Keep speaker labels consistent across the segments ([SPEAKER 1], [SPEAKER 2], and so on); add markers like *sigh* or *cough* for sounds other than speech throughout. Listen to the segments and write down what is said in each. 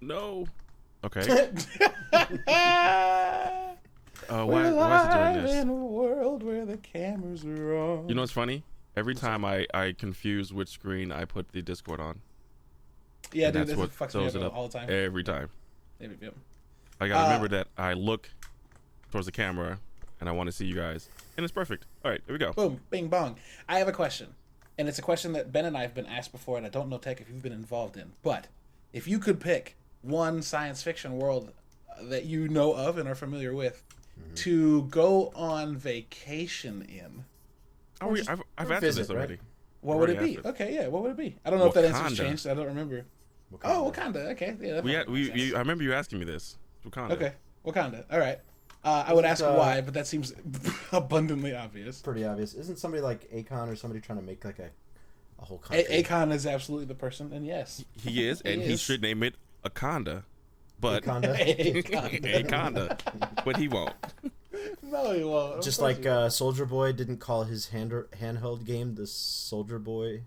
[SPEAKER 1] No.
[SPEAKER 2] *laughs*
[SPEAKER 1] Okay. Uh, why, why is it doing this?
[SPEAKER 2] in a world where the cameras are on.
[SPEAKER 1] You know what's funny? Every time I, I confuse which screen I put the Discord on.
[SPEAKER 2] yeah,
[SPEAKER 1] and
[SPEAKER 2] dude,
[SPEAKER 1] that's
[SPEAKER 2] this
[SPEAKER 1] what
[SPEAKER 2] fucks
[SPEAKER 1] throws
[SPEAKER 2] me
[SPEAKER 1] it
[SPEAKER 2] up
[SPEAKER 1] up
[SPEAKER 2] all the time.
[SPEAKER 1] every time.
[SPEAKER 2] Yep, yep.
[SPEAKER 1] I gotta
[SPEAKER 2] Uh,
[SPEAKER 1] remember that I look towards the camera and I want to see you guys, and it's perfect. All right, here we go.
[SPEAKER 2] Boom, bing, bong. I have a question, and it's a question that Ben and I have been asked before, and I don't know, Tech, if you've been involved in. But if you could pick one science fiction world that you know of and are familiar with
[SPEAKER 1] Mm-hmm.
[SPEAKER 2] to go on vacation in,
[SPEAKER 1] Are we, I've, I've answered
[SPEAKER 3] visit,
[SPEAKER 1] this
[SPEAKER 3] right?
[SPEAKER 1] already.
[SPEAKER 2] what would it
[SPEAKER 1] Already
[SPEAKER 2] be?
[SPEAKER 1] asked it.
[SPEAKER 2] Okay, yeah, what would it be? I don't know if that answer's
[SPEAKER 1] Wakanda.
[SPEAKER 2] changed. I don't remember.
[SPEAKER 3] Wakanda.
[SPEAKER 2] Oh, Wakanda. Okay, yeah. that
[SPEAKER 1] We, had,
[SPEAKER 2] probably
[SPEAKER 1] we,
[SPEAKER 2] makes sense.
[SPEAKER 1] you, I remember you asking me this. It's Wakanda.
[SPEAKER 2] Okay, Wakanda. All right. Uh, I would ask
[SPEAKER 3] Isn't, uh,
[SPEAKER 2] why, but that seems *laughs* abundantly obvious.
[SPEAKER 3] Pretty obvious. Isn't somebody like Akon or somebody trying to make like a, a whole country?
[SPEAKER 2] A- Akon is absolutely the person, and yes,
[SPEAKER 1] He
[SPEAKER 2] *laughs*
[SPEAKER 1] is, and he
[SPEAKER 2] is.
[SPEAKER 1] should name it Akonda, but *laughs*
[SPEAKER 3] *laughs* Wakanda?
[SPEAKER 2] Akon. *laughs*
[SPEAKER 1] Akonda, but he won't.
[SPEAKER 2] no, he won't. Of
[SPEAKER 3] Just
[SPEAKER 2] course
[SPEAKER 3] like
[SPEAKER 2] he
[SPEAKER 3] uh, Soldier Boy didn't call his hand handheld game the Soldier Boy.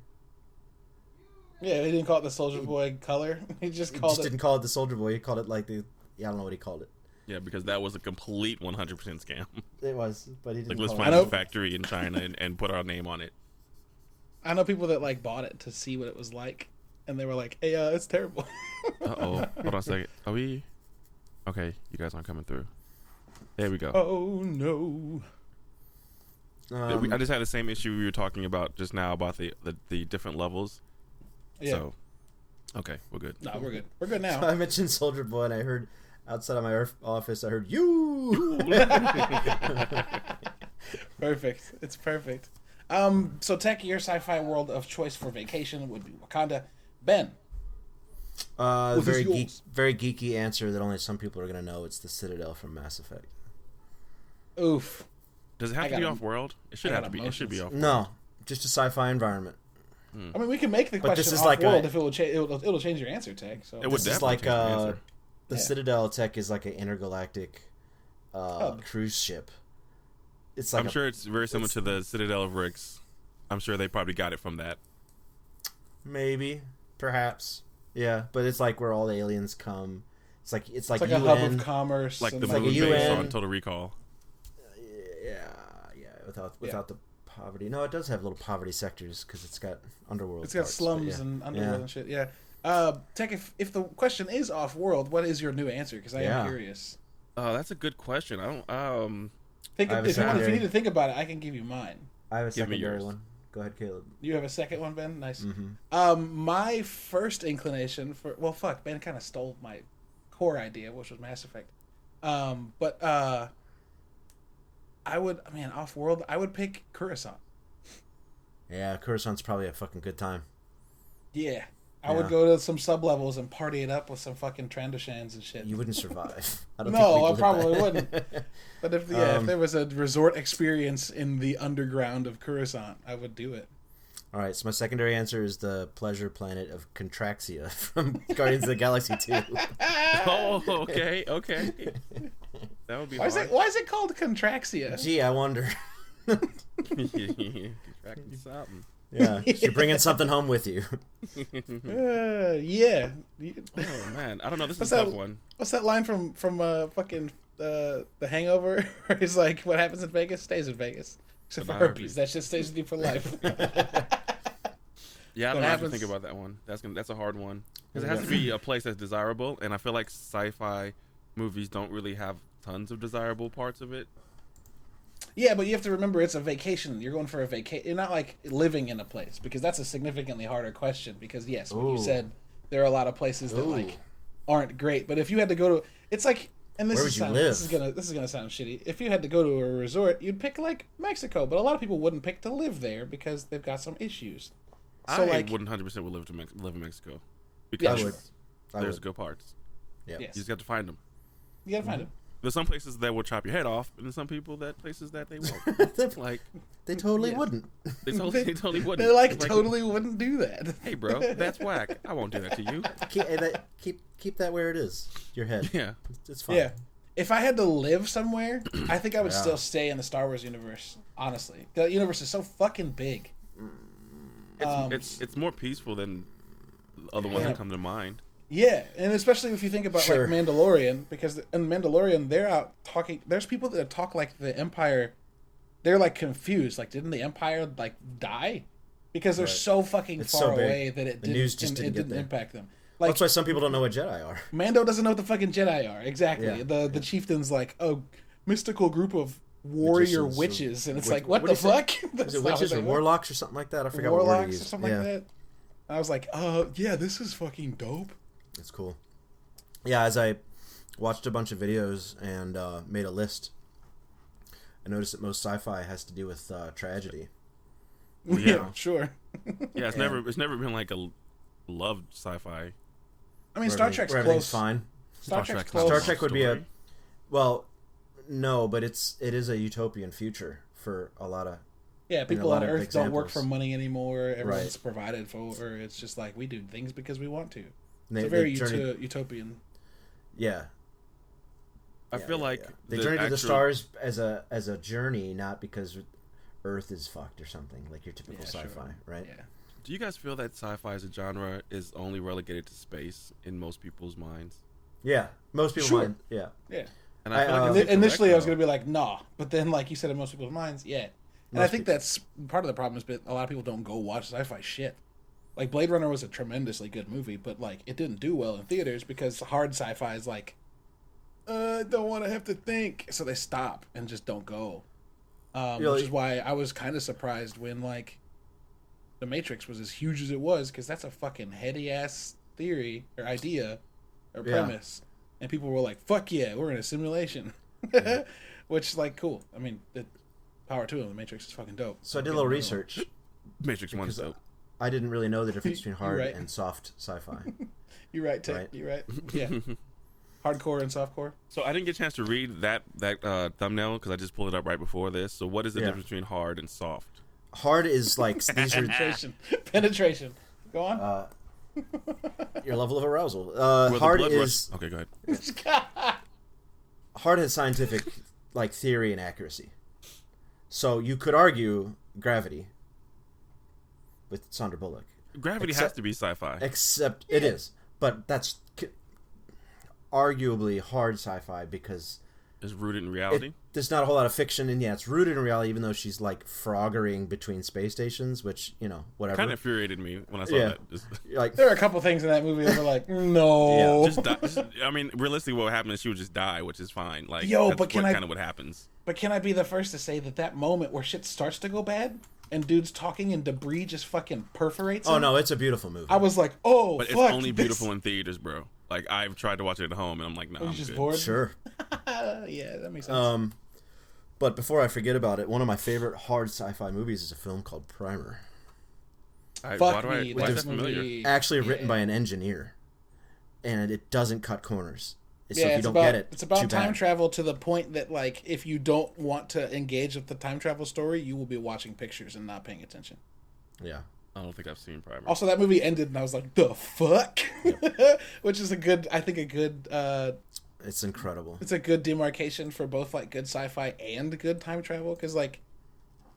[SPEAKER 2] Yeah, he didn't call it the Soldier Boy color. *laughs* He just
[SPEAKER 3] He
[SPEAKER 2] called
[SPEAKER 3] just
[SPEAKER 2] it.
[SPEAKER 3] didn't call it the Soldier Boy. He called it like the yeah, I don't know what he called it.
[SPEAKER 1] Yeah, because that was a complete 100% scam.
[SPEAKER 3] It was, but he
[SPEAKER 1] Like,
[SPEAKER 3] didn't.
[SPEAKER 1] let's
[SPEAKER 3] call
[SPEAKER 1] find
[SPEAKER 3] it.
[SPEAKER 1] a
[SPEAKER 2] know.
[SPEAKER 1] factory in China and, and put our name on it.
[SPEAKER 2] I know people that like bought it to see what it was like, and they were like, "Hey, uh, it's terrible." *laughs*
[SPEAKER 1] Uh oh. Hold on a second. Are we. Okay, you guys aren't coming through. There we go.
[SPEAKER 2] oh no!
[SPEAKER 1] Yeah, we-
[SPEAKER 3] Um,
[SPEAKER 1] I just had the same issue we were talking about just now about the, the, the different levels.
[SPEAKER 2] Yeah.
[SPEAKER 1] So, okay, we're good.
[SPEAKER 2] No, we're good. We're good
[SPEAKER 3] *laughs* *laughs* I
[SPEAKER 2] now.
[SPEAKER 3] mentioned Soldier Boy, and I heard outside of my earth- office, I heard you.
[SPEAKER 2] perfect. It's perfect. Um, so tech, your sci-fi world of choice for vacation would be Wakanda. Ben,
[SPEAKER 3] *laughs* uh,
[SPEAKER 2] What is
[SPEAKER 3] very geek,
[SPEAKER 2] yours?
[SPEAKER 3] very geeky answer that only some people are gonna know. It's the Citadel from Mass Effect.
[SPEAKER 2] oof.
[SPEAKER 1] Does it have
[SPEAKER 2] I
[SPEAKER 1] to be
[SPEAKER 2] got em-
[SPEAKER 1] off world? It should
[SPEAKER 2] I
[SPEAKER 1] have
[SPEAKER 2] got
[SPEAKER 1] to be. It should be off.
[SPEAKER 2] emotions.
[SPEAKER 3] No, just a sci-fi environment.
[SPEAKER 2] I mean, we can make the
[SPEAKER 3] But
[SPEAKER 2] question
[SPEAKER 3] this
[SPEAKER 2] this
[SPEAKER 3] is like a-
[SPEAKER 2] world if it will change. It'll, it'll change your answer, Tech. So
[SPEAKER 1] It would
[SPEAKER 3] This is
[SPEAKER 1] definitely
[SPEAKER 3] like,
[SPEAKER 1] change the
[SPEAKER 3] uh,
[SPEAKER 1] answer.
[SPEAKER 3] The
[SPEAKER 2] Yeah.
[SPEAKER 3] Citadel Tech is like an intergalactic uh,
[SPEAKER 2] Hub.
[SPEAKER 3] cruise ship. It's like
[SPEAKER 1] I'm
[SPEAKER 3] a-
[SPEAKER 1] sure it's very similar to the Citadel of Ricks. I'm sure they probably got it from that.
[SPEAKER 3] maybe, perhaps, yeah. But it's like where all the aliens come. It's like it's like,
[SPEAKER 2] It's like
[SPEAKER 3] UN.
[SPEAKER 2] a hub of commerce.
[SPEAKER 1] Like
[SPEAKER 2] and
[SPEAKER 1] the
[SPEAKER 3] like a
[SPEAKER 1] moon base
[SPEAKER 3] UN.
[SPEAKER 1] on Total Recall.
[SPEAKER 3] yeah, yeah. Without without the poverty. No, it does have little poverty sectors because it's got underworld.
[SPEAKER 2] It's got
[SPEAKER 3] parts, but
[SPEAKER 2] slums
[SPEAKER 3] yeah.
[SPEAKER 2] and underworld
[SPEAKER 3] Yeah.
[SPEAKER 2] and shit. Yeah. Uh, Tech, if, if the question is off world, what is your new answer? Because I am
[SPEAKER 3] Yeah.
[SPEAKER 2] curious.
[SPEAKER 1] Oh, that's a good question. I don't. Um,
[SPEAKER 2] Think
[SPEAKER 3] I have a
[SPEAKER 2] if, you want, if you
[SPEAKER 3] secondary.
[SPEAKER 2] need to think about it, I can give you mine.
[SPEAKER 3] I have a
[SPEAKER 1] Give me
[SPEAKER 3] secondary
[SPEAKER 1] yours. Mm-hmm.
[SPEAKER 3] one. Go ahead, Caleb.
[SPEAKER 2] You have a second one, Ben. Nice.
[SPEAKER 3] Mm.
[SPEAKER 2] Um, my first inclination for well, fuck, Ben kind of stole my core idea, which was Mass Effect. Um, but uh, I would, I mean, off world, I would pick Coruscant.
[SPEAKER 3] Yeah, Coruscant's probably a fucking good time.
[SPEAKER 2] Yeah. I would
[SPEAKER 3] Yeah.
[SPEAKER 2] go to some sub levels and party it up with some fucking Trandoshans and shit.
[SPEAKER 3] You wouldn't survive. *laughs* I don't
[SPEAKER 2] No,
[SPEAKER 3] think we'd
[SPEAKER 2] I
[SPEAKER 3] live
[SPEAKER 2] probably
[SPEAKER 3] that. *laughs*
[SPEAKER 2] wouldn't. But if yeah, if
[SPEAKER 3] Um,
[SPEAKER 2] there was a resort experience in the underground of Coruscant, I would do it.
[SPEAKER 3] All right, so my secondary answer is the pleasure planet of Contraxia *laughs* from Guardians of the Galaxy
[SPEAKER 2] *laughs*
[SPEAKER 3] 2.
[SPEAKER 1] *laughs* oh, okay, okay. That would be.
[SPEAKER 2] Why is
[SPEAKER 1] hard.
[SPEAKER 2] it Why is it called Contraxia?
[SPEAKER 3] Gee,
[SPEAKER 2] *laughs*
[SPEAKER 3] I wonder.
[SPEAKER 1] *laughs* Contracting something.
[SPEAKER 3] yeah, you're bringing something home
[SPEAKER 2] *laughs*
[SPEAKER 3] with you.
[SPEAKER 2] Uh, yeah. You-
[SPEAKER 1] Oh man, I don't know. This
[SPEAKER 2] What's
[SPEAKER 1] is a tough
[SPEAKER 2] that-
[SPEAKER 1] one.
[SPEAKER 2] What's that line from from uh, fucking uh, The Hangover? *laughs* Where he's like, "What happens in Vegas stays in Vegas, except for
[SPEAKER 1] About
[SPEAKER 2] herpes.
[SPEAKER 1] herpes.
[SPEAKER 2] That shit stays with you for life."
[SPEAKER 3] *laughs*
[SPEAKER 1] Yeah, I
[SPEAKER 2] What
[SPEAKER 1] don't have to
[SPEAKER 2] happens-
[SPEAKER 1] think about that one. That's gonna, that's a hard one because it
[SPEAKER 3] Yeah.
[SPEAKER 1] has to be a place that's desirable, and I feel like sci-fi movies don't really have tons of desirable parts of it.
[SPEAKER 2] yeah, but you have to remember it's a vacation. You're going for a vacation. You're not like living in a place because that's a significantly harder question. Because yes, when you
[SPEAKER 3] Ooh.
[SPEAKER 2] said there are a lot of places that
[SPEAKER 3] Ooh.
[SPEAKER 2] like aren't great. But if you had to go to, it's like, and this is
[SPEAKER 3] Where would you
[SPEAKER 2] sound,
[SPEAKER 3] live?
[SPEAKER 2] this is gonna this is gonna sound shitty. If you had to go to a resort, you'd pick like Mexico, but a lot of people wouldn't pick to live there because they've got some issues. So
[SPEAKER 1] I
[SPEAKER 2] like,
[SPEAKER 1] wouldn't hundred percent would live to Mex- live in Mexico
[SPEAKER 2] Yeah,
[SPEAKER 1] because
[SPEAKER 3] I would. I
[SPEAKER 1] there's
[SPEAKER 3] would.
[SPEAKER 1] good parts.
[SPEAKER 3] Yeah.
[SPEAKER 2] yes,
[SPEAKER 1] You just got to find them.
[SPEAKER 2] you gotta
[SPEAKER 3] *laughs*
[SPEAKER 2] find it.
[SPEAKER 1] There's some places that will chop your head off, and there's some people that places that they
[SPEAKER 2] *laughs*
[SPEAKER 1] won't. like
[SPEAKER 3] they totally
[SPEAKER 2] Yeah.
[SPEAKER 3] wouldn't.
[SPEAKER 1] they totally, they totally wouldn't.
[SPEAKER 2] *laughs* They like
[SPEAKER 1] It's
[SPEAKER 2] totally wouldn't do that.
[SPEAKER 1] Hey, bro, that's whack. I won't do that to
[SPEAKER 2] *laughs*
[SPEAKER 1] you.
[SPEAKER 3] Keep, eh, that, keep keep that where it is. Your head.
[SPEAKER 1] Yeah.
[SPEAKER 3] It's fine.
[SPEAKER 2] Yeah. If I had to live somewhere, I think I would
[SPEAKER 3] Yeah.
[SPEAKER 2] still stay in the Star Wars universe. Honestly, the universe is so fucking big.
[SPEAKER 1] It's
[SPEAKER 2] Um,
[SPEAKER 1] it's, it's more peaceful than the other ones
[SPEAKER 2] Yeah.
[SPEAKER 1] that come to mind.
[SPEAKER 2] Yeah, and especially if you think about
[SPEAKER 3] Sure.
[SPEAKER 2] like Mandalorian, because in Mandalorian they're out talking. There's people that talk like the Empire. They're like confused. Like, didn't the Empire like die? Because they're
[SPEAKER 3] Right.
[SPEAKER 2] so fucking
[SPEAKER 3] It's
[SPEAKER 2] far
[SPEAKER 3] so big.
[SPEAKER 2] away that it
[SPEAKER 3] The
[SPEAKER 2] didn't,
[SPEAKER 3] news just
[SPEAKER 2] and
[SPEAKER 3] didn't
[SPEAKER 2] it
[SPEAKER 3] get
[SPEAKER 2] didn't
[SPEAKER 3] there.
[SPEAKER 2] impact them. Like
[SPEAKER 3] That's why some people don't know what Jedi are.
[SPEAKER 2] Mando doesn't know what the fucking Jedi are. Exactly.
[SPEAKER 3] Yeah,
[SPEAKER 2] The the chieftain's like a mystical group of warrior
[SPEAKER 3] Magicians,
[SPEAKER 2] witches, and it's
[SPEAKER 3] witch-
[SPEAKER 2] like, what,
[SPEAKER 3] what
[SPEAKER 2] the
[SPEAKER 3] do you say?
[SPEAKER 2] fuck? *laughs* That's
[SPEAKER 3] Is it
[SPEAKER 2] not
[SPEAKER 3] witches
[SPEAKER 2] what
[SPEAKER 3] or
[SPEAKER 2] they-
[SPEAKER 3] warlocks or something like that? I forgot what word he
[SPEAKER 2] warlocks or
[SPEAKER 3] used.
[SPEAKER 2] something
[SPEAKER 3] yeah,
[SPEAKER 2] like that. I was like, uh, yeah, this is fucking dope. *laughs*
[SPEAKER 3] It's cool. Yeah, as I watched a bunch of videos and uh, made a list, I noticed that most sci-fi has to do with uh, tragedy.
[SPEAKER 2] Yeah,
[SPEAKER 1] Yeah.
[SPEAKER 2] sure.
[SPEAKER 1] Yeah, it's
[SPEAKER 3] Yeah.
[SPEAKER 1] never it's never been like a loved sci-fi.
[SPEAKER 2] I mean,
[SPEAKER 3] Where
[SPEAKER 2] Star
[SPEAKER 3] everything-
[SPEAKER 2] Trek's
[SPEAKER 3] where
[SPEAKER 2] close.
[SPEAKER 3] everything's Fine.
[SPEAKER 2] Star, Trek's close.
[SPEAKER 3] Star Trek would be a-
[SPEAKER 1] Story.
[SPEAKER 3] Well, no, but it's it is a utopian future for a lot of
[SPEAKER 2] Yeah, people
[SPEAKER 3] lot
[SPEAKER 2] on
[SPEAKER 3] of
[SPEAKER 2] Earth don't work for
[SPEAKER 3] examples.
[SPEAKER 2] money anymore. Everyone's
[SPEAKER 3] Right.
[SPEAKER 2] provided for. It's just like we do things because we want to.
[SPEAKER 3] they,
[SPEAKER 2] It's a
[SPEAKER 3] they
[SPEAKER 2] very
[SPEAKER 3] journey-
[SPEAKER 2] uto- utopian.
[SPEAKER 3] yeah.
[SPEAKER 1] I
[SPEAKER 3] yeah,
[SPEAKER 1] feel
[SPEAKER 3] yeah,
[SPEAKER 1] like
[SPEAKER 3] yeah. they journey to the
[SPEAKER 1] actual-
[SPEAKER 3] stars as a as a journey, not because Earth is fucked or something like your typical
[SPEAKER 2] Yeah, sure.
[SPEAKER 3] sci-fi, right?
[SPEAKER 2] Yeah.
[SPEAKER 1] Do you guys feel that sci-fi as a genre is only relegated to space in most people's minds?
[SPEAKER 3] Yeah, most people
[SPEAKER 2] Sure.
[SPEAKER 3] mind. Yeah,
[SPEAKER 2] Yeah.
[SPEAKER 1] And I,
[SPEAKER 3] I,
[SPEAKER 1] feel like
[SPEAKER 3] um,
[SPEAKER 1] it's
[SPEAKER 2] Ini-
[SPEAKER 1] incorrect,
[SPEAKER 2] Uh, initially, I was
[SPEAKER 1] though.
[SPEAKER 2] going to be like, nah. But then, like you said, in most people's minds, yeah. And I
[SPEAKER 3] Most
[SPEAKER 2] think
[SPEAKER 3] people.
[SPEAKER 2] that's part of the problem is that a lot of people don't go watch sci fi shit. Like, Blade Runner was a tremendously good movie, but, like, it didn't do well in theaters because hard sci fi is like, uh, I don't want to have to think. So they stop and just don't go. Um, Which
[SPEAKER 3] Yeah, like-
[SPEAKER 2] is why I was kind of surprised when, like, The Matrix was as huge as it was because that's a fucking heady ass theory or idea or
[SPEAKER 3] Yeah.
[SPEAKER 2] premise. And people were like, fuck yeah, we're in a simulation. *laughs* Which, like, cool. I mean, the power two of The Matrix is fucking dope.
[SPEAKER 3] So I did a
[SPEAKER 2] Fucking
[SPEAKER 3] little
[SPEAKER 2] dope.
[SPEAKER 3] research.
[SPEAKER 1] Matrix One's
[SPEAKER 3] Because, uh,
[SPEAKER 1] dope.
[SPEAKER 3] I didn't really know the difference
[SPEAKER 2] *laughs*
[SPEAKER 3] between hard
[SPEAKER 2] right.
[SPEAKER 3] and soft sci-fi.
[SPEAKER 2] You're right, Tech.
[SPEAKER 3] Right.
[SPEAKER 2] You're right.
[SPEAKER 3] *laughs*
[SPEAKER 2] Yeah. Hardcore and softcore.
[SPEAKER 1] So I didn't get a chance to read that that uh, thumbnail because I just pulled it up right before this. So what is the
[SPEAKER 3] Yeah.
[SPEAKER 1] difference between hard and soft?
[SPEAKER 3] hard is like
[SPEAKER 2] *laughs*
[SPEAKER 3] these are
[SPEAKER 2] Penetration. Penetration. Go on.
[SPEAKER 3] uh, your level of arousal. Uh,
[SPEAKER 1] Well, the
[SPEAKER 3] hard
[SPEAKER 1] blood
[SPEAKER 3] is *laughs*
[SPEAKER 1] rush- okay. Go ahead.
[SPEAKER 3] hard has scientific like theory and accuracy. So you could argue gravity with Sandra Bullock,
[SPEAKER 1] Gravity has
[SPEAKER 3] Except-
[SPEAKER 1] to be sci-fi.
[SPEAKER 3] except it is, but that's c- arguably hard sci-fi because
[SPEAKER 1] it's rooted in
[SPEAKER 3] it-
[SPEAKER 1] reality.
[SPEAKER 3] there's not a whole lot of fiction, and yeah, it's rooted in reality. Even though she's like froggering between space stations, which you know, whatever.
[SPEAKER 1] kind of infuriated me when I saw
[SPEAKER 3] Yeah.
[SPEAKER 1] that. Just, *laughs*
[SPEAKER 3] You're
[SPEAKER 2] *laughs*
[SPEAKER 3] like
[SPEAKER 2] *laughs* there are a couple things in that movie that were
[SPEAKER 3] *laughs*
[SPEAKER 2] like, no.
[SPEAKER 1] just
[SPEAKER 2] *laughs*
[SPEAKER 1] die, just- I mean, realistically, what happened is she would just die, which is fine. Like,
[SPEAKER 2] Yo,
[SPEAKER 1] that's
[SPEAKER 2] but can
[SPEAKER 1] what,
[SPEAKER 2] I-
[SPEAKER 1] kind of what happens.
[SPEAKER 2] But can I be the first to say that that moment where shit starts to go bad and dudes talking and debris just fucking perforates?
[SPEAKER 3] Oh
[SPEAKER 2] him,
[SPEAKER 3] no, it's a beautiful movie.
[SPEAKER 2] I was like, oh,
[SPEAKER 1] But it's
[SPEAKER 2] fuck,
[SPEAKER 1] only
[SPEAKER 2] this-
[SPEAKER 1] beautiful in theaters, bro. Like I've tried to watch it Uh, at home, and I'm like, no,
[SPEAKER 2] I
[SPEAKER 1] I'm
[SPEAKER 2] was just
[SPEAKER 1] good.
[SPEAKER 2] bored. Uh,
[SPEAKER 3] sure.
[SPEAKER 2] yeah, that makes sense.
[SPEAKER 3] Um, but before I forget about it, one of my favorite hard sci-fi movies is a film called Primer,
[SPEAKER 1] I,
[SPEAKER 2] Fuck
[SPEAKER 1] why do
[SPEAKER 2] me,
[SPEAKER 1] I, why is
[SPEAKER 2] this
[SPEAKER 1] that familiar?
[SPEAKER 2] movie.
[SPEAKER 3] actually written
[SPEAKER 2] Yeah.
[SPEAKER 3] by an engineer, and it doesn't cut corners. So
[SPEAKER 2] yeah,
[SPEAKER 3] if you
[SPEAKER 2] it's
[SPEAKER 3] don't
[SPEAKER 2] about
[SPEAKER 3] get it,
[SPEAKER 2] it's about
[SPEAKER 3] too
[SPEAKER 2] time
[SPEAKER 3] bad.
[SPEAKER 2] travel to the point that like if you don't want to engage with the time travel story, you will be watching pictures and not paying attention.
[SPEAKER 3] Yeah,
[SPEAKER 1] I don't think I've seen Primer.
[SPEAKER 2] Also, that movie ended, and I was like, the fuck, *laughs* which is a good, I think a good, uh,
[SPEAKER 3] it's incredible.
[SPEAKER 2] it's a good demarcation for both like good sci-fi and good time travel because like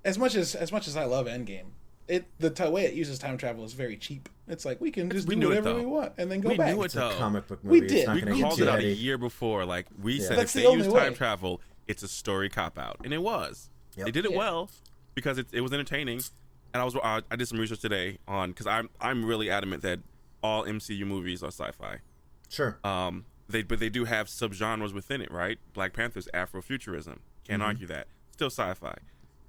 [SPEAKER 2] as much as as much as I love Endgame. It the t- way it uses time travel is very cheap. It's like we can just
[SPEAKER 1] We
[SPEAKER 2] do
[SPEAKER 1] knew it,
[SPEAKER 2] whatever
[SPEAKER 1] though.
[SPEAKER 2] we want and then go
[SPEAKER 1] we
[SPEAKER 2] back.
[SPEAKER 1] knew it
[SPEAKER 3] It's a
[SPEAKER 1] though.
[SPEAKER 3] comic book
[SPEAKER 2] We
[SPEAKER 3] movie.
[SPEAKER 2] did.
[SPEAKER 3] It's not
[SPEAKER 1] we
[SPEAKER 3] going to get
[SPEAKER 1] called
[SPEAKER 3] too
[SPEAKER 1] it out a
[SPEAKER 3] heady.
[SPEAKER 1] year before. Like we said,
[SPEAKER 2] That's
[SPEAKER 1] if
[SPEAKER 2] the
[SPEAKER 1] they
[SPEAKER 2] only
[SPEAKER 1] use
[SPEAKER 2] way.
[SPEAKER 1] time travel, it's a story cop out, and it was.
[SPEAKER 3] Yep.
[SPEAKER 1] They did it
[SPEAKER 2] Yeah.
[SPEAKER 1] well because it, it was entertaining. And I was I, I did some research today on because I'm I'm really adamant that all MCU movies are sci-fi.
[SPEAKER 3] Sure.
[SPEAKER 1] Um, they but they do have subgenres within it, right? Black Panther's Afrofuturism. Can't argue that. Still sci-fi.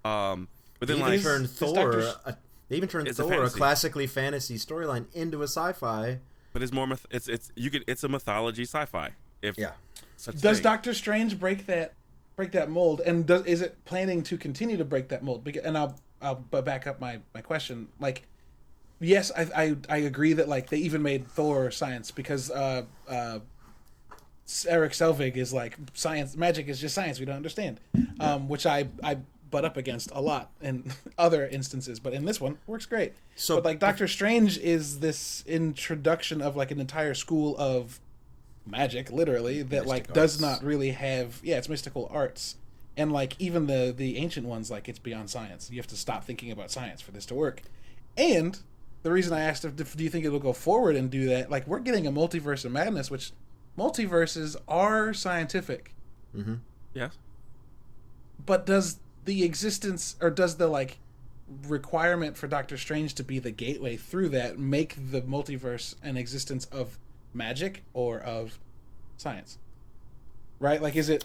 [SPEAKER 1] Um, but
[SPEAKER 3] They
[SPEAKER 1] then
[SPEAKER 3] Mm-hmm.
[SPEAKER 1] like
[SPEAKER 3] even turned
[SPEAKER 2] This
[SPEAKER 3] Thor.
[SPEAKER 2] Doctor-
[SPEAKER 3] A, they even turned
[SPEAKER 1] It's a
[SPEAKER 3] Thor, a,
[SPEAKER 1] fantasy.
[SPEAKER 3] classically fantasy storyline, into a sci-fi.
[SPEAKER 1] But it's more myth- it's it's you could it's a mythology sci-fi. If
[SPEAKER 3] Yeah.
[SPEAKER 1] such a
[SPEAKER 2] Does
[SPEAKER 1] thing.
[SPEAKER 2] Doctor Strange break that break that mold? And does is it planning to continue to break that mold? Because, and I'll I'll b- back up my my question. Like, yes, I I, I agree that like they even made Thor science because uh uh. S- Eric Selvig is like science magic is just science we don't understand, um, which I I butt up against a lot in *laughs* other instances, but in this one works great.
[SPEAKER 3] So-
[SPEAKER 2] but like Doctor Strange is this introduction of like an entire school of magic literally that like does not really have yeah it's mystical arts and like even the the ancient ones like it's beyond science you have to stop thinking about science for this to work and the reason I asked if, if do you think it'll go forward and do that, like we're getting a multiverse of madness, which multiverses are scientific,
[SPEAKER 3] Mm-hmm.
[SPEAKER 1] Yes.
[SPEAKER 2] but does the existence or does the like requirement for Doctor Strange to be the gateway through that make the multiverse an existence of magic or of science? Right? Like, is it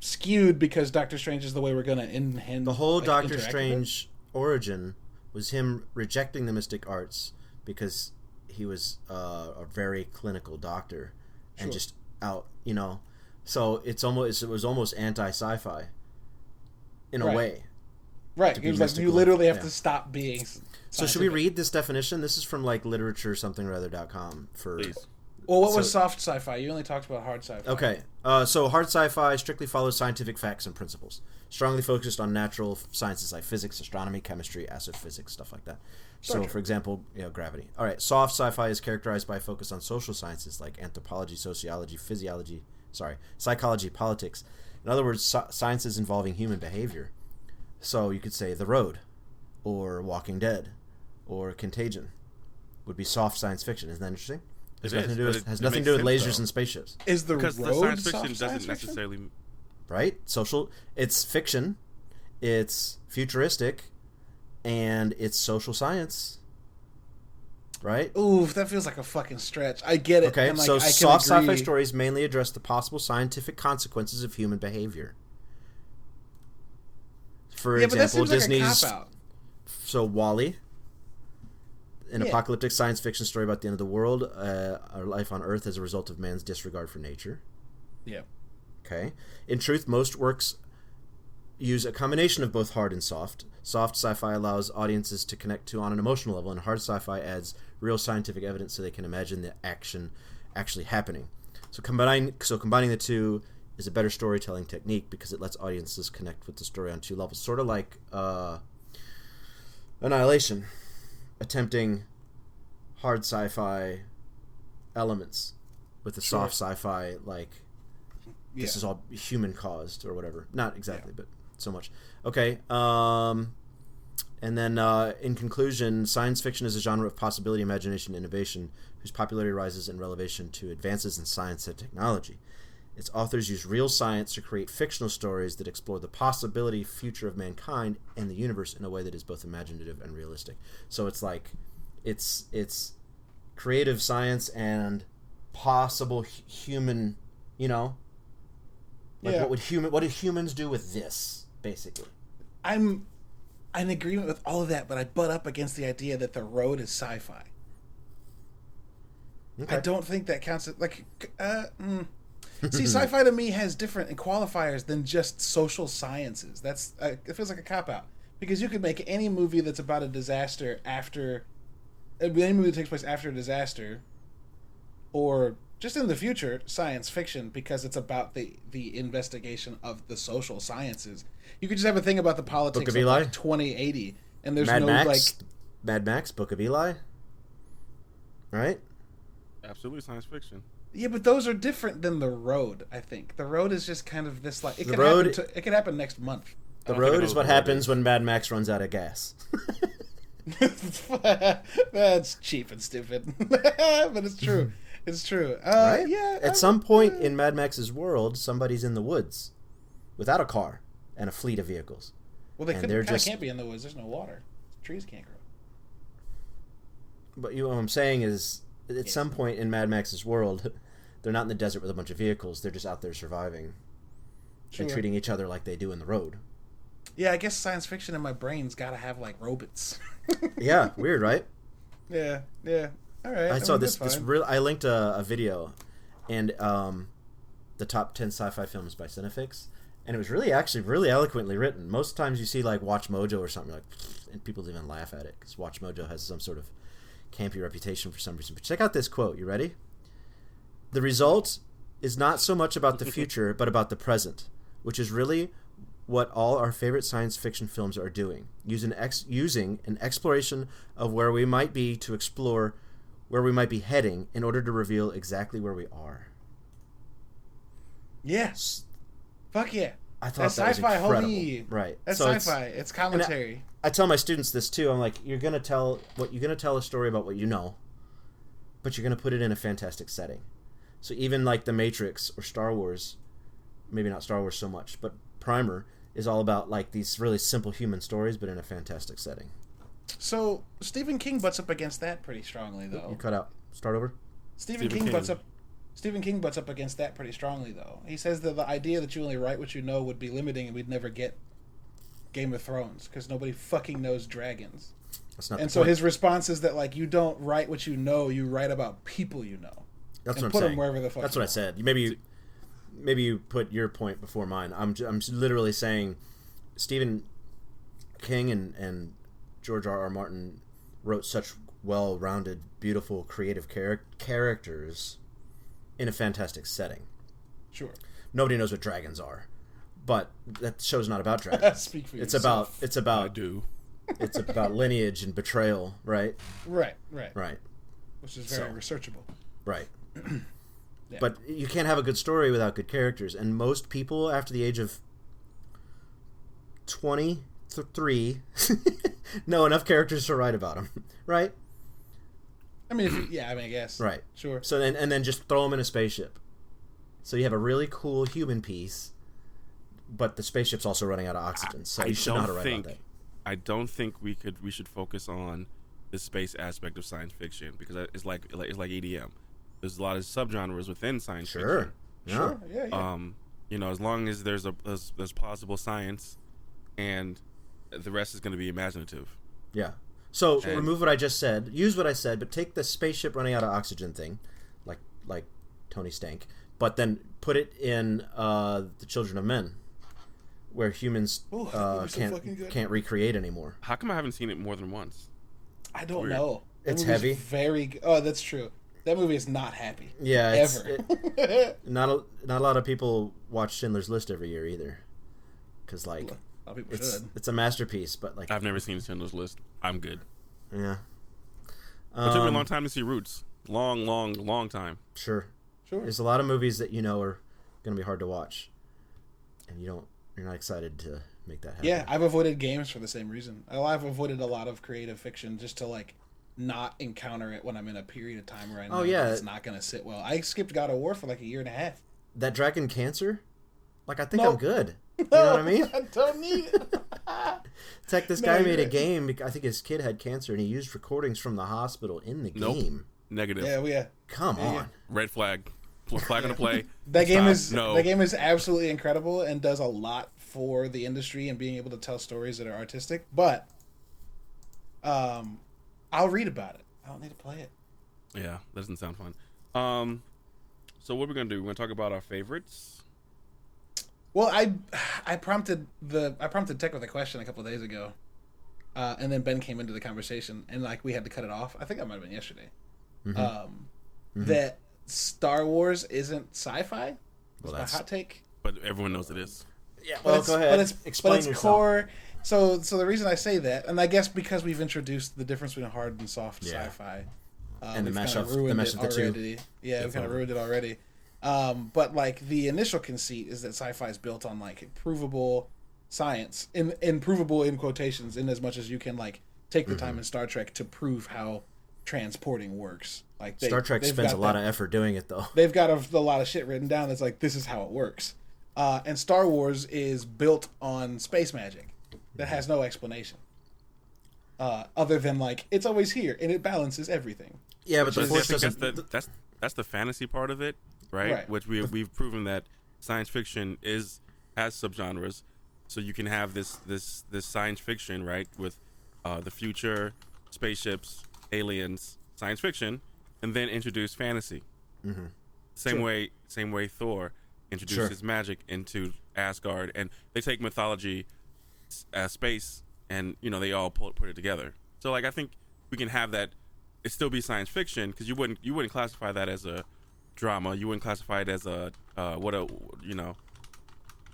[SPEAKER 2] skewed because Doctor Strange is the way we're gonna in hand
[SPEAKER 3] The whole
[SPEAKER 2] like,
[SPEAKER 3] Doctor
[SPEAKER 2] interact with it?
[SPEAKER 3] Strange origin was him rejecting the mystic arts because he was uh, a very clinical doctor and
[SPEAKER 2] Sure.
[SPEAKER 3] just out, you know. So it's almost it was almost anti sci-fi in
[SPEAKER 2] Right.
[SPEAKER 3] a way.
[SPEAKER 2] Right.
[SPEAKER 3] to
[SPEAKER 2] It
[SPEAKER 3] be
[SPEAKER 2] was like you
[SPEAKER 3] mystical.
[SPEAKER 2] literally have
[SPEAKER 3] Yeah.
[SPEAKER 2] to stop being. s-
[SPEAKER 3] So should we
[SPEAKER 2] scientific.
[SPEAKER 3] read this definition? This is from like literature something or other.com for
[SPEAKER 1] Please.
[SPEAKER 2] Well, what was
[SPEAKER 3] so-
[SPEAKER 2] soft sci-fi? You only talked about hard sci-fi.
[SPEAKER 3] Okay. Uh, so hard sci-fi strictly follows scientific facts and principles, strongly focused on natural f- sciences like physics, astronomy, chemistry, astrophysics, stuff like that.
[SPEAKER 2] Star
[SPEAKER 3] so,
[SPEAKER 2] Trek.
[SPEAKER 3] for example, you know, gravity. All right. Soft sci-fi is characterized by a focus on social sciences like anthropology, sociology, physiology, sorry, psychology, politics. In other words, sci- sciences involving human behavior. So you could say The Road, or Walking Dead, or Contagion, would be soft science fiction. Isn't that interesting?
[SPEAKER 1] It
[SPEAKER 3] Has nothing
[SPEAKER 1] is,
[SPEAKER 3] to do
[SPEAKER 1] but
[SPEAKER 3] with,
[SPEAKER 1] it-
[SPEAKER 3] has
[SPEAKER 1] it
[SPEAKER 3] nothing to do
[SPEAKER 1] makes
[SPEAKER 3] with lasers
[SPEAKER 1] sense, though.
[SPEAKER 3] and spaceships.
[SPEAKER 2] Is the
[SPEAKER 1] Because
[SPEAKER 2] road
[SPEAKER 1] the science
[SPEAKER 2] soft
[SPEAKER 1] fiction doesn't
[SPEAKER 2] science fiction?
[SPEAKER 1] necessarily.
[SPEAKER 3] right? Social. It's fiction. It's futuristic, and it's social science. Right.
[SPEAKER 2] Oof, that feels like a fucking stretch. I get it.
[SPEAKER 3] Okay.
[SPEAKER 2] Oh, and, like,
[SPEAKER 3] so
[SPEAKER 2] I can
[SPEAKER 3] soft sci-fi
[SPEAKER 2] agree.
[SPEAKER 3] stories mainly address the possible scientific consequences of human behavior. For
[SPEAKER 2] Yeah, but that
[SPEAKER 3] example,
[SPEAKER 2] seems like a
[SPEAKER 3] Disney's
[SPEAKER 2] cop out.
[SPEAKER 3] so Wally, an
[SPEAKER 2] Yeah.
[SPEAKER 3] apocalyptic science fiction story about the end of the world, uh, our life on Earth as a result of man's disregard for nature.
[SPEAKER 2] Yeah.
[SPEAKER 3] Okay. In truth, most works use a combination of both hard and soft. Soft sci-fi allows audiences to connect to on an emotional level, and hard sci-fi adds real scientific evidence so they can imagine the action actually happening. So combine so combining the two is a better storytelling technique because it lets audiences connect with the story on two levels, sort of like uh, Annihilation, attempting hard sci-fi elements with the
[SPEAKER 2] Sure.
[SPEAKER 3] soft sci-fi like
[SPEAKER 2] Yeah.
[SPEAKER 3] this is all human caused or whatever. Not exactly, but so much. Okay. Um, and then uh, in conclusion, science fiction is a genre of possibility, imagination, and innovation whose popularity rises in relation to advances in science and technology. Its authors use real science to create fictional stories that explore the possibility future of mankind and the universe in a way that is both imaginative and realistic. So it's like it's it's creative science and possible hu- human, you know, like
[SPEAKER 2] Yeah.
[SPEAKER 3] what would human what do humans do with this basically?
[SPEAKER 2] I'm I'm in agreement with all of that, but I butt up against the idea that the road is sci-fi. I don't think that counts. as- Like, uh,
[SPEAKER 3] *laughs*
[SPEAKER 2] mm. see, sci-fi to me has different qualifiers than just social sciences. That's uh, it feels like a cop out because you could make any movie that's about a disaster after uh, any movie that takes place after a disaster, or just in the future, science fiction because it's about the the investigation of the social sciences. You could just have a thing about the politics
[SPEAKER 3] of
[SPEAKER 2] of,
[SPEAKER 3] Eli?
[SPEAKER 2] like, 2080, and there's
[SPEAKER 3] Mad
[SPEAKER 2] no
[SPEAKER 3] Max,
[SPEAKER 2] like
[SPEAKER 3] Mad Max, Book of Eli, right?
[SPEAKER 1] Absolutely science fiction.
[SPEAKER 2] Yeah, but those are different than the road. I think the road is just kind of this like it
[SPEAKER 3] The
[SPEAKER 2] could
[SPEAKER 3] road-
[SPEAKER 2] happen. To, it could happen next month. *laughs*
[SPEAKER 3] The
[SPEAKER 1] don't think I
[SPEAKER 3] road
[SPEAKER 1] know
[SPEAKER 3] is
[SPEAKER 1] what
[SPEAKER 3] what
[SPEAKER 1] the road
[SPEAKER 3] happens
[SPEAKER 1] is.
[SPEAKER 3] when Mad Max runs out of gas. *laughs*
[SPEAKER 2] Uh, That's cheap and stupid, *laughs* but it's true. *laughs* It's true. Uh,
[SPEAKER 3] right?
[SPEAKER 2] Yeah. uh,
[SPEAKER 3] At some point in Mad Max's world, somebody's in the woods without a car and a fleet of vehicles.
[SPEAKER 2] well, they
[SPEAKER 3] and
[SPEAKER 2] couldn't,
[SPEAKER 3] they're
[SPEAKER 2] kinda
[SPEAKER 3] just-
[SPEAKER 2] can't be in the woods. There's no water. Trees can't grow.
[SPEAKER 3] But you know what I'm saying is, at some point in Mad Max's world, *laughs* they're not in the desert with a bunch of vehicles. They're just out there surviving
[SPEAKER 2] Sure.
[SPEAKER 3] and treating each other like they do in the road.
[SPEAKER 2] Yeah, I guess science fiction in my brain's got to have like robots. *laughs*
[SPEAKER 3] Yeah, weird, right?
[SPEAKER 2] yeah. Yeah. All right.
[SPEAKER 3] I
[SPEAKER 2] mean,
[SPEAKER 3] saw this.
[SPEAKER 2] that's
[SPEAKER 3] This
[SPEAKER 2] fine.
[SPEAKER 3] real. I linked a, a video, and um, the top ten sci-fi films by Cinefix, and it was really actually really eloquently written. Most times you see like Watch Mojo or something you're like, and people even laugh at it because Watch Mojo has some sort of campy reputation for some reason. But check out this quote. You ready? The result is not so much
[SPEAKER 2] *laughs*
[SPEAKER 3] about the future, but about the present, which is really what all our favorite science fiction films are doing, using, ex- using an exploration of where we might be to explore where we might be heading in order to reveal exactly where we are.
[SPEAKER 2] yeah.
[SPEAKER 3] S-
[SPEAKER 2] Fuck yeah.
[SPEAKER 3] I thought
[SPEAKER 2] That's
[SPEAKER 3] that was
[SPEAKER 2] sci-fi,
[SPEAKER 3] incredible.
[SPEAKER 2] homie.
[SPEAKER 3] Right.
[SPEAKER 2] That's
[SPEAKER 3] So it's-
[SPEAKER 2] sci-fi. It's, commentary.
[SPEAKER 3] I tell my students this too. I'm like, you're gonna tell what you're gonna tell a story about what you know, but you're gonna put it in a fantastic setting. So even like The Matrix or Star Wars, maybe not Star Wars so much, but Primer is all about like these really simple human stories, but in a fantastic setting.
[SPEAKER 2] So Stephen King butts up against that pretty strongly,
[SPEAKER 3] You
[SPEAKER 2] though.
[SPEAKER 3] cut out. Start over.
[SPEAKER 2] Stephen,
[SPEAKER 1] Stephen
[SPEAKER 2] King, butts
[SPEAKER 1] King.
[SPEAKER 2] up. Stephen King butts up against that pretty strongly, though. He says that the idea that you only write what you know would be limiting, and we'd never get Game of Thrones because nobody fucking knows dragons.
[SPEAKER 3] That's not.
[SPEAKER 2] And
[SPEAKER 3] the
[SPEAKER 2] so
[SPEAKER 3] point.
[SPEAKER 2] his response is that like you don't write what you know, you write about people you know. and
[SPEAKER 3] That's what I'm
[SPEAKER 2] put
[SPEAKER 3] saying.
[SPEAKER 2] them wherever the fuck.
[SPEAKER 3] That's
[SPEAKER 2] you
[SPEAKER 3] what I
[SPEAKER 2] want.
[SPEAKER 3] said. Maybe you, maybe you put your point before mine. I'm ju- I'm s- literally saying Stephen King and and George R. R. Martin wrote such well-rounded, beautiful, creative char- characters in a fantastic setting.
[SPEAKER 2] Sure. *laughs*
[SPEAKER 3] Nobody knows what dragons are, but that show's not about dragons.
[SPEAKER 2] Speak for
[SPEAKER 3] it's about
[SPEAKER 2] yourself.
[SPEAKER 3] it's
[SPEAKER 1] I
[SPEAKER 3] about
[SPEAKER 1] do.
[SPEAKER 3] it's about lineage and betrayal, right?
[SPEAKER 2] Right. Right.
[SPEAKER 3] Right.
[SPEAKER 2] Which is very researchable.
[SPEAKER 3] Right.
[SPEAKER 2] Yeah.
[SPEAKER 3] But you can't have a good story without good characters. And most people after the age of 23 *laughs* know enough characters to write about them. *laughs* Right?
[SPEAKER 2] I mean, if you, yeah. I mean, I guess.
[SPEAKER 3] Right.
[SPEAKER 2] Sure.
[SPEAKER 3] So then, and then just throw them in a spaceship. So you have a really cool human piece, but the spaceship's also running out of oxygen. So you should know how to write
[SPEAKER 1] think.
[SPEAKER 3] about that.
[SPEAKER 1] I don't think we could. We should focus on the space aspect of science fiction because it's like it's like EDM. There's a lot of subgenres within science
[SPEAKER 3] Sure.
[SPEAKER 1] fiction.
[SPEAKER 3] Yeah.
[SPEAKER 2] Sure. Yeah.
[SPEAKER 3] uh,
[SPEAKER 2] Yeah.
[SPEAKER 1] Um, you know, as long as there's a there's, there's plausible science, and the rest is going to be imaginative.
[SPEAKER 3] Yeah. So
[SPEAKER 1] And-
[SPEAKER 3] remove what I just said, use what I said, but take the spaceship running out of oxygen thing, like like Tony Stank, but then put it in uh, the Children of Men, where humans
[SPEAKER 2] Ooh, that
[SPEAKER 3] uh,
[SPEAKER 2] movie's so fucking
[SPEAKER 3] can't
[SPEAKER 2] good.
[SPEAKER 3] can't recreate anymore.
[SPEAKER 1] How come I haven't seen it more than once?
[SPEAKER 2] I don't
[SPEAKER 1] weird.
[SPEAKER 2] know. That
[SPEAKER 3] It's
[SPEAKER 2] movie's
[SPEAKER 3] heavy.
[SPEAKER 2] Very. g- Oh, that's true. That movie is not happy.
[SPEAKER 3] Yeah, it's,
[SPEAKER 2] *laughs* Ever.
[SPEAKER 3] it- not a, not a lot of people watch Schindler's List every year either, because like
[SPEAKER 2] Well, people
[SPEAKER 3] it's
[SPEAKER 2] should.
[SPEAKER 3] it's a masterpiece, but like
[SPEAKER 1] I've never seen Schindler's List. I'm good.
[SPEAKER 3] yeah,
[SPEAKER 1] It took me a
[SPEAKER 3] Um,
[SPEAKER 1] long time to see Roots. Long, long, long time.
[SPEAKER 3] sure.
[SPEAKER 2] Sure.
[SPEAKER 3] There's a lot of movies that you know are gonna be hard to watch, and you don't you're not excited to make that happen.
[SPEAKER 2] Yeah, I've avoided games for the same reason. I- I've avoided a lot of creative fiction just to like not encounter it when I'm in a period of time where I know
[SPEAKER 3] Oh,
[SPEAKER 2] that
[SPEAKER 3] yeah.
[SPEAKER 2] it's not going to sit well. I skipped God of War for like a year and a half.
[SPEAKER 3] that dragon cancer? Like I think
[SPEAKER 2] No. *laughs*
[SPEAKER 3] I'm good. You know what I mean?
[SPEAKER 2] I don't need
[SPEAKER 3] *laughs*
[SPEAKER 2] it.
[SPEAKER 3] It's like this
[SPEAKER 2] No,
[SPEAKER 3] guy
[SPEAKER 2] you're
[SPEAKER 3] made a
[SPEAKER 2] right.
[SPEAKER 3] game. bec- I think his kid had cancer, and he used recordings from the hospital in the
[SPEAKER 1] Nope.
[SPEAKER 3] game.
[SPEAKER 1] Negative.
[SPEAKER 2] yeah, well, yeah.
[SPEAKER 3] Come
[SPEAKER 2] Yeah,
[SPEAKER 3] on,
[SPEAKER 2] yeah.
[SPEAKER 1] Red flag. Pl- Flag on the play.
[SPEAKER 2] *laughs* That game
[SPEAKER 1] Stop.
[SPEAKER 2] is
[SPEAKER 1] no.
[SPEAKER 2] that game is absolutely incredible and does a lot for the industry and being able to tell stories that are artistic. But um, I'll read about it. I don't need to play it.
[SPEAKER 1] Yeah, that doesn't sound fun. Um, so what we're gonna do? We're gonna talk about our favorites.
[SPEAKER 2] Well, I I prompted the I prompted Tech with a question a couple of days ago, uh, and then Ben came into the conversation, and like we had to cut it off. I think that might have been yesterday. Um, That Star Wars isn't sci-fi. Well,
[SPEAKER 3] that's-
[SPEAKER 2] a hot take.
[SPEAKER 1] But everyone knows it is.
[SPEAKER 3] yeah.
[SPEAKER 2] But
[SPEAKER 3] Well,
[SPEAKER 2] it's,
[SPEAKER 3] go ahead.
[SPEAKER 2] But it's,
[SPEAKER 3] Explain
[SPEAKER 2] but it's
[SPEAKER 3] yourself.
[SPEAKER 2] core. So so the reason I say that, and I guess because we've introduced the difference between hard and soft
[SPEAKER 3] Yeah.
[SPEAKER 2] sci-fi, uh,
[SPEAKER 3] And the
[SPEAKER 2] we've kinda
[SPEAKER 3] mashup- the
[SPEAKER 2] ruined it
[SPEAKER 3] mashup of the two.
[SPEAKER 2] already. Yeah, we've kind of ruined it already. Um, but like the initial conceit is that sci-fi is built on like provable science, in, in provable in quotations, in as much as you can like take the
[SPEAKER 3] Mm-hmm.
[SPEAKER 2] time in Star Trek to prove how transporting works. Like they,
[SPEAKER 3] Star Trek
[SPEAKER 2] they've
[SPEAKER 3] spends a
[SPEAKER 2] got
[SPEAKER 3] lot
[SPEAKER 2] that-
[SPEAKER 3] of effort doing
[SPEAKER 2] *laughs*
[SPEAKER 3] it, though.
[SPEAKER 2] they've got a, a lot of shit written down that's like this is how it works uh, and star wars is built on space magic that has no explanation uh, other than like it's always here and it balances everything
[SPEAKER 3] Yeah, but the
[SPEAKER 1] But see, I
[SPEAKER 3] force
[SPEAKER 1] think that's
[SPEAKER 3] doesn't.
[SPEAKER 1] the that's that's the fantasy part of it, right?
[SPEAKER 2] Right.
[SPEAKER 1] Which we we've proven that science fiction is has subgenres, so you can have this this this science fiction, right, with uh, the future, spaceships, aliens, science fiction, and then introduce fantasy. Mm-hmm. Same way, same way Thor introduces his magic into Asgard, and they take mythology, s- uh, space, and you know they all pull it, put it together. So like I think we can have that. It still be science fiction because you wouldn't you wouldn't classify that as a drama. You wouldn't classify it as a uh, what a you know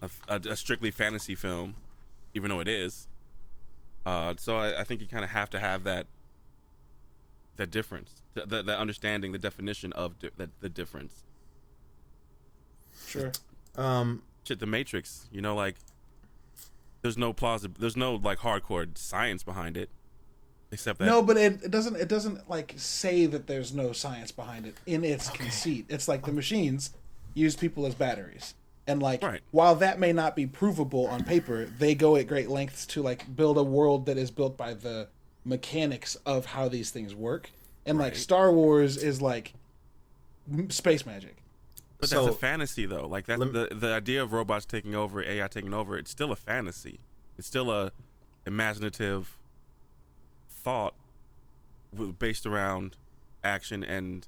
[SPEAKER 1] a, a- a strictly fantasy film, even though it is. Uh, so I, I think you kind of have to have that that difference, the, the, the understanding, the definition of di- the, the difference.
[SPEAKER 2] sure
[SPEAKER 3] Um,
[SPEAKER 1] shit, The Matrix. You know, like there's no plausible, there's no like hardcore science behind it, except that
[SPEAKER 2] no, but it, it doesn't. It doesn't like say that there's no science behind it in its conceit. It's like the machines use people as batteries, and like
[SPEAKER 1] Right.
[SPEAKER 2] while that may not be provable on paper, they go at great lengths to like build a world that is built by the mechanics of how these things work. And like Star Wars is like m- space magic.
[SPEAKER 1] But
[SPEAKER 3] So-
[SPEAKER 1] that's a fantasy, though. Like that,
[SPEAKER 3] Lem-
[SPEAKER 1] the the idea of robots taking over, AI taking over, it's still a fantasy. It's still a imaginative thought w- based around action and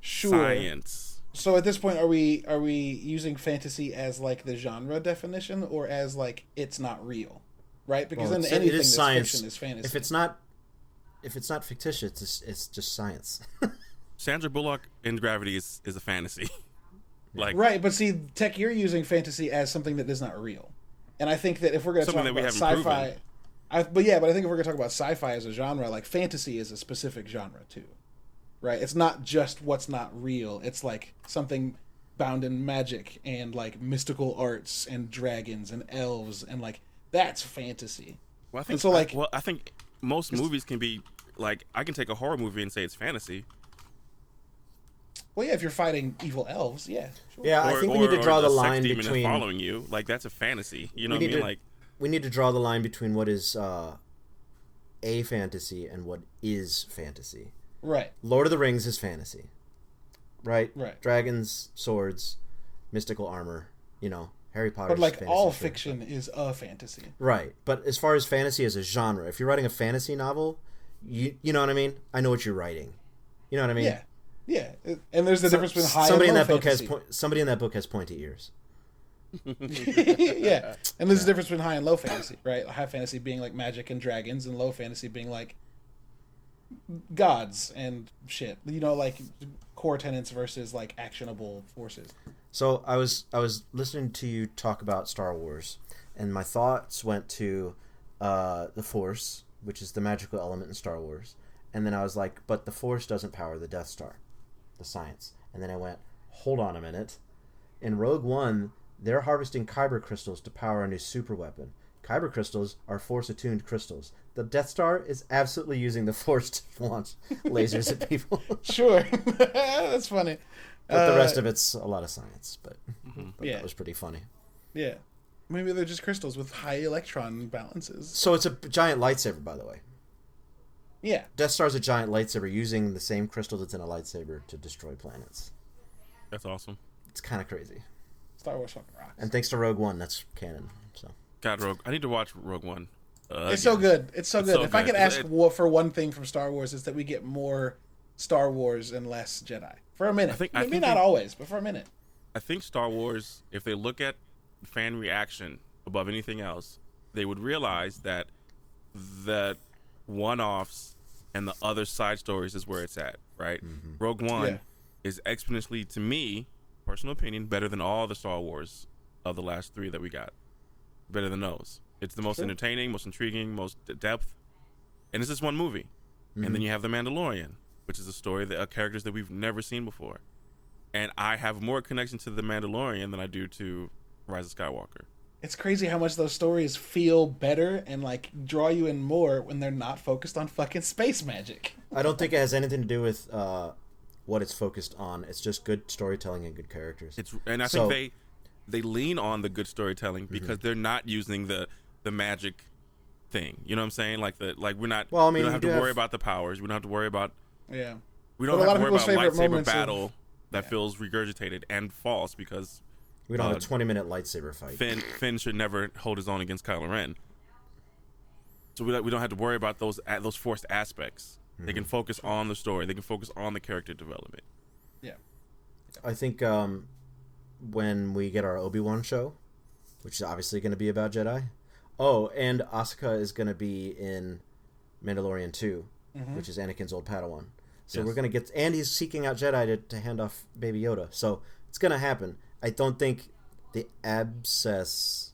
[SPEAKER 2] Sure.
[SPEAKER 1] science.
[SPEAKER 2] So at this point, are we are we using fantasy as like the genre definition, or as like it's not real, right? Because
[SPEAKER 3] Well,
[SPEAKER 2] then
[SPEAKER 3] it's-
[SPEAKER 2] anything
[SPEAKER 3] it is
[SPEAKER 2] that's
[SPEAKER 3] science.
[SPEAKER 2] fiction is fantasy.
[SPEAKER 3] If it's not, if it's not fictitious, it's it's just science.
[SPEAKER 1] Sandra Bullock in Gravity is is a fantasy. *laughs* like
[SPEAKER 2] right, but see, tech, you're using fantasy as something that is not real, and I think that if we're going to
[SPEAKER 1] Something
[SPEAKER 2] talk
[SPEAKER 1] that we
[SPEAKER 2] about
[SPEAKER 1] haven't proven.
[SPEAKER 2] sci-fi, I, but yeah, but I think if we're going to talk about sci-fi as a genre, like fantasy is a specific genre too, right? It's not just what's not real; it's like something bound in magic and like mystical arts and dragons and elves and like that's fantasy.
[SPEAKER 1] well, I
[SPEAKER 2] And
[SPEAKER 1] think
[SPEAKER 2] so, like-
[SPEAKER 1] well, I think most movies can be like I can take a horror movie and say it's fantasy.
[SPEAKER 2] Well, yeah, if you're fighting evil elves, *laughs* yeah. Sure.
[SPEAKER 3] yeah, I
[SPEAKER 1] Or-
[SPEAKER 3] think we
[SPEAKER 1] or-
[SPEAKER 3] need to
[SPEAKER 1] or
[SPEAKER 3] draw the
[SPEAKER 1] sex
[SPEAKER 3] line
[SPEAKER 1] demon is
[SPEAKER 3] between
[SPEAKER 1] following you. Like that's a fantasy. You know what I
[SPEAKER 3] we need
[SPEAKER 1] mean?
[SPEAKER 3] to
[SPEAKER 1] Like
[SPEAKER 3] we need to draw the line between what is uh, a fantasy and what is fantasy.
[SPEAKER 2] Right.
[SPEAKER 3] Lord of the Rings is fantasy, right?
[SPEAKER 2] Right.
[SPEAKER 3] Dragons, swords, mystical armor. You know, Harry Potter.
[SPEAKER 2] But like all fiction is a fantasy.
[SPEAKER 3] Right, but as far as fantasy as a genre, if you're writing a fantasy novel, you you know what I mean. I know what you're writing. You know what I mean.
[SPEAKER 2] Yeah. Yeah. And there's the difference between high
[SPEAKER 3] somebody
[SPEAKER 2] and low
[SPEAKER 3] in that book has
[SPEAKER 2] fantasy.
[SPEAKER 3] point, somebody in that book has pointy ears.
[SPEAKER 2] *laughs* yeah. And there's a difference between high and low fantasy, right? High fantasy being like magic and dragons and low fantasy being like gods and shit. You know, like core tenets versus like actionable forces. *laughs*
[SPEAKER 3] So I was I was listening to you talk about Star Wars, and my thoughts went to uh, the Force, which is the magical element in Star Wars, and then I was like, but the Force doesn't power the Death Star, the science. And then I went, hold on a minute, in Rogue One, they're harvesting kyber crystals to power a new super weapon. Kyber crystals are force attuned crystals. The Death Star is absolutely using the *laughs* force to launch lasers at people.
[SPEAKER 2] Sure. *laughs* That's funny.
[SPEAKER 3] but the rest of it's a lot of science, but, but
[SPEAKER 2] Uh, Yeah.
[SPEAKER 3] that was pretty funny.
[SPEAKER 2] Yeah. Maybe they're just crystals with high electron balances.
[SPEAKER 3] So it's a giant lightsaber, by the way.
[SPEAKER 2] Yeah.
[SPEAKER 3] Death Star's a giant lightsaber using the same crystal that's in a lightsaber to destroy planets.
[SPEAKER 1] that's awesome.
[SPEAKER 3] It's kind of crazy.
[SPEAKER 2] Star Wars fucking rocks.
[SPEAKER 3] And thanks to Rogue One, that's canon. So
[SPEAKER 1] God, Rogue. I need to watch Rogue One. Uh,
[SPEAKER 2] It's so good. It's so good.
[SPEAKER 1] so
[SPEAKER 2] if I
[SPEAKER 1] good.
[SPEAKER 2] could ask
[SPEAKER 1] It-
[SPEAKER 2] wa- for one thing from Star Wars, it's that we get more Star Wars and less Jedi for a minute.
[SPEAKER 1] think- I
[SPEAKER 2] Maybe
[SPEAKER 1] think
[SPEAKER 2] not
[SPEAKER 1] they-
[SPEAKER 2] always, but for a minute.
[SPEAKER 1] I think Star Wars, if they look at fan reaction above anything else, they would realize that the one-offs and the other side stories is where it's at, right? Rogue One
[SPEAKER 2] Yeah.
[SPEAKER 1] is exponentially, to me, personal opinion, better than all the Star Wars of the last three that we got. Better than those. It's the most entertaining, most intriguing, most d- depth, and it's just one movie. And then you have The Mandalorian, which is a story that uh, characters that we've never seen before and I have more connection to the Mandalorian than I do to Rise of Skywalker.
[SPEAKER 2] It's crazy how much those stories feel better and like draw you in more when they're not focused on fucking space magic.
[SPEAKER 3] I don't think it has anything to do with uh, what it's focused on. It's just good storytelling and good characters.
[SPEAKER 1] It's and I
[SPEAKER 3] So-
[SPEAKER 1] think they they lean on the good storytelling because they're not using the the magic thing. You know what I'm saying? Like the like we're not
[SPEAKER 3] Well, I
[SPEAKER 1] we
[SPEAKER 3] mean,
[SPEAKER 1] don't
[SPEAKER 3] you
[SPEAKER 1] have
[SPEAKER 3] do
[SPEAKER 1] to
[SPEAKER 3] have-
[SPEAKER 1] worry about the powers. We don't have to worry about
[SPEAKER 2] Yeah.
[SPEAKER 1] we don't have
[SPEAKER 2] But a
[SPEAKER 1] to
[SPEAKER 2] lot of
[SPEAKER 1] worry about
[SPEAKER 2] people's favorite
[SPEAKER 1] lightsaber
[SPEAKER 2] moments of-
[SPEAKER 1] battle that feels regurgitated and false because
[SPEAKER 3] we don't have
[SPEAKER 1] uh,
[SPEAKER 3] a twenty-minute lightsaber fight.
[SPEAKER 1] Finn Finn should never hold his own against Kylo Ren. So we don't, we don't have to worry about those a- those forced aspects. They can focus on the story. They can focus on the character development.
[SPEAKER 2] Yeah. *laughs*
[SPEAKER 3] I think um, when we get our Obi Wan show, which is obviously going to be about Jedi. Oh, and Asuka is going to be in Mandalorian 2 which is Anakin's old Padawan. So
[SPEAKER 1] Mm-hmm. Yes.
[SPEAKER 3] we're going to get, and he's seeking out Jedi to, to hand off Baby Yoda. So it's going to happen. I don't think the abscess,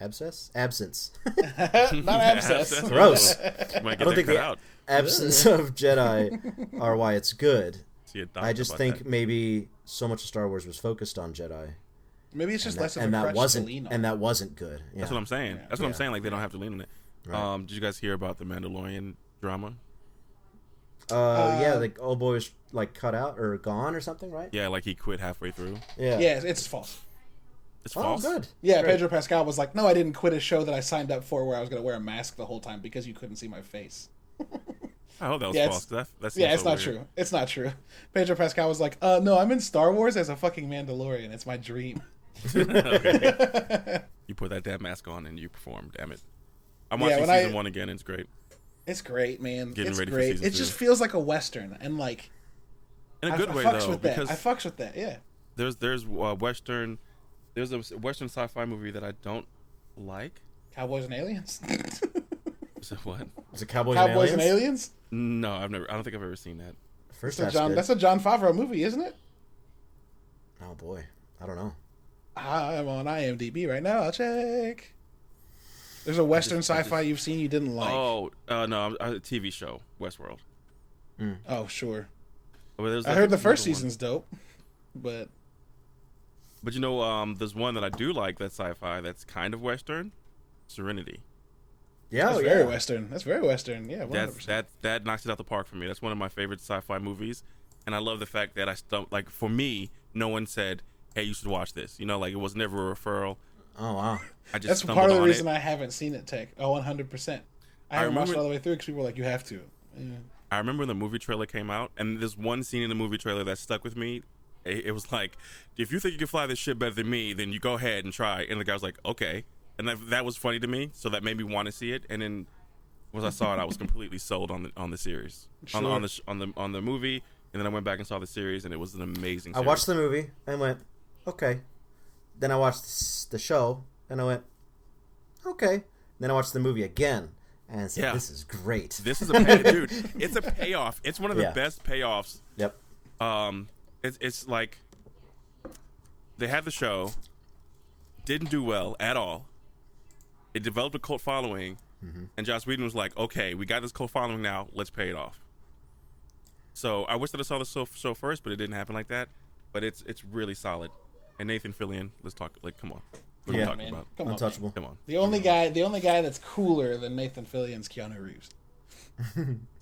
[SPEAKER 3] abscess, absence, *laughs*
[SPEAKER 1] *laughs*
[SPEAKER 2] not abscess.
[SPEAKER 1] Abscess.
[SPEAKER 3] gross.
[SPEAKER 1] You might get
[SPEAKER 3] I don't
[SPEAKER 1] that
[SPEAKER 3] think
[SPEAKER 1] cut
[SPEAKER 3] the
[SPEAKER 1] out.
[SPEAKER 3] absence of Jedi are why it's good.
[SPEAKER 1] See a
[SPEAKER 3] I
[SPEAKER 1] doctor
[SPEAKER 3] just
[SPEAKER 1] about
[SPEAKER 3] think
[SPEAKER 1] that.
[SPEAKER 3] maybe so much of Star Wars was focused on Jedi
[SPEAKER 2] *laughs* Maybe it's just
[SPEAKER 3] and
[SPEAKER 2] less
[SPEAKER 3] that,
[SPEAKER 2] of a
[SPEAKER 3] and that
[SPEAKER 2] crutch
[SPEAKER 3] wasn't
[SPEAKER 2] to lean on.
[SPEAKER 3] and that wasn't good. Yeah.
[SPEAKER 1] That's what I'm saying. That's what I'm
[SPEAKER 3] Yeah.
[SPEAKER 1] saying. Like they don't have to lean on it.
[SPEAKER 3] Right.
[SPEAKER 1] Um, did you guys hear about the Mandalorian drama?
[SPEAKER 3] uh, yeah, the old boy was like cut out or gone or something, right?
[SPEAKER 1] Yeah, like he quit halfway through.
[SPEAKER 3] Yeah.
[SPEAKER 2] yeah, it's false.
[SPEAKER 1] It's
[SPEAKER 3] Oh,
[SPEAKER 1] false.
[SPEAKER 3] good.
[SPEAKER 2] Yeah,
[SPEAKER 3] Great.
[SPEAKER 2] Pedro Pascal was like, "No, I didn't quit a show that I signed up for where I was going to wear a mask the whole time because you couldn't see my face."
[SPEAKER 1] I hope that was
[SPEAKER 2] Yeah,
[SPEAKER 1] false.
[SPEAKER 2] it's-
[SPEAKER 1] That, that seems
[SPEAKER 2] Yeah, it's
[SPEAKER 1] so
[SPEAKER 2] not
[SPEAKER 1] weird.
[SPEAKER 2] true. It's not true. *laughs* Pedro Pascal was like, "Uh, no, I'm in Star Wars as a fucking Mandalorian. It's my dream." *laughs*
[SPEAKER 1] *laughs* Okay.
[SPEAKER 2] it's
[SPEAKER 1] you put that damn mask on and you perform. Damn it! I'm watching
[SPEAKER 2] when
[SPEAKER 1] season
[SPEAKER 2] I-
[SPEAKER 1] one again. It's great.
[SPEAKER 2] great, man.
[SPEAKER 1] Getting
[SPEAKER 2] it's
[SPEAKER 1] ready for
[SPEAKER 2] great.
[SPEAKER 1] season
[SPEAKER 2] it just
[SPEAKER 1] two.
[SPEAKER 2] feels like a western, and like
[SPEAKER 1] In a
[SPEAKER 2] I,
[SPEAKER 1] good
[SPEAKER 2] I
[SPEAKER 1] way
[SPEAKER 2] fucks
[SPEAKER 1] though,
[SPEAKER 2] with
[SPEAKER 1] because
[SPEAKER 2] that. I fucks with that. Yeah.
[SPEAKER 1] there's there's uh, western, there's a western sci-fi movie that I don't like.
[SPEAKER 2] Cowboys and aliens. *laughs*
[SPEAKER 1] Is it what?
[SPEAKER 3] Is it Cowboys,
[SPEAKER 2] Cowboys
[SPEAKER 3] and
[SPEAKER 2] and
[SPEAKER 3] Aliens?
[SPEAKER 2] aliens.
[SPEAKER 1] No, I've never. I don't think I've ever seen that.
[SPEAKER 3] First
[SPEAKER 2] That's
[SPEAKER 3] half's
[SPEAKER 2] a John.
[SPEAKER 3] good.
[SPEAKER 2] That's a John Favreau movie, isn't it?
[SPEAKER 3] Oh boy, I don't know.
[SPEAKER 2] I'm on IMDb right now. I'll check. There's a Western
[SPEAKER 1] I
[SPEAKER 2] sci-fi you've seen you didn't like. Oh,
[SPEAKER 1] Oh uh, no, I'm- uh, a TV show Westworld.
[SPEAKER 2] Oh, sure.
[SPEAKER 1] Well, there's
[SPEAKER 2] I
[SPEAKER 1] like
[SPEAKER 2] heard the first
[SPEAKER 1] another one.
[SPEAKER 2] season's dope, but
[SPEAKER 1] But you know, um, there's one that I do like that's sci-fi. That's kind of western. Serenity.
[SPEAKER 3] Yeah,
[SPEAKER 2] that's
[SPEAKER 3] oh,
[SPEAKER 2] very
[SPEAKER 3] yeah.
[SPEAKER 2] Western. That's very Western. Yeah, 100%.
[SPEAKER 1] That's that that knocks it out the park for me. That's one of my favorite sci-fi movies, and I love the fact that I stumped. Like for me, no one said, "Hey, you should watch this." You know, like it was never a referral.
[SPEAKER 3] Oh wow.
[SPEAKER 1] I just
[SPEAKER 2] That's
[SPEAKER 1] stumbled
[SPEAKER 2] part of the
[SPEAKER 1] on
[SPEAKER 2] reason
[SPEAKER 1] it.
[SPEAKER 2] I haven't seen it. Tech. Oh, 100. percent I haven't watched it
[SPEAKER 1] remember-
[SPEAKER 2] all the way through because people were like, "You have to." Yeah.
[SPEAKER 1] I remember when the movie trailer came out, and there's one scene in the movie trailer that stuck with me. It, it was like, if you think you can fly this shit better than me, then you go ahead and try. And the guy was like, okay. And that, that was funny to me, so that made me want to see it. And then once I saw it, I was completely sold on the on the series, on, the- on the sh- on the on the movie. And then I went back and saw the series, and it was an amazing.
[SPEAKER 3] I
[SPEAKER 1] Series.
[SPEAKER 3] watched the movie and went, okay. Then I watched s- the show and I went, okay. Then I watched the movie again and said,
[SPEAKER 1] Yeah.
[SPEAKER 3] this is great.
[SPEAKER 1] This is a *laughs* pay- dude. It's a payoff. It's one of the
[SPEAKER 3] Yeah.
[SPEAKER 1] best payoffs
[SPEAKER 3] *laughs* Yep.
[SPEAKER 1] um it's it's like they had the show didn't do well at all it developed a cult following
[SPEAKER 2] Mm-hmm.
[SPEAKER 1] and josh whedon was like okay we got this cult following now let's pay it off so i wish that i saw the show, show first but it didn't happen like that but it's it's really solid and nathan fillion let's talk like come on what are
[SPEAKER 3] Yeah.
[SPEAKER 1] we talking
[SPEAKER 2] Man,
[SPEAKER 1] about
[SPEAKER 2] come on,
[SPEAKER 3] Untouchable.
[SPEAKER 2] man.
[SPEAKER 1] come on
[SPEAKER 2] The only guy, the only guy that's cooler than Nathan Fillion's Keanu Reeves.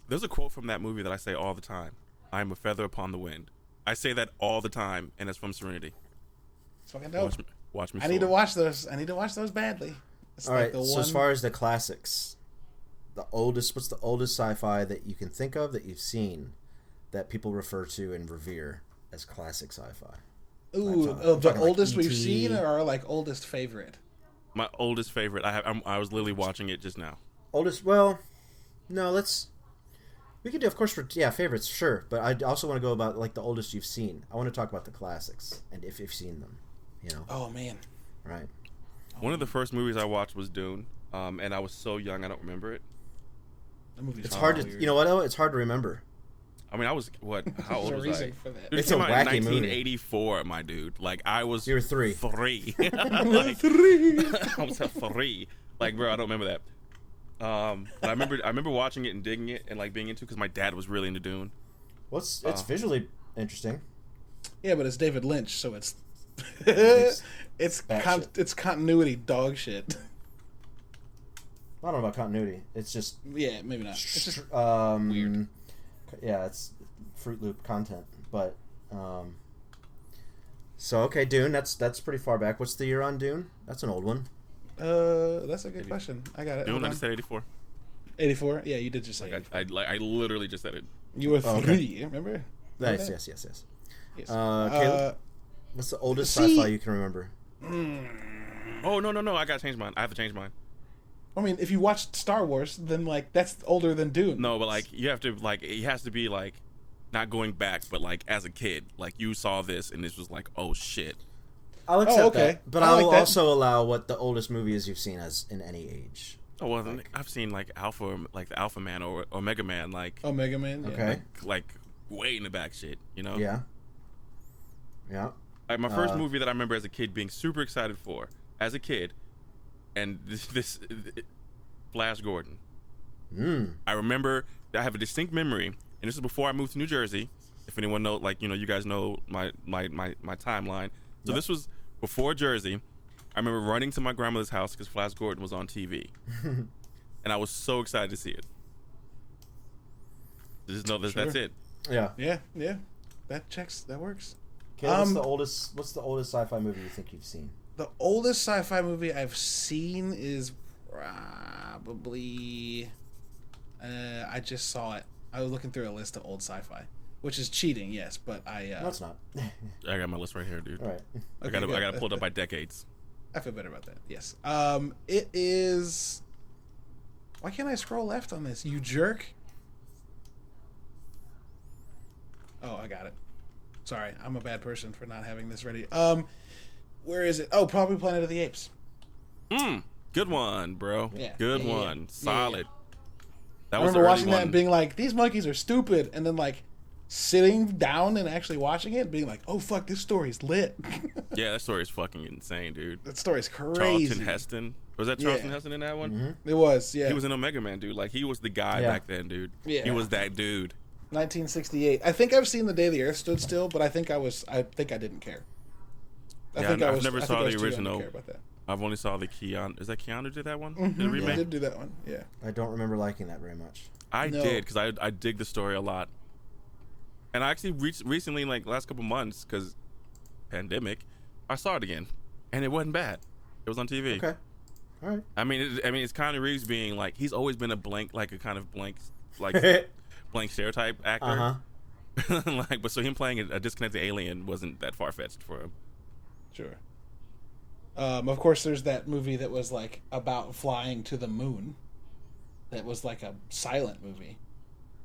[SPEAKER 1] There's a quote from that movie that I say all the time. I am a feather upon the wind. I say that all the time, and it's from Serenity.
[SPEAKER 2] It's fucking dope.
[SPEAKER 1] Watch me. Watch me
[SPEAKER 2] Oh. I need
[SPEAKER 1] soar.
[SPEAKER 2] to watch those. I need to watch those badly. It's
[SPEAKER 3] All right. So as far as the classics, the oldest, what's the oldest sci-fi that you can think of that you've seen that people refer to and revere as classic sci-fi?
[SPEAKER 2] Ooh,
[SPEAKER 3] talking- E I'm
[SPEAKER 2] of the
[SPEAKER 3] talking like
[SPEAKER 2] oldest we've
[SPEAKER 3] E.T..
[SPEAKER 2] seen or our, like oldest favorite?
[SPEAKER 1] My oldest favorite. I have. I'm, I was literally watching it just now.
[SPEAKER 3] Oldest, well, no, let's. We could do, of course, for yeah, favorites, sure. But I also want to go about like the oldest you've seen. I want to talk about the classics and if you've seen them, you know,
[SPEAKER 2] Oh man.
[SPEAKER 3] right?
[SPEAKER 1] One of the first movies I watched was Dune, um, and I was so young I don't remember it.
[SPEAKER 2] That movie's
[SPEAKER 3] It's hard to,
[SPEAKER 2] weird.
[SPEAKER 3] you know what? though? It's hard to remember.
[SPEAKER 1] I mean, I was
[SPEAKER 2] *laughs*
[SPEAKER 1] what? How
[SPEAKER 2] There's
[SPEAKER 1] old
[SPEAKER 2] a
[SPEAKER 1] was
[SPEAKER 2] reason
[SPEAKER 1] I?
[SPEAKER 2] for that.
[SPEAKER 1] Dude, it
[SPEAKER 3] It's a
[SPEAKER 1] came out in
[SPEAKER 3] wacky movie.
[SPEAKER 1] 1984, my dude. Like I was.
[SPEAKER 3] You were three.
[SPEAKER 1] Three.
[SPEAKER 3] *laughs*
[SPEAKER 1] *laughs* Like,
[SPEAKER 2] Three.
[SPEAKER 1] *laughs* I was a three. Like, bro, I don't remember that. Um, but I remember. I remember watching it and digging it and like being into because my dad was really into Dune.
[SPEAKER 3] What's it's visually interesting.
[SPEAKER 2] Yeah, but it's David Lynch, so it's
[SPEAKER 3] It's-
[SPEAKER 2] *laughs* it's
[SPEAKER 3] that
[SPEAKER 2] con-
[SPEAKER 3] shit.
[SPEAKER 2] it's continuity dog shit. *laughs*
[SPEAKER 3] I don't know about continuity. It's just,
[SPEAKER 2] yeah, maybe not. It's just
[SPEAKER 3] um,
[SPEAKER 2] weird.
[SPEAKER 3] Yeah, it's Fruit Loop content, but um. So okay, Dune. That's that's pretty far back. What's the year on Dune? That's an old one.
[SPEAKER 2] uh, that's a good question. I got it.
[SPEAKER 1] Dune.
[SPEAKER 2] Hold
[SPEAKER 1] I
[SPEAKER 2] on.
[SPEAKER 1] just said Oh 84.
[SPEAKER 2] Eighty-four. Yeah, you did just say
[SPEAKER 1] I,
[SPEAKER 2] it.
[SPEAKER 1] I like. I literally just said it.
[SPEAKER 2] you were three.
[SPEAKER 1] Oh,
[SPEAKER 3] okay.
[SPEAKER 2] Remember?
[SPEAKER 3] Yes,
[SPEAKER 2] Okay.
[SPEAKER 3] yes, yes, yes.
[SPEAKER 2] Yes.
[SPEAKER 3] Uh,
[SPEAKER 2] Uh,
[SPEAKER 3] Caleb? What's the oldest
[SPEAKER 2] See-
[SPEAKER 3] sci-fi you can remember?
[SPEAKER 1] Oh no no no! I gotta change mine. I have to change mine.
[SPEAKER 2] I mean, if you watched Star Wars, then like that's older than Dune.
[SPEAKER 1] No, but like you have to like it has to be like not going back, but like as a kid, like you saw this and this was like, oh shit.
[SPEAKER 3] I'll accept
[SPEAKER 2] Oh, okay.
[SPEAKER 3] that, but
[SPEAKER 2] I
[SPEAKER 3] I,
[SPEAKER 2] like
[SPEAKER 3] will
[SPEAKER 2] that.
[SPEAKER 3] also allow what the oldest movie is you've seen as in any age.
[SPEAKER 1] Oh well, then I've seen like Alpha, like the Alpha Man or Omega Man, like
[SPEAKER 3] Oh.
[SPEAKER 2] Omega Oh, Man. yeah.
[SPEAKER 3] Okay.
[SPEAKER 1] like way in the back shit, you know?
[SPEAKER 3] Yeah. Yeah.
[SPEAKER 1] Like my first
[SPEAKER 3] Uh,
[SPEAKER 1] movie that I remember as a kid being super excited for as a kid, and *laughs* this, this uh, Flash Gordon.
[SPEAKER 3] Mm.
[SPEAKER 1] I remember I have a distinct memory, and this is before I moved to New Jersey. If anyone know, like you know, you guys know my my my, my timeline. So this was before Jersey, I remember running to my grandmother's house because Flash Gordon was on
[SPEAKER 2] *laughs*
[SPEAKER 1] TV, and I was so excited to see it. Just know that
[SPEAKER 2] Sure.
[SPEAKER 1] that's it.
[SPEAKER 3] Yeah.
[SPEAKER 2] Yeah, yeah. That checks. That works.
[SPEAKER 3] Okay, what's
[SPEAKER 2] Um,
[SPEAKER 3] the oldest? What's the oldest sci-fi movie you think you've seen?
[SPEAKER 2] The oldest sci-fi movie I've seen is probably. Uh, I just saw it. I was looking through a list of old sci-fi, which is cheating, yes, but I. Uh,
[SPEAKER 3] No, it's not. *laughs* All
[SPEAKER 1] I got my list right here, dude.
[SPEAKER 2] *laughs*
[SPEAKER 3] right.
[SPEAKER 1] I got it, I
[SPEAKER 2] good.
[SPEAKER 1] got it pulled up by decades.
[SPEAKER 2] I feel better about that. Yes. Um, it is. Why can't I scroll left on this? You jerk. Oh, I got it. Sorry, I'm a bad person for not having this ready. Um, where is it? Oh, probably Planet of the Apes.
[SPEAKER 1] Mm, good one, bro.
[SPEAKER 2] Yeah.
[SPEAKER 1] Good
[SPEAKER 2] Yeah, yeah, yeah.
[SPEAKER 1] one.
[SPEAKER 2] Yeah, yeah,
[SPEAKER 1] Solid. That
[SPEAKER 2] I
[SPEAKER 1] was the
[SPEAKER 2] remember
[SPEAKER 1] early
[SPEAKER 2] watching that
[SPEAKER 1] one.
[SPEAKER 2] and being like, "These monkeys are stupid," and then like sitting down and actually watching it, being like, "Oh fuck, this story's lit." *laughs*
[SPEAKER 1] yeah, that story is fucking insane, dude.
[SPEAKER 2] that story's
[SPEAKER 1] Charlton
[SPEAKER 2] crazy.
[SPEAKER 1] Heston was that Charlton
[SPEAKER 2] Yeah.
[SPEAKER 1] Heston in that one?
[SPEAKER 2] It was, yeah.
[SPEAKER 1] He was an Omega Man, dude. Like he was the guy
[SPEAKER 3] Yeah.
[SPEAKER 1] back then, dude.
[SPEAKER 2] Yeah.
[SPEAKER 1] He was that dude.
[SPEAKER 2] 1968. I think I've seen the day the Earth stood still, but I think I was I think I didn't care. I
[SPEAKER 1] Yeah,
[SPEAKER 2] think
[SPEAKER 1] I've
[SPEAKER 2] was,
[SPEAKER 1] never
[SPEAKER 2] I think
[SPEAKER 1] saw
[SPEAKER 2] I was
[SPEAKER 1] the
[SPEAKER 2] too young to
[SPEAKER 1] original.
[SPEAKER 2] Care about that.
[SPEAKER 1] I've only saw the Keanu. Is that Keanu did that one? Did it
[SPEAKER 2] Mm-hmm. Yeah, I
[SPEAKER 1] remake?
[SPEAKER 2] did do that one. Yeah.
[SPEAKER 3] I don't remember liking that very much.
[SPEAKER 1] I
[SPEAKER 2] No.
[SPEAKER 1] did because I I dig the story a lot, and I actually reached recently, like last couple months, because pandemic, I saw it again, and it wasn't bad. It was on TV.
[SPEAKER 3] Okay. All right.
[SPEAKER 1] I mean, it, I mean, it's Keanu Reeves being like he's always been a blank, like a kind of blank,
[SPEAKER 3] *laughs* Uh-huh.
[SPEAKER 1] like blank stereotype actor.
[SPEAKER 3] uh huh.
[SPEAKER 1] *laughs* like, but so him playing a, a disconnected alien wasn't that far fetched for him.
[SPEAKER 2] Sure. Um, of course there's that movie that was like about flying to the moon. That was like a silent movie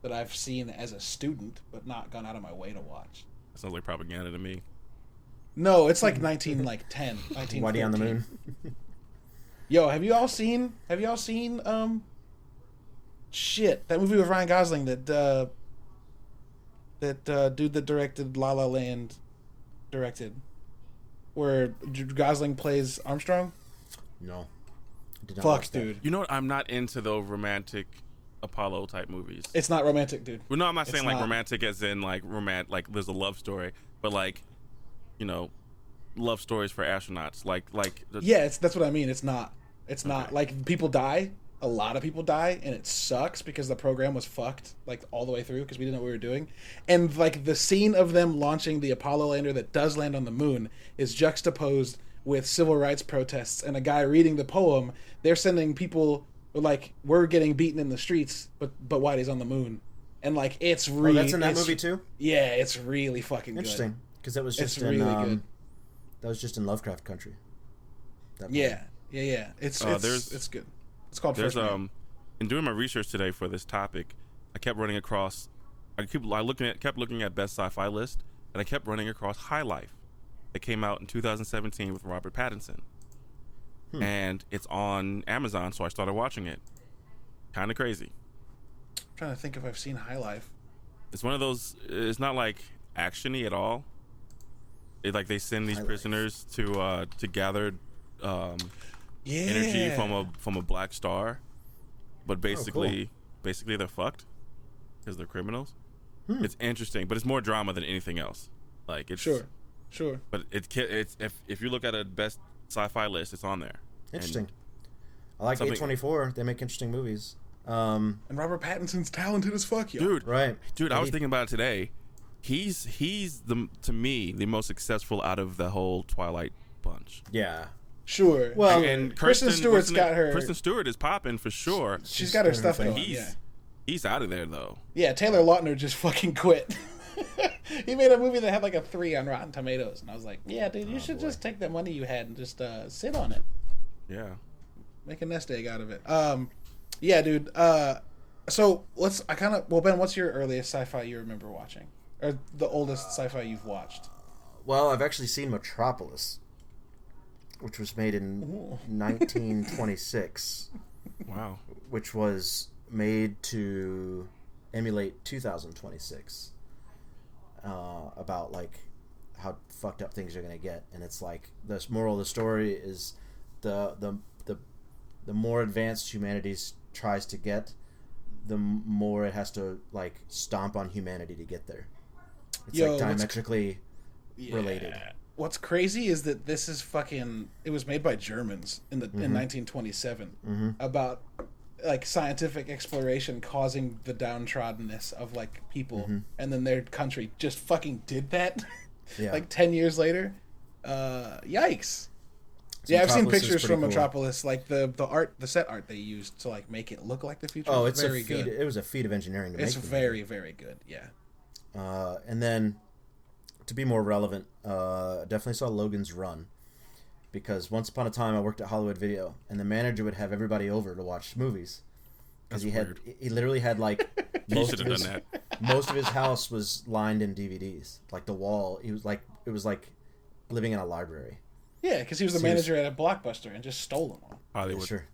[SPEAKER 2] that I've seen as a student but not gone out of my way to watch.
[SPEAKER 1] That sounds like propaganda to me.
[SPEAKER 2] No, it's like 19 like
[SPEAKER 3] *laughs*
[SPEAKER 2] 10, 19
[SPEAKER 3] Whitey on the moon.
[SPEAKER 2] Yo, have you all seen? Have you all seen? Um, shit, that movie with Ryan Gosling that uh, that uh, dude that directed La La Land directed, where J- Gosling plays Armstrong.
[SPEAKER 3] No. Did not watch
[SPEAKER 2] Fuck,
[SPEAKER 3] that. Oh,
[SPEAKER 2] dude,
[SPEAKER 1] You know what? I'm not into those romantic Apollo type movies.
[SPEAKER 2] it's not romantic, dude.
[SPEAKER 1] well, no, I'm not saying like
[SPEAKER 2] not.
[SPEAKER 1] romantic as in like romant like there's a love story, but like, you know, love stories for astronauts. Like like the-
[SPEAKER 2] Yeah, it's that's what I mean. It's not. It's not like people die. A lot of people die, and it sucks because the program was fucked like all the way through because we didn't know what we were doing. And like the scene of them launching the Apollo lander that does land on the moon is juxtaposed with civil rights protests and a guy reading the poem. They're sending people like we're getting beaten in the streets, but but Whitey's on the moon, and like it's
[SPEAKER 3] Oh,
[SPEAKER 2] really
[SPEAKER 3] that's in that movie too.
[SPEAKER 2] Yeah, it's really fucking
[SPEAKER 3] Interesting, because that was
[SPEAKER 2] It's
[SPEAKER 3] just in,
[SPEAKER 2] really
[SPEAKER 3] um,
[SPEAKER 2] good.
[SPEAKER 3] That was just in Lovecraft Country. That
[SPEAKER 2] Good. Yeah, yeah, yeah. It's
[SPEAKER 1] Uh,
[SPEAKER 2] it's,
[SPEAKER 1] there's-
[SPEAKER 2] it's good. It's called
[SPEAKER 1] there's
[SPEAKER 2] First Man.
[SPEAKER 1] um in doing my research today for this topic, I kept running across I keep I looking at kept looking at best sci-fi list and I kept running across High Life that came out in 2017 with Robert Pattinson.
[SPEAKER 3] Hmm.
[SPEAKER 1] And it's on Amazon, so I started watching it. Kind of crazy.
[SPEAKER 2] trying to think if I've seen High Life.
[SPEAKER 1] It's one of those it's not like actiony at all. It, like they send these
[SPEAKER 3] High Life.
[SPEAKER 1] prisoners to uh to gather um
[SPEAKER 2] Yeah. Oh,
[SPEAKER 1] energy from a from a black star, but basically basically they're fucked because they're criminals.
[SPEAKER 2] Hmm.
[SPEAKER 1] It's interesting, but it's more drama than anything else. Like it's
[SPEAKER 2] Sure, sure.
[SPEAKER 1] but it ca- it's if if you look at a best sci-fi list, it's on there. And
[SPEAKER 3] interesting. I like
[SPEAKER 1] something-
[SPEAKER 3] A twenty four. They make interesting movies. Um,
[SPEAKER 2] And Robert Pattinson's talented as fuck, yo.
[SPEAKER 1] dude,
[SPEAKER 3] right,
[SPEAKER 1] dude, I was
[SPEAKER 3] Indeed.
[SPEAKER 1] thinking about it today. He's he's the to me the most successful out of the whole Twilight bunch.
[SPEAKER 3] Yeah,
[SPEAKER 2] Sure.
[SPEAKER 3] Well,
[SPEAKER 2] Sure.
[SPEAKER 1] And
[SPEAKER 2] Kristen
[SPEAKER 1] Kristen,
[SPEAKER 2] Stewart's
[SPEAKER 1] Kristen-
[SPEAKER 2] got her-
[SPEAKER 1] Kristen Stewart is popping for sure.
[SPEAKER 2] she's got her stuff
[SPEAKER 3] He's-
[SPEAKER 2] going.
[SPEAKER 1] He's
[SPEAKER 2] Yeah.
[SPEAKER 1] he's out of there though.
[SPEAKER 2] yeah, Taylor Lautner just fucking quit. *laughs* he made a movie that had like a three on Rotten Tomatoes, and I was like, yeah, dude,
[SPEAKER 1] Oh,
[SPEAKER 2] you should just take that money you had and just uh, sit on it,
[SPEAKER 1] Yeah.
[SPEAKER 2] make a nest egg out of it. Um, yeah, dude. Uh, so let's. I kind of. Well, Ben, what's your earliest sci-fi you remember watching, or the oldest sci-fi you've watched?
[SPEAKER 3] Well, I've actually seen Metropolis, which was made in
[SPEAKER 2] Ooh. *laughs*
[SPEAKER 3] 1926,
[SPEAKER 1] Wow.
[SPEAKER 3] which was made to emulate 2026 uh, about like how fucked up things are gonna get, and it's like the moral of the story is the the the the more advanced humanity s- tries to get, the m- more it has to like stomp on humanity to get there. It's
[SPEAKER 2] Yo,
[SPEAKER 3] like
[SPEAKER 2] what's-
[SPEAKER 3] diametrically related.
[SPEAKER 2] Yeah. what's crazy is that this is fucking. It was made by Germans in the
[SPEAKER 3] Mm-hmm.
[SPEAKER 2] in 1927 about like scientific exploration causing the downtroddenness of like people,
[SPEAKER 3] Mm-hmm.
[SPEAKER 2] and then their country just fucking did that. *laughs*
[SPEAKER 3] Yeah.
[SPEAKER 2] like ten years later, uh, yikes. yeah, I've seen
[SPEAKER 3] Metropolis is
[SPEAKER 2] pictures
[SPEAKER 3] pretty
[SPEAKER 2] from
[SPEAKER 3] cool.
[SPEAKER 2] Metropolis, like the the art, the set art they used to like make it look like the future.
[SPEAKER 3] Oh,
[SPEAKER 2] is
[SPEAKER 3] it's
[SPEAKER 2] very
[SPEAKER 3] a feat.
[SPEAKER 2] good.
[SPEAKER 3] It was a feat of engineering to
[SPEAKER 2] It's
[SPEAKER 3] make. them.
[SPEAKER 2] very very good. Yeah.
[SPEAKER 3] Uh, and then, to be more relevant, uh, definitely saw Logan's Run, because once upon a time I worked at Hollywood Video, and the manager would have everybody over to watch movies, because
[SPEAKER 1] That's
[SPEAKER 3] he
[SPEAKER 1] weird.
[SPEAKER 3] had he literally had like
[SPEAKER 1] *laughs* He
[SPEAKER 3] most
[SPEAKER 1] should
[SPEAKER 3] of
[SPEAKER 1] have
[SPEAKER 3] his
[SPEAKER 1] done that.
[SPEAKER 3] most of his house was lined in DVDs, like the wall. He was like it was like living in a library.
[SPEAKER 2] Yeah, because he was the
[SPEAKER 3] Seriously.
[SPEAKER 2] manager at a blockbuster and just stole them all.
[SPEAKER 1] Hollywood.
[SPEAKER 3] Sure.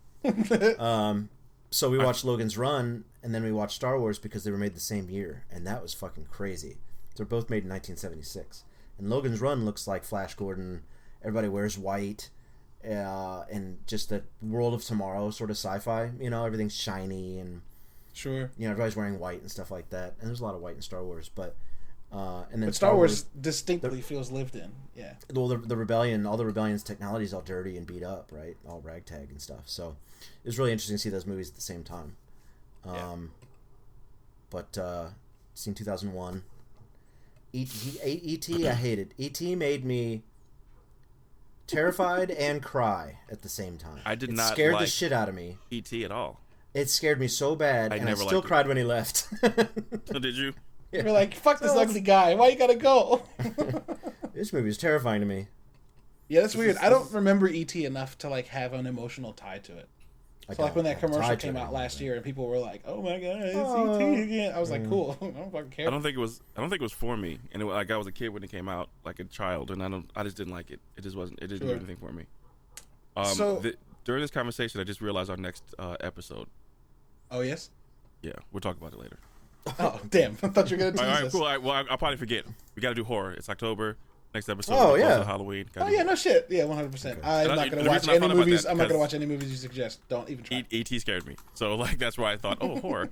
[SPEAKER 3] *laughs* um, so we watched Logan's Run, and then we watched Star Wars because they were made the same year, and that was fucking crazy. They're both made in 1976, and Logan's Run looks like Flash Gordon. Everybody wears white, uh, and just the world of tomorrow sort of sci-fi. You know, everything's shiny and
[SPEAKER 2] Sure.
[SPEAKER 3] you know everybody's wearing white and stuff like that. And there's a lot of white in Star Wars, but uh, and then
[SPEAKER 2] But Star Wars distinctly feels lived in.
[SPEAKER 3] *laughs*
[SPEAKER 2] Yeah.
[SPEAKER 3] well, the, the rebellion, all the rebellion's technology is all dirty and beat up, right? All ragtag and stuff. So it was really interesting to see those movies at the same time. Um,
[SPEAKER 2] Yeah.
[SPEAKER 3] But uh, seen 2001. E.T. E.T. E, I hated. E.T. made me terrified and cry at the same time.
[SPEAKER 1] I did
[SPEAKER 3] It
[SPEAKER 1] not
[SPEAKER 3] scared the
[SPEAKER 1] like-
[SPEAKER 3] shit out of me.
[SPEAKER 1] ET at *laughs* all?
[SPEAKER 3] It scared me so bad,
[SPEAKER 1] I
[SPEAKER 3] and
[SPEAKER 1] never
[SPEAKER 3] I still
[SPEAKER 1] liked it.
[SPEAKER 3] cried when he left. *laughs*
[SPEAKER 1] So did you?
[SPEAKER 2] You're like, fuck this ugly guy. Why you gotta
[SPEAKER 3] *laughs*
[SPEAKER 2] go?
[SPEAKER 3] this movie was terrifying to me.
[SPEAKER 2] yeah, that's weird. I don't remember ET enough to like have an emotional tie to it.
[SPEAKER 3] I
[SPEAKER 2] So like when
[SPEAKER 3] don't
[SPEAKER 2] that
[SPEAKER 3] have a tie
[SPEAKER 2] commercial
[SPEAKER 3] to
[SPEAKER 2] came
[SPEAKER 3] it or
[SPEAKER 2] out last
[SPEAKER 3] anything.
[SPEAKER 2] year and people were like, "Oh my god, it's
[SPEAKER 3] Oh.
[SPEAKER 2] ET again," I was like, "Cool, *laughs* I don't fucking care."
[SPEAKER 1] I don't think it was. I don't think it was for me. And it, wa- like I was a kid when it came out, like a child, and I don't. I just didn't like it. It just wasn't. It didn't
[SPEAKER 2] Sure.
[SPEAKER 1] do anything for me. Um,
[SPEAKER 2] So-
[SPEAKER 1] the, during this conversation, I just realized our next uh, episode.
[SPEAKER 2] oh
[SPEAKER 3] *laughs*
[SPEAKER 2] yes.
[SPEAKER 1] Yeah, we'll talk about it later.
[SPEAKER 2] Oh damn, *laughs* I thought you were gonna
[SPEAKER 1] All right, all
[SPEAKER 2] tease
[SPEAKER 1] right
[SPEAKER 2] us.
[SPEAKER 1] cool. All right, well, I, I'll probably forget. We got to do horror. It's October. Next episode.
[SPEAKER 3] Oh,
[SPEAKER 1] we close
[SPEAKER 3] yeah.
[SPEAKER 1] out Halloween. Gotta
[SPEAKER 2] Oh
[SPEAKER 1] do
[SPEAKER 2] yeah, no shit. Yeah, one hundred percent. I'm
[SPEAKER 1] And I-
[SPEAKER 2] not gonna
[SPEAKER 1] the
[SPEAKER 2] watch
[SPEAKER 1] reason I
[SPEAKER 2] any
[SPEAKER 1] thought about
[SPEAKER 2] movies.
[SPEAKER 1] that,
[SPEAKER 2] I'm not gonna
[SPEAKER 1] 'cause-
[SPEAKER 2] watch any movies you suggest. Don't even try.
[SPEAKER 1] E- ET scared me, so *laughs* like that's why I thought, oh, horror.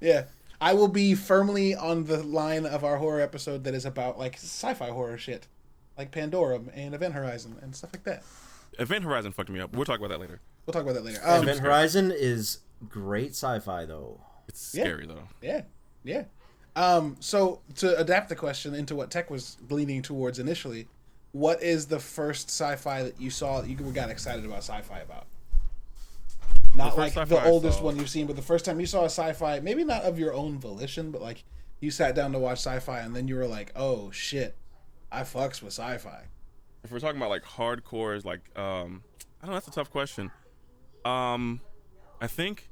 [SPEAKER 2] Yeah. I will be firmly on the line of our horror episode that is about like sci-fi horror shit, like Pandorum and Event Horizon and stuff like that.
[SPEAKER 1] Event Horizon fucked me up. We'll talk about that later.
[SPEAKER 2] We'll talk about that later. Um,
[SPEAKER 3] Event Horizon is great sci-fi though.
[SPEAKER 1] It's
[SPEAKER 2] Yeah.
[SPEAKER 1] scary though.
[SPEAKER 2] yeah, yeah. Um, so to adapt the question into what Tech was leaning towards initially, what is the first sci-fi that you saw that you got excited about sci-fi about? Not
[SPEAKER 1] first
[SPEAKER 2] like the
[SPEAKER 1] sci-fi I
[SPEAKER 2] oldest
[SPEAKER 1] saw-
[SPEAKER 2] one you've seen, but the first time you saw a sci-fi, maybe not of your own volition, but like you sat down to watch sci-fi and then you were like, "Oh shit, I fucks with sci-fi."
[SPEAKER 1] if we're talking about like hardcores, like um, I don't know, that's a tough question. Um, I think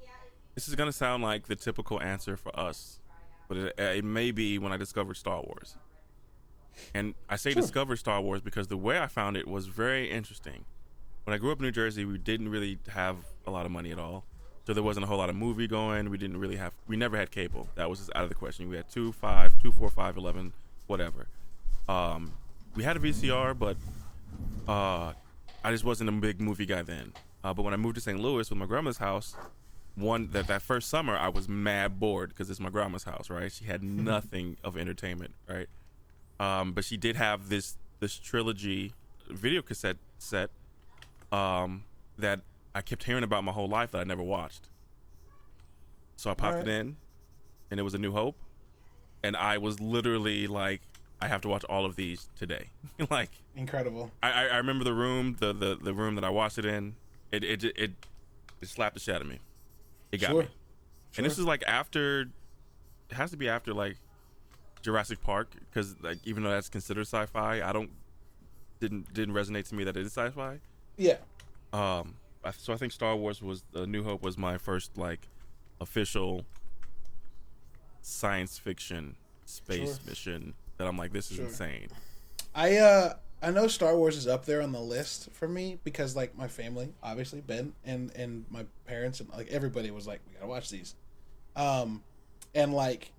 [SPEAKER 1] this is gonna sound like the typical answer for us, but it, it may be when I discovered Star Wars. And I say discovered Star Wars because the way I found it was very interesting. When I grew up in New Jersey, we didn't really have a lot of money at all, so there wasn't a whole lot of movie going. We didn't really have, we never had cable. That was just out of the question. We had two, five, two, four, five, eleven, whatever. Um, we had a VCR, but uh, I just wasn't a big movie guy then. Uh, but when I moved to St. Louis with my grandma's house, one that that first summer I was mad bored because it's my grandma's house, right? She had nothing of entertainment, right? Um, but she did have this this trilogy video cassette set um, that I kept hearing about my whole life that I never watched. So I popped
[SPEAKER 2] Alright.
[SPEAKER 1] it in, and it was A New Hope, and I was literally like, I have to watch all of these today. *laughs* like
[SPEAKER 2] Incredible.
[SPEAKER 1] I, I- I remember the room, the, the the room that I watched it in. It it it, it, slapped the shit out of me. It got
[SPEAKER 2] Sure.
[SPEAKER 1] me. And this is like after, it has to be after like Jurassic Park, because like even though that's considered sci-fi, I don't didn't didn't resonate to me that it is sci-fi.
[SPEAKER 2] Yeah.
[SPEAKER 1] Um, I, so I think Star Wars was uh, New Hope was my first like official science fiction space
[SPEAKER 2] Sure.
[SPEAKER 1] mission that I'm like this is
[SPEAKER 2] Sure.
[SPEAKER 1] insane.
[SPEAKER 2] I uh I know Star Wars is up there on the list for me because like my family, obviously Ben and and my parents and like everybody was like we gotta watch these, um, and like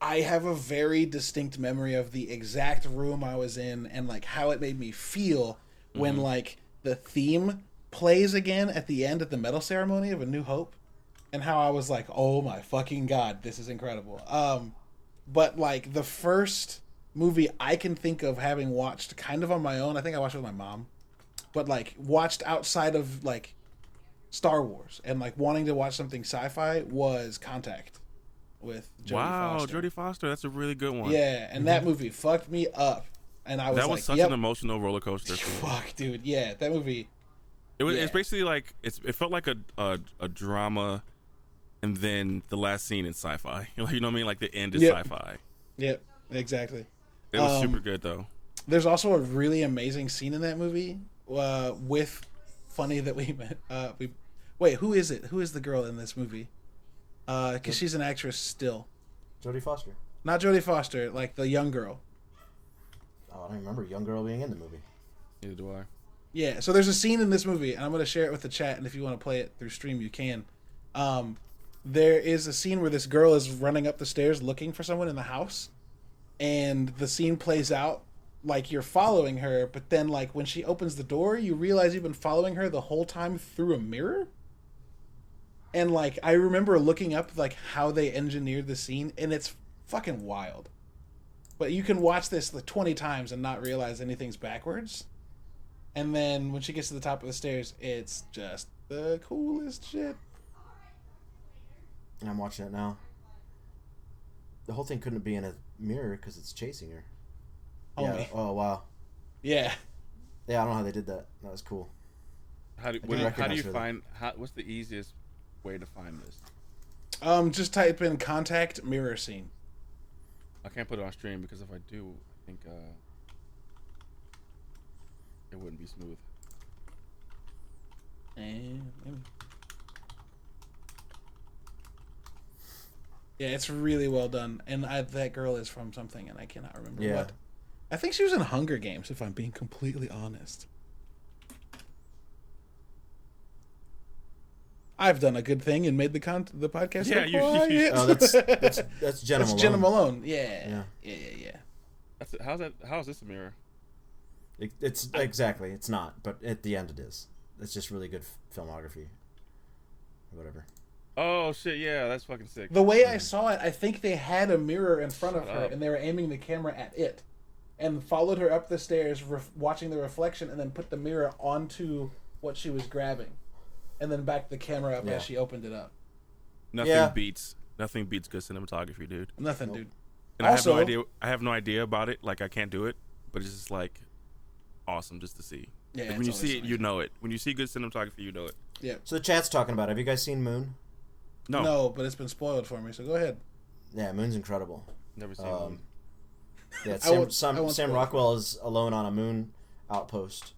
[SPEAKER 2] I have a very distinct memory of the exact room I was in and like how it made me feel when like the theme plays again at the end at the medal ceremony of A New Hope, and how I was like oh my fucking god this is incredible um, but like the first movie I can think of having watched kind of on my own. I think I watched it with my mom, but like watched outside of like Star Wars and like wanting to watch something sci-fi was Contact with Jodie
[SPEAKER 1] wow,
[SPEAKER 2] Foster.
[SPEAKER 1] Jodie Foster. That's a really good one.
[SPEAKER 2] Yeah, and that movie fucked me up, and I was
[SPEAKER 1] Mm-hmm. that
[SPEAKER 2] like,
[SPEAKER 1] was such
[SPEAKER 2] yep,
[SPEAKER 1] an emotional roller coaster. for me.
[SPEAKER 2] fuck, dude. Yeah, that movie.
[SPEAKER 1] It was.
[SPEAKER 2] Yeah.
[SPEAKER 1] It's basically like it's. It felt like a, a a drama, and then the last scene in sci-fi. *laughs* Like you know what I mean? Like the end is
[SPEAKER 2] Yep.
[SPEAKER 1] sci-fi.
[SPEAKER 2] Yep, exactly.
[SPEAKER 1] It was
[SPEAKER 2] Um,
[SPEAKER 1] super good though.
[SPEAKER 2] There's also a really amazing scene in that movie uh, with funny that we met. Uh, we wait, who is it? Who is the girl in this movie? Because she's an actress still,
[SPEAKER 3] Jodie Foster.
[SPEAKER 2] not Jodie Foster, like the young girl.
[SPEAKER 3] Oh, I don't remember a young girl being in the movie.
[SPEAKER 1] Neither do I.
[SPEAKER 2] Yeah, so there's a scene in this movie, and I'm going to share it with the chat. And if you want to play it through stream, you can. Um, there is a scene where this girl is running up the stairs looking for someone in the house, and the scene plays out like you're following her, but then like when she opens the door, you realize you've been following her the whole time through a mirror. And like I remember looking up like how they engineered the scene, and it's fucking wild. But you can watch this like 20 times and not realize anything's backwards. And then when she gets to the top of the stairs, it's just the coolest shit.
[SPEAKER 3] And I'm watching it now. The whole thing couldn't be in a mirror because it's chasing her. Yeah.
[SPEAKER 2] Homie.
[SPEAKER 3] Oh wow.
[SPEAKER 2] Yeah.
[SPEAKER 3] Yeah, I don't know how they did that. That
[SPEAKER 2] *laughs*
[SPEAKER 3] was cool.
[SPEAKER 4] How do,
[SPEAKER 3] I
[SPEAKER 4] what, do-
[SPEAKER 3] do
[SPEAKER 4] how do
[SPEAKER 3] recognize
[SPEAKER 4] you
[SPEAKER 3] her, though.
[SPEAKER 4] find? How, what's the easiest way to find this?
[SPEAKER 2] Um, just type in contact mirror scene.
[SPEAKER 4] I can't put it on stream because if I do, I think uh, it wouldn't be smooth.
[SPEAKER 2] Yeah, it's really well done. And I, that girl is from something, and I cannot remember
[SPEAKER 3] Yeah.
[SPEAKER 2] what. I think she was in Hunger Games, if I'm being completely honest. I've done a good thing and made the con- the podcast.
[SPEAKER 1] Yeah, *laughs* you-
[SPEAKER 2] look
[SPEAKER 1] you-
[SPEAKER 2] quiet.
[SPEAKER 3] Oh, that's that's that's Jenna
[SPEAKER 2] That's Jenna
[SPEAKER 3] Malone.
[SPEAKER 2] Malone. Yeah.
[SPEAKER 3] Yeah.
[SPEAKER 2] Yeah, yeah, yeah.
[SPEAKER 4] That's how's that? How is this a mirror?
[SPEAKER 3] It- it's exactly. It's not, but at the end it is. It's just really good f- filmography. Whatever.
[SPEAKER 4] Oh shit! Yeah, that's fucking sick.
[SPEAKER 2] The way I saw it, I think they had a mirror in front of her
[SPEAKER 4] up.
[SPEAKER 2] and they were aiming the camera at it and followed her up the stairs ref- watching the reflection and then put the mirror onto what she was grabbing and then backed the camera up
[SPEAKER 3] Yeah.
[SPEAKER 2] as she opened it up.
[SPEAKER 1] Nothing
[SPEAKER 3] Yeah.
[SPEAKER 1] beats. Nothing beats good cinematography, dude.
[SPEAKER 2] Nothing, dude.
[SPEAKER 1] And I
[SPEAKER 2] Also-
[SPEAKER 1] have no idea. I have no idea about it. Like I can't do it. But it's just like awesome just to see.
[SPEAKER 2] Yeah,
[SPEAKER 1] Like,
[SPEAKER 2] it's
[SPEAKER 1] when you
[SPEAKER 2] always
[SPEAKER 1] see it, you know it. When you see good cinematography, you know it.
[SPEAKER 2] Yeah.
[SPEAKER 3] So the chat's talking about. it. Have you guys seen Moon?
[SPEAKER 1] No,
[SPEAKER 2] No, but it's been spoiled for me, so go ahead.
[SPEAKER 3] Uh, Yeah, Moon's incredible.
[SPEAKER 4] Never seen one.
[SPEAKER 3] Um,
[SPEAKER 2] *laughs*
[SPEAKER 3] yeah,
[SPEAKER 2] I
[SPEAKER 3] Sam,
[SPEAKER 2] won't- I
[SPEAKER 3] Sam,
[SPEAKER 2] won't
[SPEAKER 3] Sam
[SPEAKER 2] spoil it.
[SPEAKER 3] Rockwell is alone on a moon outpost,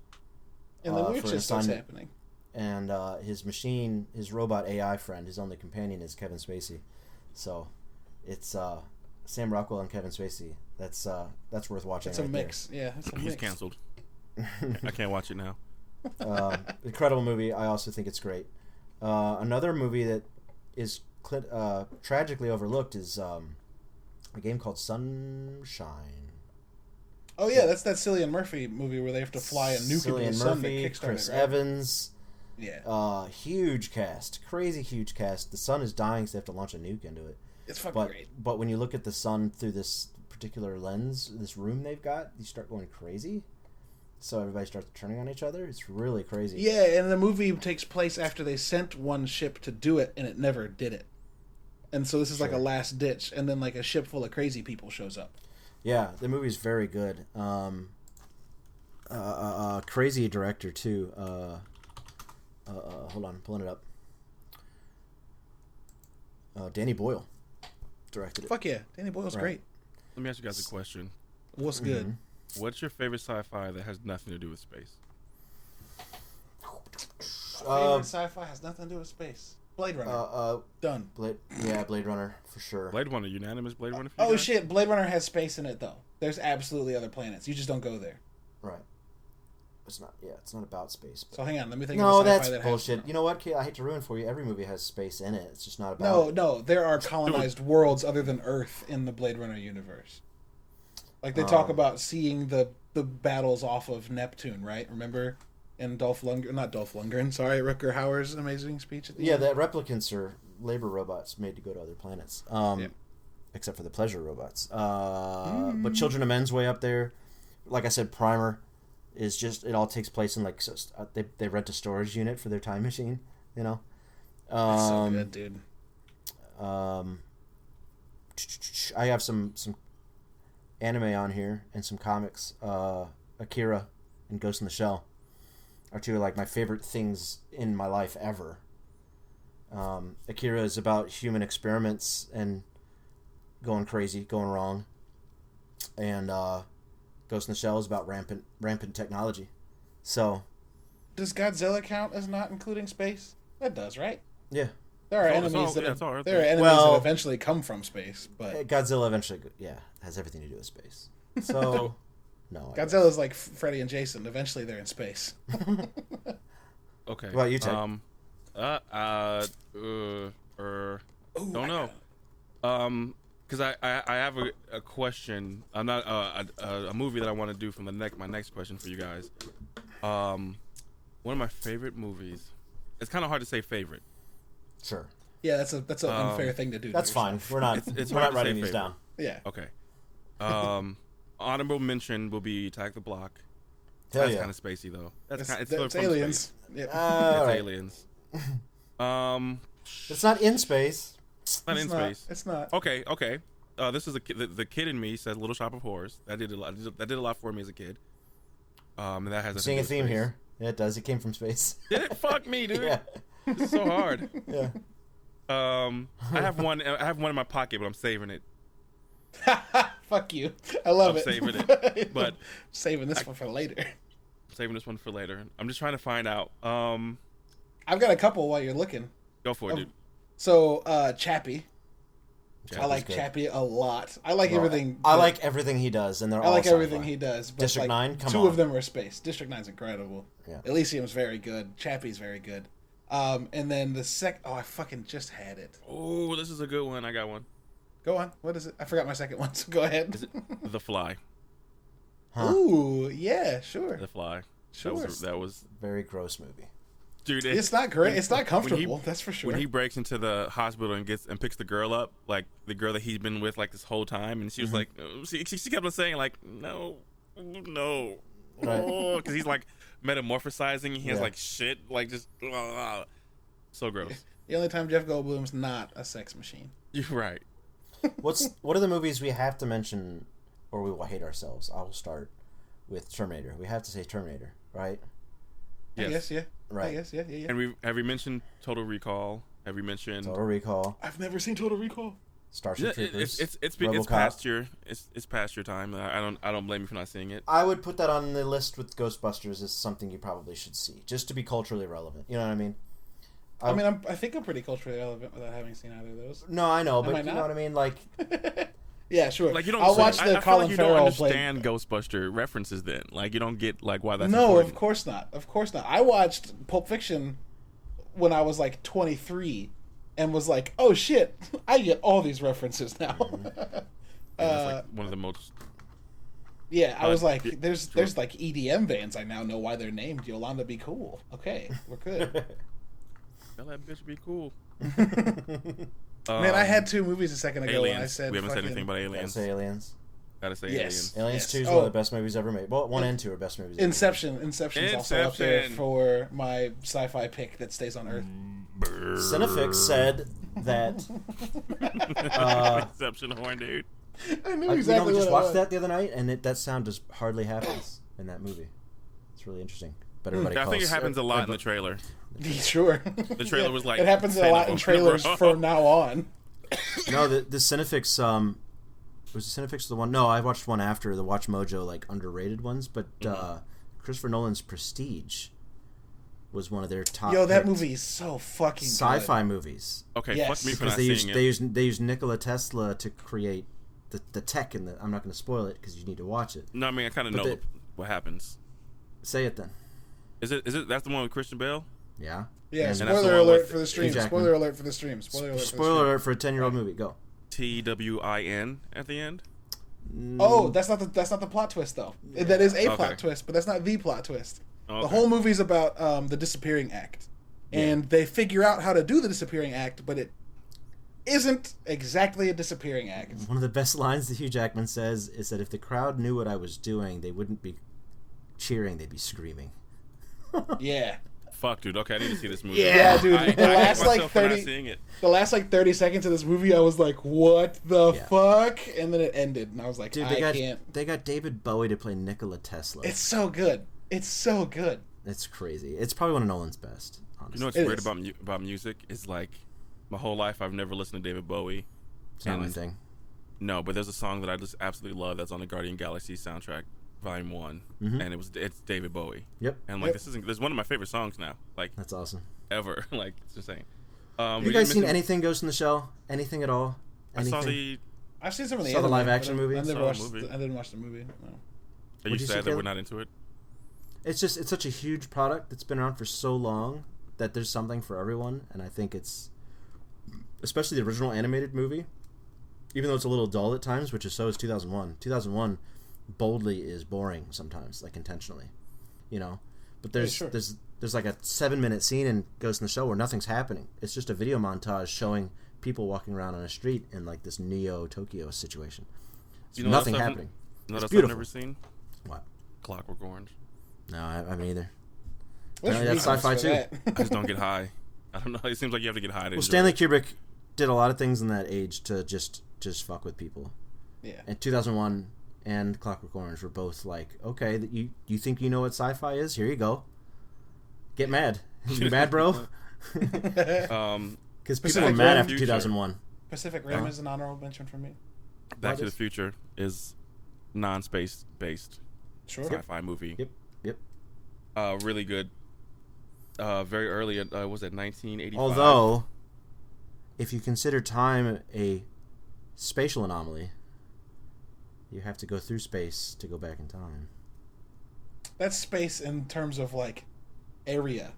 [SPEAKER 2] And then
[SPEAKER 3] Uh,
[SPEAKER 2] we're
[SPEAKER 3] for
[SPEAKER 2] just
[SPEAKER 3] an
[SPEAKER 2] what's
[SPEAKER 3] assignment.
[SPEAKER 2] happening.
[SPEAKER 3] and uh, his machine, his robot AI friend, his only companion is Kevin Spacey. So, it's uh, Sam Rockwell and Kevin Spacey. That's uh, that's worth watching.
[SPEAKER 2] It's a
[SPEAKER 3] right there.
[SPEAKER 2] mix. Yeah, it's a
[SPEAKER 1] he's
[SPEAKER 2] mix. *laughs*
[SPEAKER 1] canceled. I can't watch it now.
[SPEAKER 3] uh, incredible movie. I also think it's great. Uh, another movie that is cl- uh, tragically overlooked is um, a game called Sunshine.
[SPEAKER 2] Oh yeah, that's that Cillian Murphy movie where they have to fly a nuke into the
[SPEAKER 3] Cillian
[SPEAKER 2] sun to
[SPEAKER 3] Murphy,
[SPEAKER 2] kickstart
[SPEAKER 3] Chris
[SPEAKER 2] it. Right?
[SPEAKER 3] Evans.
[SPEAKER 2] yeah,
[SPEAKER 3] Uh, huge cast, crazy huge cast. The sun is dying, so they have to launch a nuke into it.
[SPEAKER 2] it's fucking
[SPEAKER 3] But
[SPEAKER 2] great.
[SPEAKER 3] but when you look at the sun through this particular lens, this room they've got, you start going crazy. So everybody starts turning on each other. It's really crazy.
[SPEAKER 2] Yeah, and the movie takes place after they sent one ship to do it, and it never did it. And so this is like a
[SPEAKER 3] Sure.
[SPEAKER 2] last ditch, and then like a ship full of crazy people shows up.
[SPEAKER 3] Yeah, the movie's very good. Um, uh, uh, uh, crazy director too. Uh, uh, uh, hold on, pulling it up. Uh, Danny Boyle directed it.
[SPEAKER 2] Fuck yeah, Danny Boyle's
[SPEAKER 3] Right. Mm-hmm.
[SPEAKER 2] great.
[SPEAKER 1] Let me ask you guys a question.
[SPEAKER 2] What's good?
[SPEAKER 1] What's your favorite sci-fi that has nothing to do with space?
[SPEAKER 3] Uh,
[SPEAKER 2] sci-fi has nothing to do with space. Blade Runner,
[SPEAKER 3] uh, uh,
[SPEAKER 2] done.
[SPEAKER 3] Blade, yeah, Blade Runner for sure.
[SPEAKER 1] Blade Runner, unanimous Blade Runner. for you
[SPEAKER 2] Oh
[SPEAKER 1] guys?
[SPEAKER 2] shit, Blade Runner has space in it though. There's absolutely other planets. You just don't go there.
[SPEAKER 3] Right. It's not. Yeah, it's not about space. But...
[SPEAKER 2] So hang on, let me think.
[SPEAKER 3] No,
[SPEAKER 2] of a sci-fi
[SPEAKER 3] that's
[SPEAKER 2] that has-
[SPEAKER 3] bullshit. You know what, Kate? I hate to ruin for you. Every movie has space in it. It's just not about.
[SPEAKER 2] No, no, there are colonized worlds other than Earth in the Blade Runner universe. Like they
[SPEAKER 1] Oh.
[SPEAKER 2] talk
[SPEAKER 3] Um,
[SPEAKER 2] about seeing the the battles off of Neptune, right? Remember, in Dolph Lundgren, not Dolph Lundgren, sorry, Rutger Hauer's amazing speech at the
[SPEAKER 3] Yeah,
[SPEAKER 2] end.
[SPEAKER 3] that replicants are labor robots made to go to other planets. Um,
[SPEAKER 2] Yeah.
[SPEAKER 3] except for the pleasure robots. Uh, But Children of Men's way up there. Like I said, Primer is just it all takes place in like so, uh, they they rent a storage unit for their time machine. You know.
[SPEAKER 2] That's so
[SPEAKER 3] Um,
[SPEAKER 2] good, dude.
[SPEAKER 3] um, I have some some anime on here and some comics. Uh, Akira and Ghost in the Shell are two of like my favorite things in my life ever. Um, Akira is about human experiments and going crazy, going wrong, and uh, Ghost in the Shell is about rampant rampant technology. So
[SPEAKER 2] Does Godzilla count as not including space? That does, right?
[SPEAKER 3] yeah,
[SPEAKER 2] There are
[SPEAKER 1] It's all- it's
[SPEAKER 2] enemies
[SPEAKER 1] all-
[SPEAKER 2] that
[SPEAKER 1] yeah, it's all Earth
[SPEAKER 2] there are
[SPEAKER 1] based.
[SPEAKER 2] enemies
[SPEAKER 3] Well-
[SPEAKER 2] that eventually come from space, but
[SPEAKER 3] Godzilla eventually yeah has everything to do with space. So no, I guess.
[SPEAKER 2] Godzilla's like Freddy and Jason. Eventually, they're in space.
[SPEAKER 1] Okay.
[SPEAKER 3] What about you, Ted?
[SPEAKER 1] Um, uh, uh, uh, er, *laughs*
[SPEAKER 2] Ooh, I
[SPEAKER 1] don't know.
[SPEAKER 2] got
[SPEAKER 1] Um, because I, I I have a, a question. I'm not uh, a, a, a movie that I want to do from the neck. My next question for you guys. Um, one of my favorite movies. It's kind of hard to say favorite.
[SPEAKER 3] Sure.
[SPEAKER 2] Yeah, that's a that's an
[SPEAKER 1] Um,
[SPEAKER 2] unfair thing to do. to
[SPEAKER 3] That's
[SPEAKER 2] yourself.
[SPEAKER 3] fine. We're not.
[SPEAKER 1] It's- it's
[SPEAKER 3] we're
[SPEAKER 1] hard
[SPEAKER 3] not
[SPEAKER 1] to say
[SPEAKER 3] writing these
[SPEAKER 1] favorite.
[SPEAKER 3] down.
[SPEAKER 2] Yeah,
[SPEAKER 1] Okay. Um, *laughs* honorable mention will be Attack the Block.
[SPEAKER 3] Hell
[SPEAKER 1] That's
[SPEAKER 3] yeah.
[SPEAKER 1] kind of spacey though. That's
[SPEAKER 2] it's,
[SPEAKER 1] kind. It's,
[SPEAKER 2] that's
[SPEAKER 1] still from space. Ah,
[SPEAKER 2] aliens. Yeah.
[SPEAKER 3] Uh,
[SPEAKER 1] It's
[SPEAKER 3] all right.
[SPEAKER 1] aliens. Um,
[SPEAKER 3] It's not in space.
[SPEAKER 1] not
[SPEAKER 2] it's
[SPEAKER 1] in
[SPEAKER 2] not,
[SPEAKER 1] space.
[SPEAKER 2] It's not.
[SPEAKER 1] Okay, okay. Uh, this is a ki- the, the kid in me says Little Shop of Horrors. That did a lot. That did a lot for me as a kid. Um, and that has
[SPEAKER 3] Seeing a
[SPEAKER 1] to do
[SPEAKER 3] theme
[SPEAKER 1] with *laughs*
[SPEAKER 3] here. Yeah, it does. It came from space. *laughs*
[SPEAKER 1] space. Did it fuck me, dude?
[SPEAKER 3] yeah.
[SPEAKER 1] It's so hard.
[SPEAKER 3] Yeah.
[SPEAKER 1] Um, I have one. I have one in my pocket, but I'm saving it.
[SPEAKER 2] *laughs* Fuck you. I love
[SPEAKER 1] I'm
[SPEAKER 2] it.
[SPEAKER 1] saving
[SPEAKER 2] *laughs*
[SPEAKER 1] it, but-
[SPEAKER 2] saving this one for later.
[SPEAKER 1] I'm saving this one for later. I'm just trying to find out. Um,
[SPEAKER 2] I've got a couple while you're looking.
[SPEAKER 1] go for it,
[SPEAKER 2] Um,
[SPEAKER 1] dude.
[SPEAKER 2] So, uh Chappie. I
[SPEAKER 3] Chappie's
[SPEAKER 2] like
[SPEAKER 3] good.
[SPEAKER 2] Chappie a lot. I like everything.
[SPEAKER 3] I
[SPEAKER 2] that-
[SPEAKER 3] like everything he does, and they're
[SPEAKER 2] I
[SPEAKER 3] all
[SPEAKER 2] like everything
[SPEAKER 3] sci-fi.
[SPEAKER 2] he does. But
[SPEAKER 3] District
[SPEAKER 2] like,
[SPEAKER 3] Nine? Come
[SPEAKER 2] two
[SPEAKER 3] on.
[SPEAKER 2] of them are space. District Nine's incredible.
[SPEAKER 3] Yeah.
[SPEAKER 2] Elysium's very good. Chappie's very good. Um, and then the sec. Oh, I fucking just had it.
[SPEAKER 1] Oh, this is a good one. I got one.
[SPEAKER 2] Go on. What is it? I forgot my second one. *laughs* So go ahead.
[SPEAKER 1] Is it The Fly?
[SPEAKER 3] Huh.
[SPEAKER 2] Ooh, yeah, sure.
[SPEAKER 1] The Fly. That
[SPEAKER 2] Sure.
[SPEAKER 1] was. That was.
[SPEAKER 3] Very gross movie.
[SPEAKER 1] Dude, it-
[SPEAKER 2] It's not great. It's not
[SPEAKER 1] he-
[SPEAKER 2] comfortable. that's for sure.
[SPEAKER 1] when he breaks into the hospital and gets and picks the girl up, like the girl that he's been with like this whole time, and she was
[SPEAKER 2] Mm-hmm.
[SPEAKER 1] like, uh, she, she she kept on saying like, no, no, *laughs*
[SPEAKER 3] Right.
[SPEAKER 1] because he's like metamorphosizing. He has
[SPEAKER 3] Yeah.
[SPEAKER 1] like shit, like just uh, so
[SPEAKER 2] *laughs*
[SPEAKER 1] gross.
[SPEAKER 2] the only time Jeff Goldblum's not a sex machine.
[SPEAKER 1] You're right.
[SPEAKER 3] What's what are the movies we have to mention, or we will hate ourselves? I will start with Terminator. We have to say Terminator, right?
[SPEAKER 2] I
[SPEAKER 1] Yes.
[SPEAKER 2] guess, yeah. I
[SPEAKER 3] Right.
[SPEAKER 2] guess, yeah, yeah, yeah.
[SPEAKER 1] And we have we mentioned Total Recall. Have we mentioned?
[SPEAKER 3] Total Recall,
[SPEAKER 2] I've never seen Total Recall.
[SPEAKER 1] Yeah,
[SPEAKER 3] Starship
[SPEAKER 1] it-
[SPEAKER 3] Troopers.
[SPEAKER 1] it's it's it's, been, it's
[SPEAKER 3] RoboCop.
[SPEAKER 1] past your it's it's past your time. I I don't I don't blame you for not seeing it.
[SPEAKER 3] I would put that on the list with Ghostbusters as something you probably should see, just to be culturally relevant. You know what I mean?
[SPEAKER 2] I mean, I'm, I think I'm pretty culturally relevant without having seen either of those.
[SPEAKER 3] No, I know,
[SPEAKER 2] I
[SPEAKER 3] but you
[SPEAKER 2] not?
[SPEAKER 3] know what I mean. Like,
[SPEAKER 2] Yeah, sure.
[SPEAKER 1] Like you don't.
[SPEAKER 2] I'll watch
[SPEAKER 1] I-
[SPEAKER 2] the
[SPEAKER 1] I feel
[SPEAKER 2] Colin
[SPEAKER 1] like you don't
[SPEAKER 2] Farrell play.
[SPEAKER 1] understand Ghostbuster references. Then, like you don't get like why that's
[SPEAKER 2] No,
[SPEAKER 1] important.
[SPEAKER 2] of course not. Of course not. I watched Pulp Fiction when I was like 23 and was like, oh shit, *laughs* I get all these references now.
[SPEAKER 1] Mm-hmm.
[SPEAKER 2] *laughs*
[SPEAKER 1] That's
[SPEAKER 2] uh,
[SPEAKER 1] like one of the most
[SPEAKER 2] Yeah, I
[SPEAKER 1] Uh,
[SPEAKER 2] was like,
[SPEAKER 1] y-
[SPEAKER 2] there's there's like E EDM bands. I now know why they're named Yolanda Be Cool. Okay,
[SPEAKER 1] *laughs*
[SPEAKER 2] we're good.
[SPEAKER 1] Tell that bitch be cool.
[SPEAKER 2] Man, I
[SPEAKER 1] Um,
[SPEAKER 2] had two movies a second ago.
[SPEAKER 1] aliens.
[SPEAKER 2] and I said
[SPEAKER 1] we haven't said
[SPEAKER 2] fucking-
[SPEAKER 1] anything about aliens.
[SPEAKER 3] Aliens. aliens.
[SPEAKER 1] Gotta say *laughs*
[SPEAKER 2] Yes.
[SPEAKER 3] Aliens
[SPEAKER 2] Yes.
[SPEAKER 3] Two is one of
[SPEAKER 2] Oh.
[SPEAKER 3] the best movies ever made. Well, one and two are best movies. ever made.
[SPEAKER 2] Inception. Inception's also up there
[SPEAKER 1] Inception.
[SPEAKER 2] for my sci-fi pick that stays on Earth.
[SPEAKER 3] Mm.
[SPEAKER 1] aliens.
[SPEAKER 3] Cinefix said
[SPEAKER 2] *laughs*
[SPEAKER 3] that. Uh,
[SPEAKER 1] Inception horn, dude.
[SPEAKER 2] I knew
[SPEAKER 3] I, you know,
[SPEAKER 2] exactly
[SPEAKER 3] Uh, we
[SPEAKER 2] what
[SPEAKER 3] just
[SPEAKER 2] it
[SPEAKER 3] watched
[SPEAKER 2] was. *laughs*
[SPEAKER 3] that the other night, and it, that sound just hardly happens in that movie. It's really interesting.
[SPEAKER 2] Hmm.
[SPEAKER 3] But everybody
[SPEAKER 1] I
[SPEAKER 3] calls.
[SPEAKER 1] think it happens a lot in the trailer.
[SPEAKER 2] Sure. The
[SPEAKER 1] trailer was like
[SPEAKER 2] It happens a
[SPEAKER 1] 10
[SPEAKER 2] lot
[SPEAKER 1] of
[SPEAKER 2] in
[SPEAKER 1] them. *laughs*
[SPEAKER 2] trailers
[SPEAKER 1] Bro.
[SPEAKER 2] from now on.
[SPEAKER 3] No, the the Cinefix um was the Cinefix the one? No, I watched one after the Watch Mojo like underrated ones, but
[SPEAKER 1] Mm-hmm.
[SPEAKER 3] uh Christopher Nolan's Prestige was one of their top
[SPEAKER 2] Yo, that
[SPEAKER 3] picked
[SPEAKER 2] movie is so fucking good.
[SPEAKER 3] Uh, sci-fi movies
[SPEAKER 1] Okay,
[SPEAKER 2] Yes.
[SPEAKER 1] fuck me for
[SPEAKER 3] because
[SPEAKER 1] not
[SPEAKER 3] they use
[SPEAKER 1] seeing
[SPEAKER 3] they
[SPEAKER 1] it.
[SPEAKER 3] use they use Nikola Tesla to create the, the tech and the I'm not going to spoil it because you need to watch it.
[SPEAKER 1] No, I mean I kind of know
[SPEAKER 3] they-
[SPEAKER 1] the- what happens.
[SPEAKER 3] Say it then.
[SPEAKER 1] Is it is it that's the one with Christian Bale?
[SPEAKER 3] Yeah.
[SPEAKER 2] Yeah.
[SPEAKER 3] And
[SPEAKER 1] that's the
[SPEAKER 2] Spoiler
[SPEAKER 1] one
[SPEAKER 2] alert
[SPEAKER 1] with
[SPEAKER 2] for the stream.
[SPEAKER 3] Jackman.
[SPEAKER 2] Spoiler alert for the stream. Spoiler alert. For the
[SPEAKER 3] Spoiler
[SPEAKER 2] stream.
[SPEAKER 3] alert for a ten year old movie. Go.
[SPEAKER 1] T W I N at the end.
[SPEAKER 2] Oh, that's not the that's not the plot twist though. That is a
[SPEAKER 1] Okay.
[SPEAKER 2] plot twist, but that's not the plot twist.
[SPEAKER 1] Okay.
[SPEAKER 2] The whole movie's about um, the disappearing act, and they figure out how to do the disappearing act, but it isn't exactly a disappearing act.
[SPEAKER 3] One of the best *laughs* lines that Hugh Jackman says is that if the crowd knew what I was doing, they wouldn't be cheering; they'd be screaming.
[SPEAKER 2] Yeah.
[SPEAKER 1] Fuck, dude. Okay, I need to see this movie.
[SPEAKER 2] Yeah, dude,
[SPEAKER 1] I, I
[SPEAKER 2] the
[SPEAKER 1] hate
[SPEAKER 2] last, like,
[SPEAKER 1] myself for not
[SPEAKER 2] 30
[SPEAKER 1] seeing it.
[SPEAKER 2] The last like 30 seconds of this movie, I was like, "What the
[SPEAKER 3] Yeah.
[SPEAKER 2] fuck?" And then it ended, and I was like,
[SPEAKER 3] Dude,
[SPEAKER 2] "I
[SPEAKER 3] they got
[SPEAKER 2] can't."
[SPEAKER 3] they got David Bowie to play Nikola Tesla.
[SPEAKER 2] It's
[SPEAKER 3] It's,
[SPEAKER 2] so good. It's so good.
[SPEAKER 3] crazy. It's probably one of Nolan's best. Honestly,
[SPEAKER 1] You know what's
[SPEAKER 2] It
[SPEAKER 1] weird
[SPEAKER 2] is.
[SPEAKER 1] about mu- about music is like my whole life I've never listened to David Bowie.
[SPEAKER 3] it's not my
[SPEAKER 1] and-
[SPEAKER 3] thing.
[SPEAKER 1] No, but there's a song that I just absolutely love that's on the Guardian Galaxy soundtrack, Volume One, and it was it's David Bowie.
[SPEAKER 3] Mm-hmm. Yep,
[SPEAKER 1] And like
[SPEAKER 2] Yep.
[SPEAKER 1] this isn't this is one of my favorite songs now,
[SPEAKER 3] *laughs*
[SPEAKER 1] like
[SPEAKER 3] that's awesome.
[SPEAKER 1] ever. *laughs* like it's insane. Um,
[SPEAKER 3] Have you guys seen anything Ghost in the Shell? Anything at all?
[SPEAKER 1] I
[SPEAKER 3] Anything?
[SPEAKER 1] saw the.
[SPEAKER 2] I've seen some of the
[SPEAKER 3] Saw the
[SPEAKER 2] anime,
[SPEAKER 3] live
[SPEAKER 2] but
[SPEAKER 3] action
[SPEAKER 2] I-
[SPEAKER 3] movie?
[SPEAKER 2] I
[SPEAKER 3] Saw
[SPEAKER 2] never
[SPEAKER 1] the
[SPEAKER 2] watched.
[SPEAKER 1] movie.
[SPEAKER 2] The, I didn't watch the movie. No.
[SPEAKER 1] Are you
[SPEAKER 3] What'd you say,
[SPEAKER 1] sad that we're
[SPEAKER 3] Caleb?
[SPEAKER 1] not into it?
[SPEAKER 3] It's just it's such a huge product that's been around for so long that there's something for everyone, and I think it's especially the original animated movie, even though it's a little dull at times, which is so is 2001. 2001 boldly is boring sometimes, like intentionally, you know. But there's
[SPEAKER 2] sure.
[SPEAKER 3] there's there's like a seven minute scene in Ghost in the Shell where nothing's happening. It's just a video montage showing people walking around on a street in like this Neo Tokyo situation. It's
[SPEAKER 1] You know what else
[SPEAKER 3] nothing
[SPEAKER 1] I've-
[SPEAKER 3] happening.
[SPEAKER 1] No,
[SPEAKER 3] It's
[SPEAKER 1] that's I've
[SPEAKER 3] beautiful.
[SPEAKER 1] never seen.
[SPEAKER 3] What?
[SPEAKER 1] Clockwork Orange.
[SPEAKER 3] No, I, I haven't either.
[SPEAKER 2] There's
[SPEAKER 3] Yeah, that's
[SPEAKER 2] reasons
[SPEAKER 3] sci-fi
[SPEAKER 2] for
[SPEAKER 3] too.
[SPEAKER 1] I just
[SPEAKER 2] *laughs*
[SPEAKER 1] don't get high. I don't know. It seems like you have to get high to.
[SPEAKER 3] Well, Stanley Kubrick did a lot of things in that age to just just fuck with people.
[SPEAKER 2] yeah.
[SPEAKER 3] And 2001 and Clockwork Orange were both like, okay, that you you think you know what sci-fi is? Here you go. Get mad, *laughs* you mad, bro? *laughs*
[SPEAKER 1] Um,
[SPEAKER 3] Because people were
[SPEAKER 2] Pacific
[SPEAKER 3] mad
[SPEAKER 2] Rim.
[SPEAKER 3] after 2001.
[SPEAKER 2] Pacific Rim
[SPEAKER 3] Huh?
[SPEAKER 2] is an honorable mention for me.
[SPEAKER 1] Back to the
[SPEAKER 3] does-
[SPEAKER 1] Future is non-space based
[SPEAKER 2] Sure.
[SPEAKER 1] sci-fi movie.
[SPEAKER 3] Yep, yep.
[SPEAKER 1] Uh, really good. Uh, very early. Uh, was it 1985?
[SPEAKER 3] Although, if you consider time a spatial anomaly, you have to go through space to go back in time.
[SPEAKER 2] That's space in terms of like area,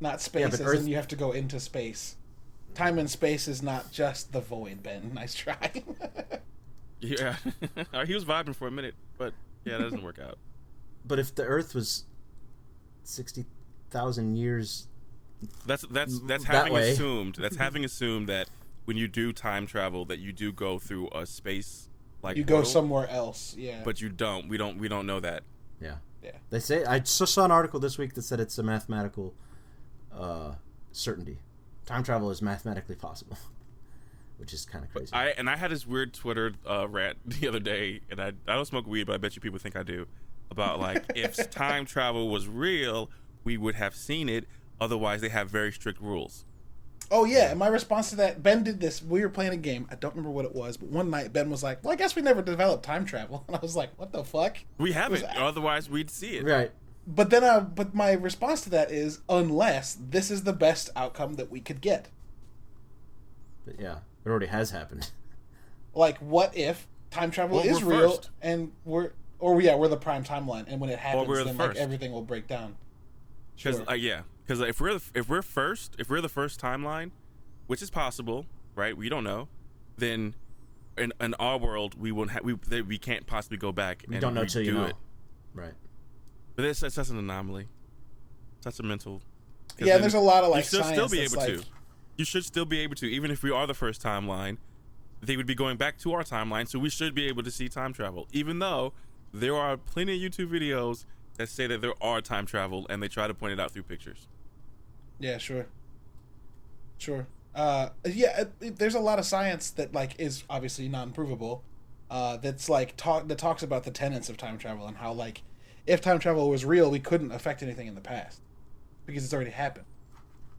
[SPEAKER 2] not space.
[SPEAKER 3] but
[SPEAKER 2] as
[SPEAKER 3] Earth-
[SPEAKER 2] in you have to go into space. Time and space is not just the void, Ben. *laughs* Nice try.
[SPEAKER 1] yeah, *laughs* he was vibing for a minute, but yeah, that doesn't work out.
[SPEAKER 3] But if the Earth was sixty thousand years
[SPEAKER 1] That's that's that's
[SPEAKER 3] That
[SPEAKER 1] having
[SPEAKER 3] way.
[SPEAKER 1] assumed. That's having assumed that when you do time travel, that you do go through a space like
[SPEAKER 2] you go
[SPEAKER 1] portal,
[SPEAKER 2] somewhere else. Yeah.
[SPEAKER 1] but you don't. We don't. We don't know that.
[SPEAKER 3] Yeah.
[SPEAKER 2] Yeah.
[SPEAKER 3] They say I just saw an article this week that said it's a mathematical uh, certainty. Time travel is mathematically possible, *laughs* which is kind of crazy.
[SPEAKER 1] I and I had this weird Twitter uh, rant *laughs* the other day, and I I don't smoke weed, but I bet you people think I do. About
[SPEAKER 3] *laughs*
[SPEAKER 1] like if time travel was real, we would have seen it. Otherwise, they have very strict rules.
[SPEAKER 2] Oh yeah, and my response to that, Ben did this. We were playing a game. I don't remember what it was, but one night Ben was like, "Well, I guess we never developed time travel," *laughs* and I was like, "What the fuck?"
[SPEAKER 1] We haven't. Otherwise, we'd see it.
[SPEAKER 3] right.
[SPEAKER 2] But then, I, but my response to that is, unless this is the best outcome that we could get.
[SPEAKER 3] But yeah, it already has happened. *laughs*
[SPEAKER 2] Like, what if time travel
[SPEAKER 1] Well,
[SPEAKER 2] is
[SPEAKER 1] we're
[SPEAKER 2] real
[SPEAKER 1] first.
[SPEAKER 2] and we're, or yeah, we're the prime timeline, and when it happens,
[SPEAKER 1] we're the
[SPEAKER 2] then like
[SPEAKER 1] first.
[SPEAKER 2] everything will break down.
[SPEAKER 1] Because
[SPEAKER 2] Sure.
[SPEAKER 1] uh, yeah, because if we're if we're first, if we're the first timeline, which is possible, right? We don't know. Then, in, in our world, we won't have we they, we can't possibly go back.
[SPEAKER 3] You don't know till you
[SPEAKER 1] redo
[SPEAKER 3] know.
[SPEAKER 1] It.
[SPEAKER 3] Right.
[SPEAKER 1] But that's that's, that's an anomaly. That's a mental. 'cause
[SPEAKER 2] Yeah,
[SPEAKER 1] then
[SPEAKER 2] there's a lot of
[SPEAKER 1] you
[SPEAKER 2] like
[SPEAKER 1] should
[SPEAKER 2] science
[SPEAKER 1] still be
[SPEAKER 2] that's
[SPEAKER 1] able
[SPEAKER 2] like,
[SPEAKER 1] to. You should still be able to, even if we are the first timeline. They would be going back to our timeline, so we should be able to see time travel. Even though there are plenty of YouTube videos that say that there are time travel, and they try to point it out through pictures.
[SPEAKER 2] Yeah, sure. Sure. Uh, yeah, it, it- there's a lot of science that like is obviously non-provable. Uh, that's like talk that talks about the tenets of time travel and how like if time travel was real, we couldn't affect anything in the past because it's already happened.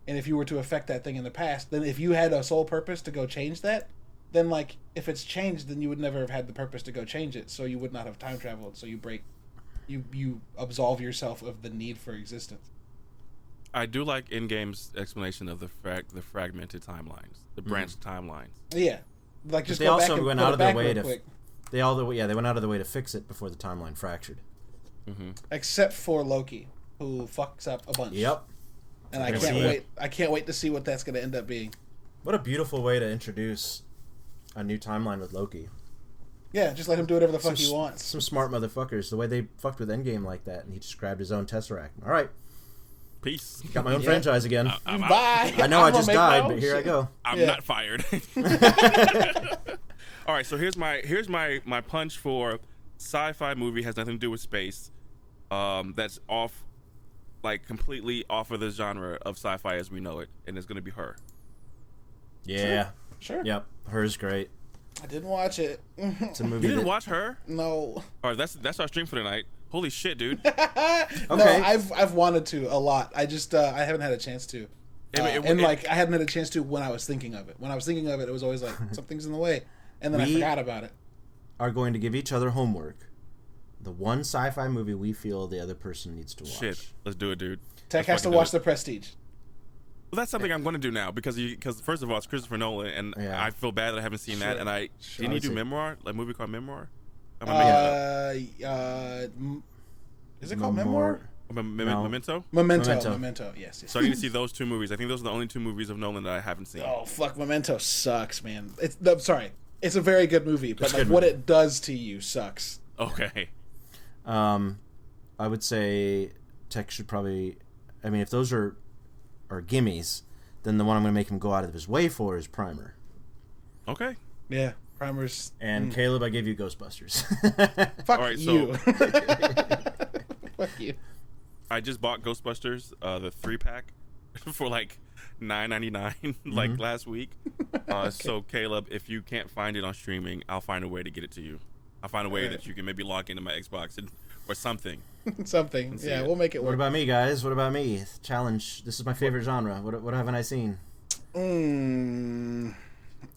[SPEAKER 2] And if you were to affect that thing in the past, then if you had a sole purpose to go change that, then like if it's changed, then you would never have had the purpose to go change it, so you would not have time traveled. So you break, you you absolve yourself of the need for existence.
[SPEAKER 1] I do like in game's explanation of the frag- the fragmented timelines, the
[SPEAKER 2] Mm-hmm.
[SPEAKER 1] branched timelines.
[SPEAKER 2] Yeah, like just
[SPEAKER 3] they
[SPEAKER 2] go
[SPEAKER 3] also
[SPEAKER 2] back and
[SPEAKER 3] went
[SPEAKER 2] put
[SPEAKER 3] out
[SPEAKER 2] it
[SPEAKER 3] of their
[SPEAKER 2] back
[SPEAKER 3] way
[SPEAKER 2] real
[SPEAKER 3] to.
[SPEAKER 2] quick.
[SPEAKER 3] They all the way. Yeah, they went out of the way to fix it before the timeline fractured.
[SPEAKER 2] Except for Loki, who fucks up a bunch.
[SPEAKER 3] Yep.
[SPEAKER 2] and I
[SPEAKER 3] Pretty
[SPEAKER 2] can't
[SPEAKER 3] much.
[SPEAKER 2] wait. I can't wait to see what that's going to end up being.
[SPEAKER 3] What a beautiful way to introduce a new timeline with Loki.
[SPEAKER 2] Yeah, just let him do whatever the fuck
[SPEAKER 3] Some
[SPEAKER 2] he
[SPEAKER 3] s-
[SPEAKER 2] wants.
[SPEAKER 3] Some smart motherfuckers. The way they fucked with Endgame like that, and he just grabbed his own Tesseract. All right,
[SPEAKER 1] Peace.
[SPEAKER 3] Got my own
[SPEAKER 2] Yeah.
[SPEAKER 3] franchise again.
[SPEAKER 1] I'm out.
[SPEAKER 2] Bye.
[SPEAKER 3] I know I
[SPEAKER 2] I'm gonna
[SPEAKER 3] just
[SPEAKER 2] make my
[SPEAKER 3] died,
[SPEAKER 2] own
[SPEAKER 3] but here I
[SPEAKER 2] shit.
[SPEAKER 3] go.
[SPEAKER 1] I'm
[SPEAKER 2] Yeah.
[SPEAKER 1] not fired. *laughs* All right, so here's my here's my my punch for sci-fi movie has nothing to do with space. Um, that's off, like completely off of the genre of sci-fi as we know it, and it's gonna be her.
[SPEAKER 3] Yeah.
[SPEAKER 2] Sure.
[SPEAKER 3] Yep. Hers great.
[SPEAKER 2] I didn't watch it. Mm,
[SPEAKER 3] It's a movie.
[SPEAKER 1] You didn't
[SPEAKER 3] that-
[SPEAKER 1] watch her?
[SPEAKER 2] no. *laughs*
[SPEAKER 1] All right, that's that's our stream for tonight. Holy shit, dude!
[SPEAKER 2] No,
[SPEAKER 3] Okay.
[SPEAKER 2] I've I've wanted to a lot. I just uh, I haven't had a chance to. Uh,
[SPEAKER 1] it-
[SPEAKER 2] and
[SPEAKER 1] it-
[SPEAKER 2] like I hadn't had a chance to when I was thinking of it. When I was thinking of it, it was
[SPEAKER 3] *laughs*
[SPEAKER 2] always like something's in the way, and then I
[SPEAKER 3] We-
[SPEAKER 2] forgot about it.
[SPEAKER 3] Are going to give each other homework. The one sci-fi movie we feel the other person needs to watch.
[SPEAKER 1] Shit, let's do it, dude. Let's
[SPEAKER 2] Tech has to
[SPEAKER 1] fucking do
[SPEAKER 2] watch
[SPEAKER 1] it.
[SPEAKER 2] The Prestige.
[SPEAKER 1] Well, that's something I'm going to do now because because first of all, it's Christopher Nolan, and
[SPEAKER 3] Yeah.
[SPEAKER 1] I feel bad that I haven't seen that.
[SPEAKER 2] Sure.
[SPEAKER 1] And I
[SPEAKER 2] Sure.
[SPEAKER 1] didn't he
[SPEAKER 3] Let's
[SPEAKER 1] do
[SPEAKER 3] see.
[SPEAKER 1] Memoir, like a movie called Memoir? I'm gonna make it up.
[SPEAKER 2] Uh, uh, m- is it called Memoir?
[SPEAKER 1] Mem- Mem-
[SPEAKER 3] no.
[SPEAKER 1] Memento.
[SPEAKER 2] Memento. Memento.
[SPEAKER 3] Memento.
[SPEAKER 2] yes. yes.
[SPEAKER 1] So
[SPEAKER 2] *laughs*
[SPEAKER 1] I need to see those two movies. I think those are the only two movies of Nolan that I haven't seen.
[SPEAKER 2] oh fuck, Memento sucks, man. It's no, sorry. It's a very good movie, but
[SPEAKER 3] It's a
[SPEAKER 2] like
[SPEAKER 3] good
[SPEAKER 2] what
[SPEAKER 3] movie.
[SPEAKER 2] it does to you sucks.
[SPEAKER 1] Okay.
[SPEAKER 3] Um, I would say Tech should probably. I mean, if those are are gimmies, then the one I'm going to make him go out of his way for is Primer.
[SPEAKER 1] Okay.
[SPEAKER 2] Yeah, Primer's
[SPEAKER 3] And Caleb, I gave you Ghostbusters. *laughs*
[SPEAKER 2] fuck
[SPEAKER 1] All right, so-
[SPEAKER 2] you. *laughs* fuck you. *laughs*
[SPEAKER 1] I just bought Ghostbusters, uh, the three pack, *laughs* for like nine ninety nine, *laughs* like last week. Uh, So Caleb, if you can't find it on streaming, I'll find a way to get it to you. I'll find a way
[SPEAKER 2] Alright.
[SPEAKER 1] that you can maybe log into my Xbox and, or something.
[SPEAKER 2] Something.
[SPEAKER 1] see
[SPEAKER 2] Yeah,
[SPEAKER 1] it.
[SPEAKER 2] we'll make it
[SPEAKER 3] what
[SPEAKER 2] work.
[SPEAKER 3] about me, guys? What about me? Challenge. This is my favorite genre. What, what haven't I seen?
[SPEAKER 2] Mm,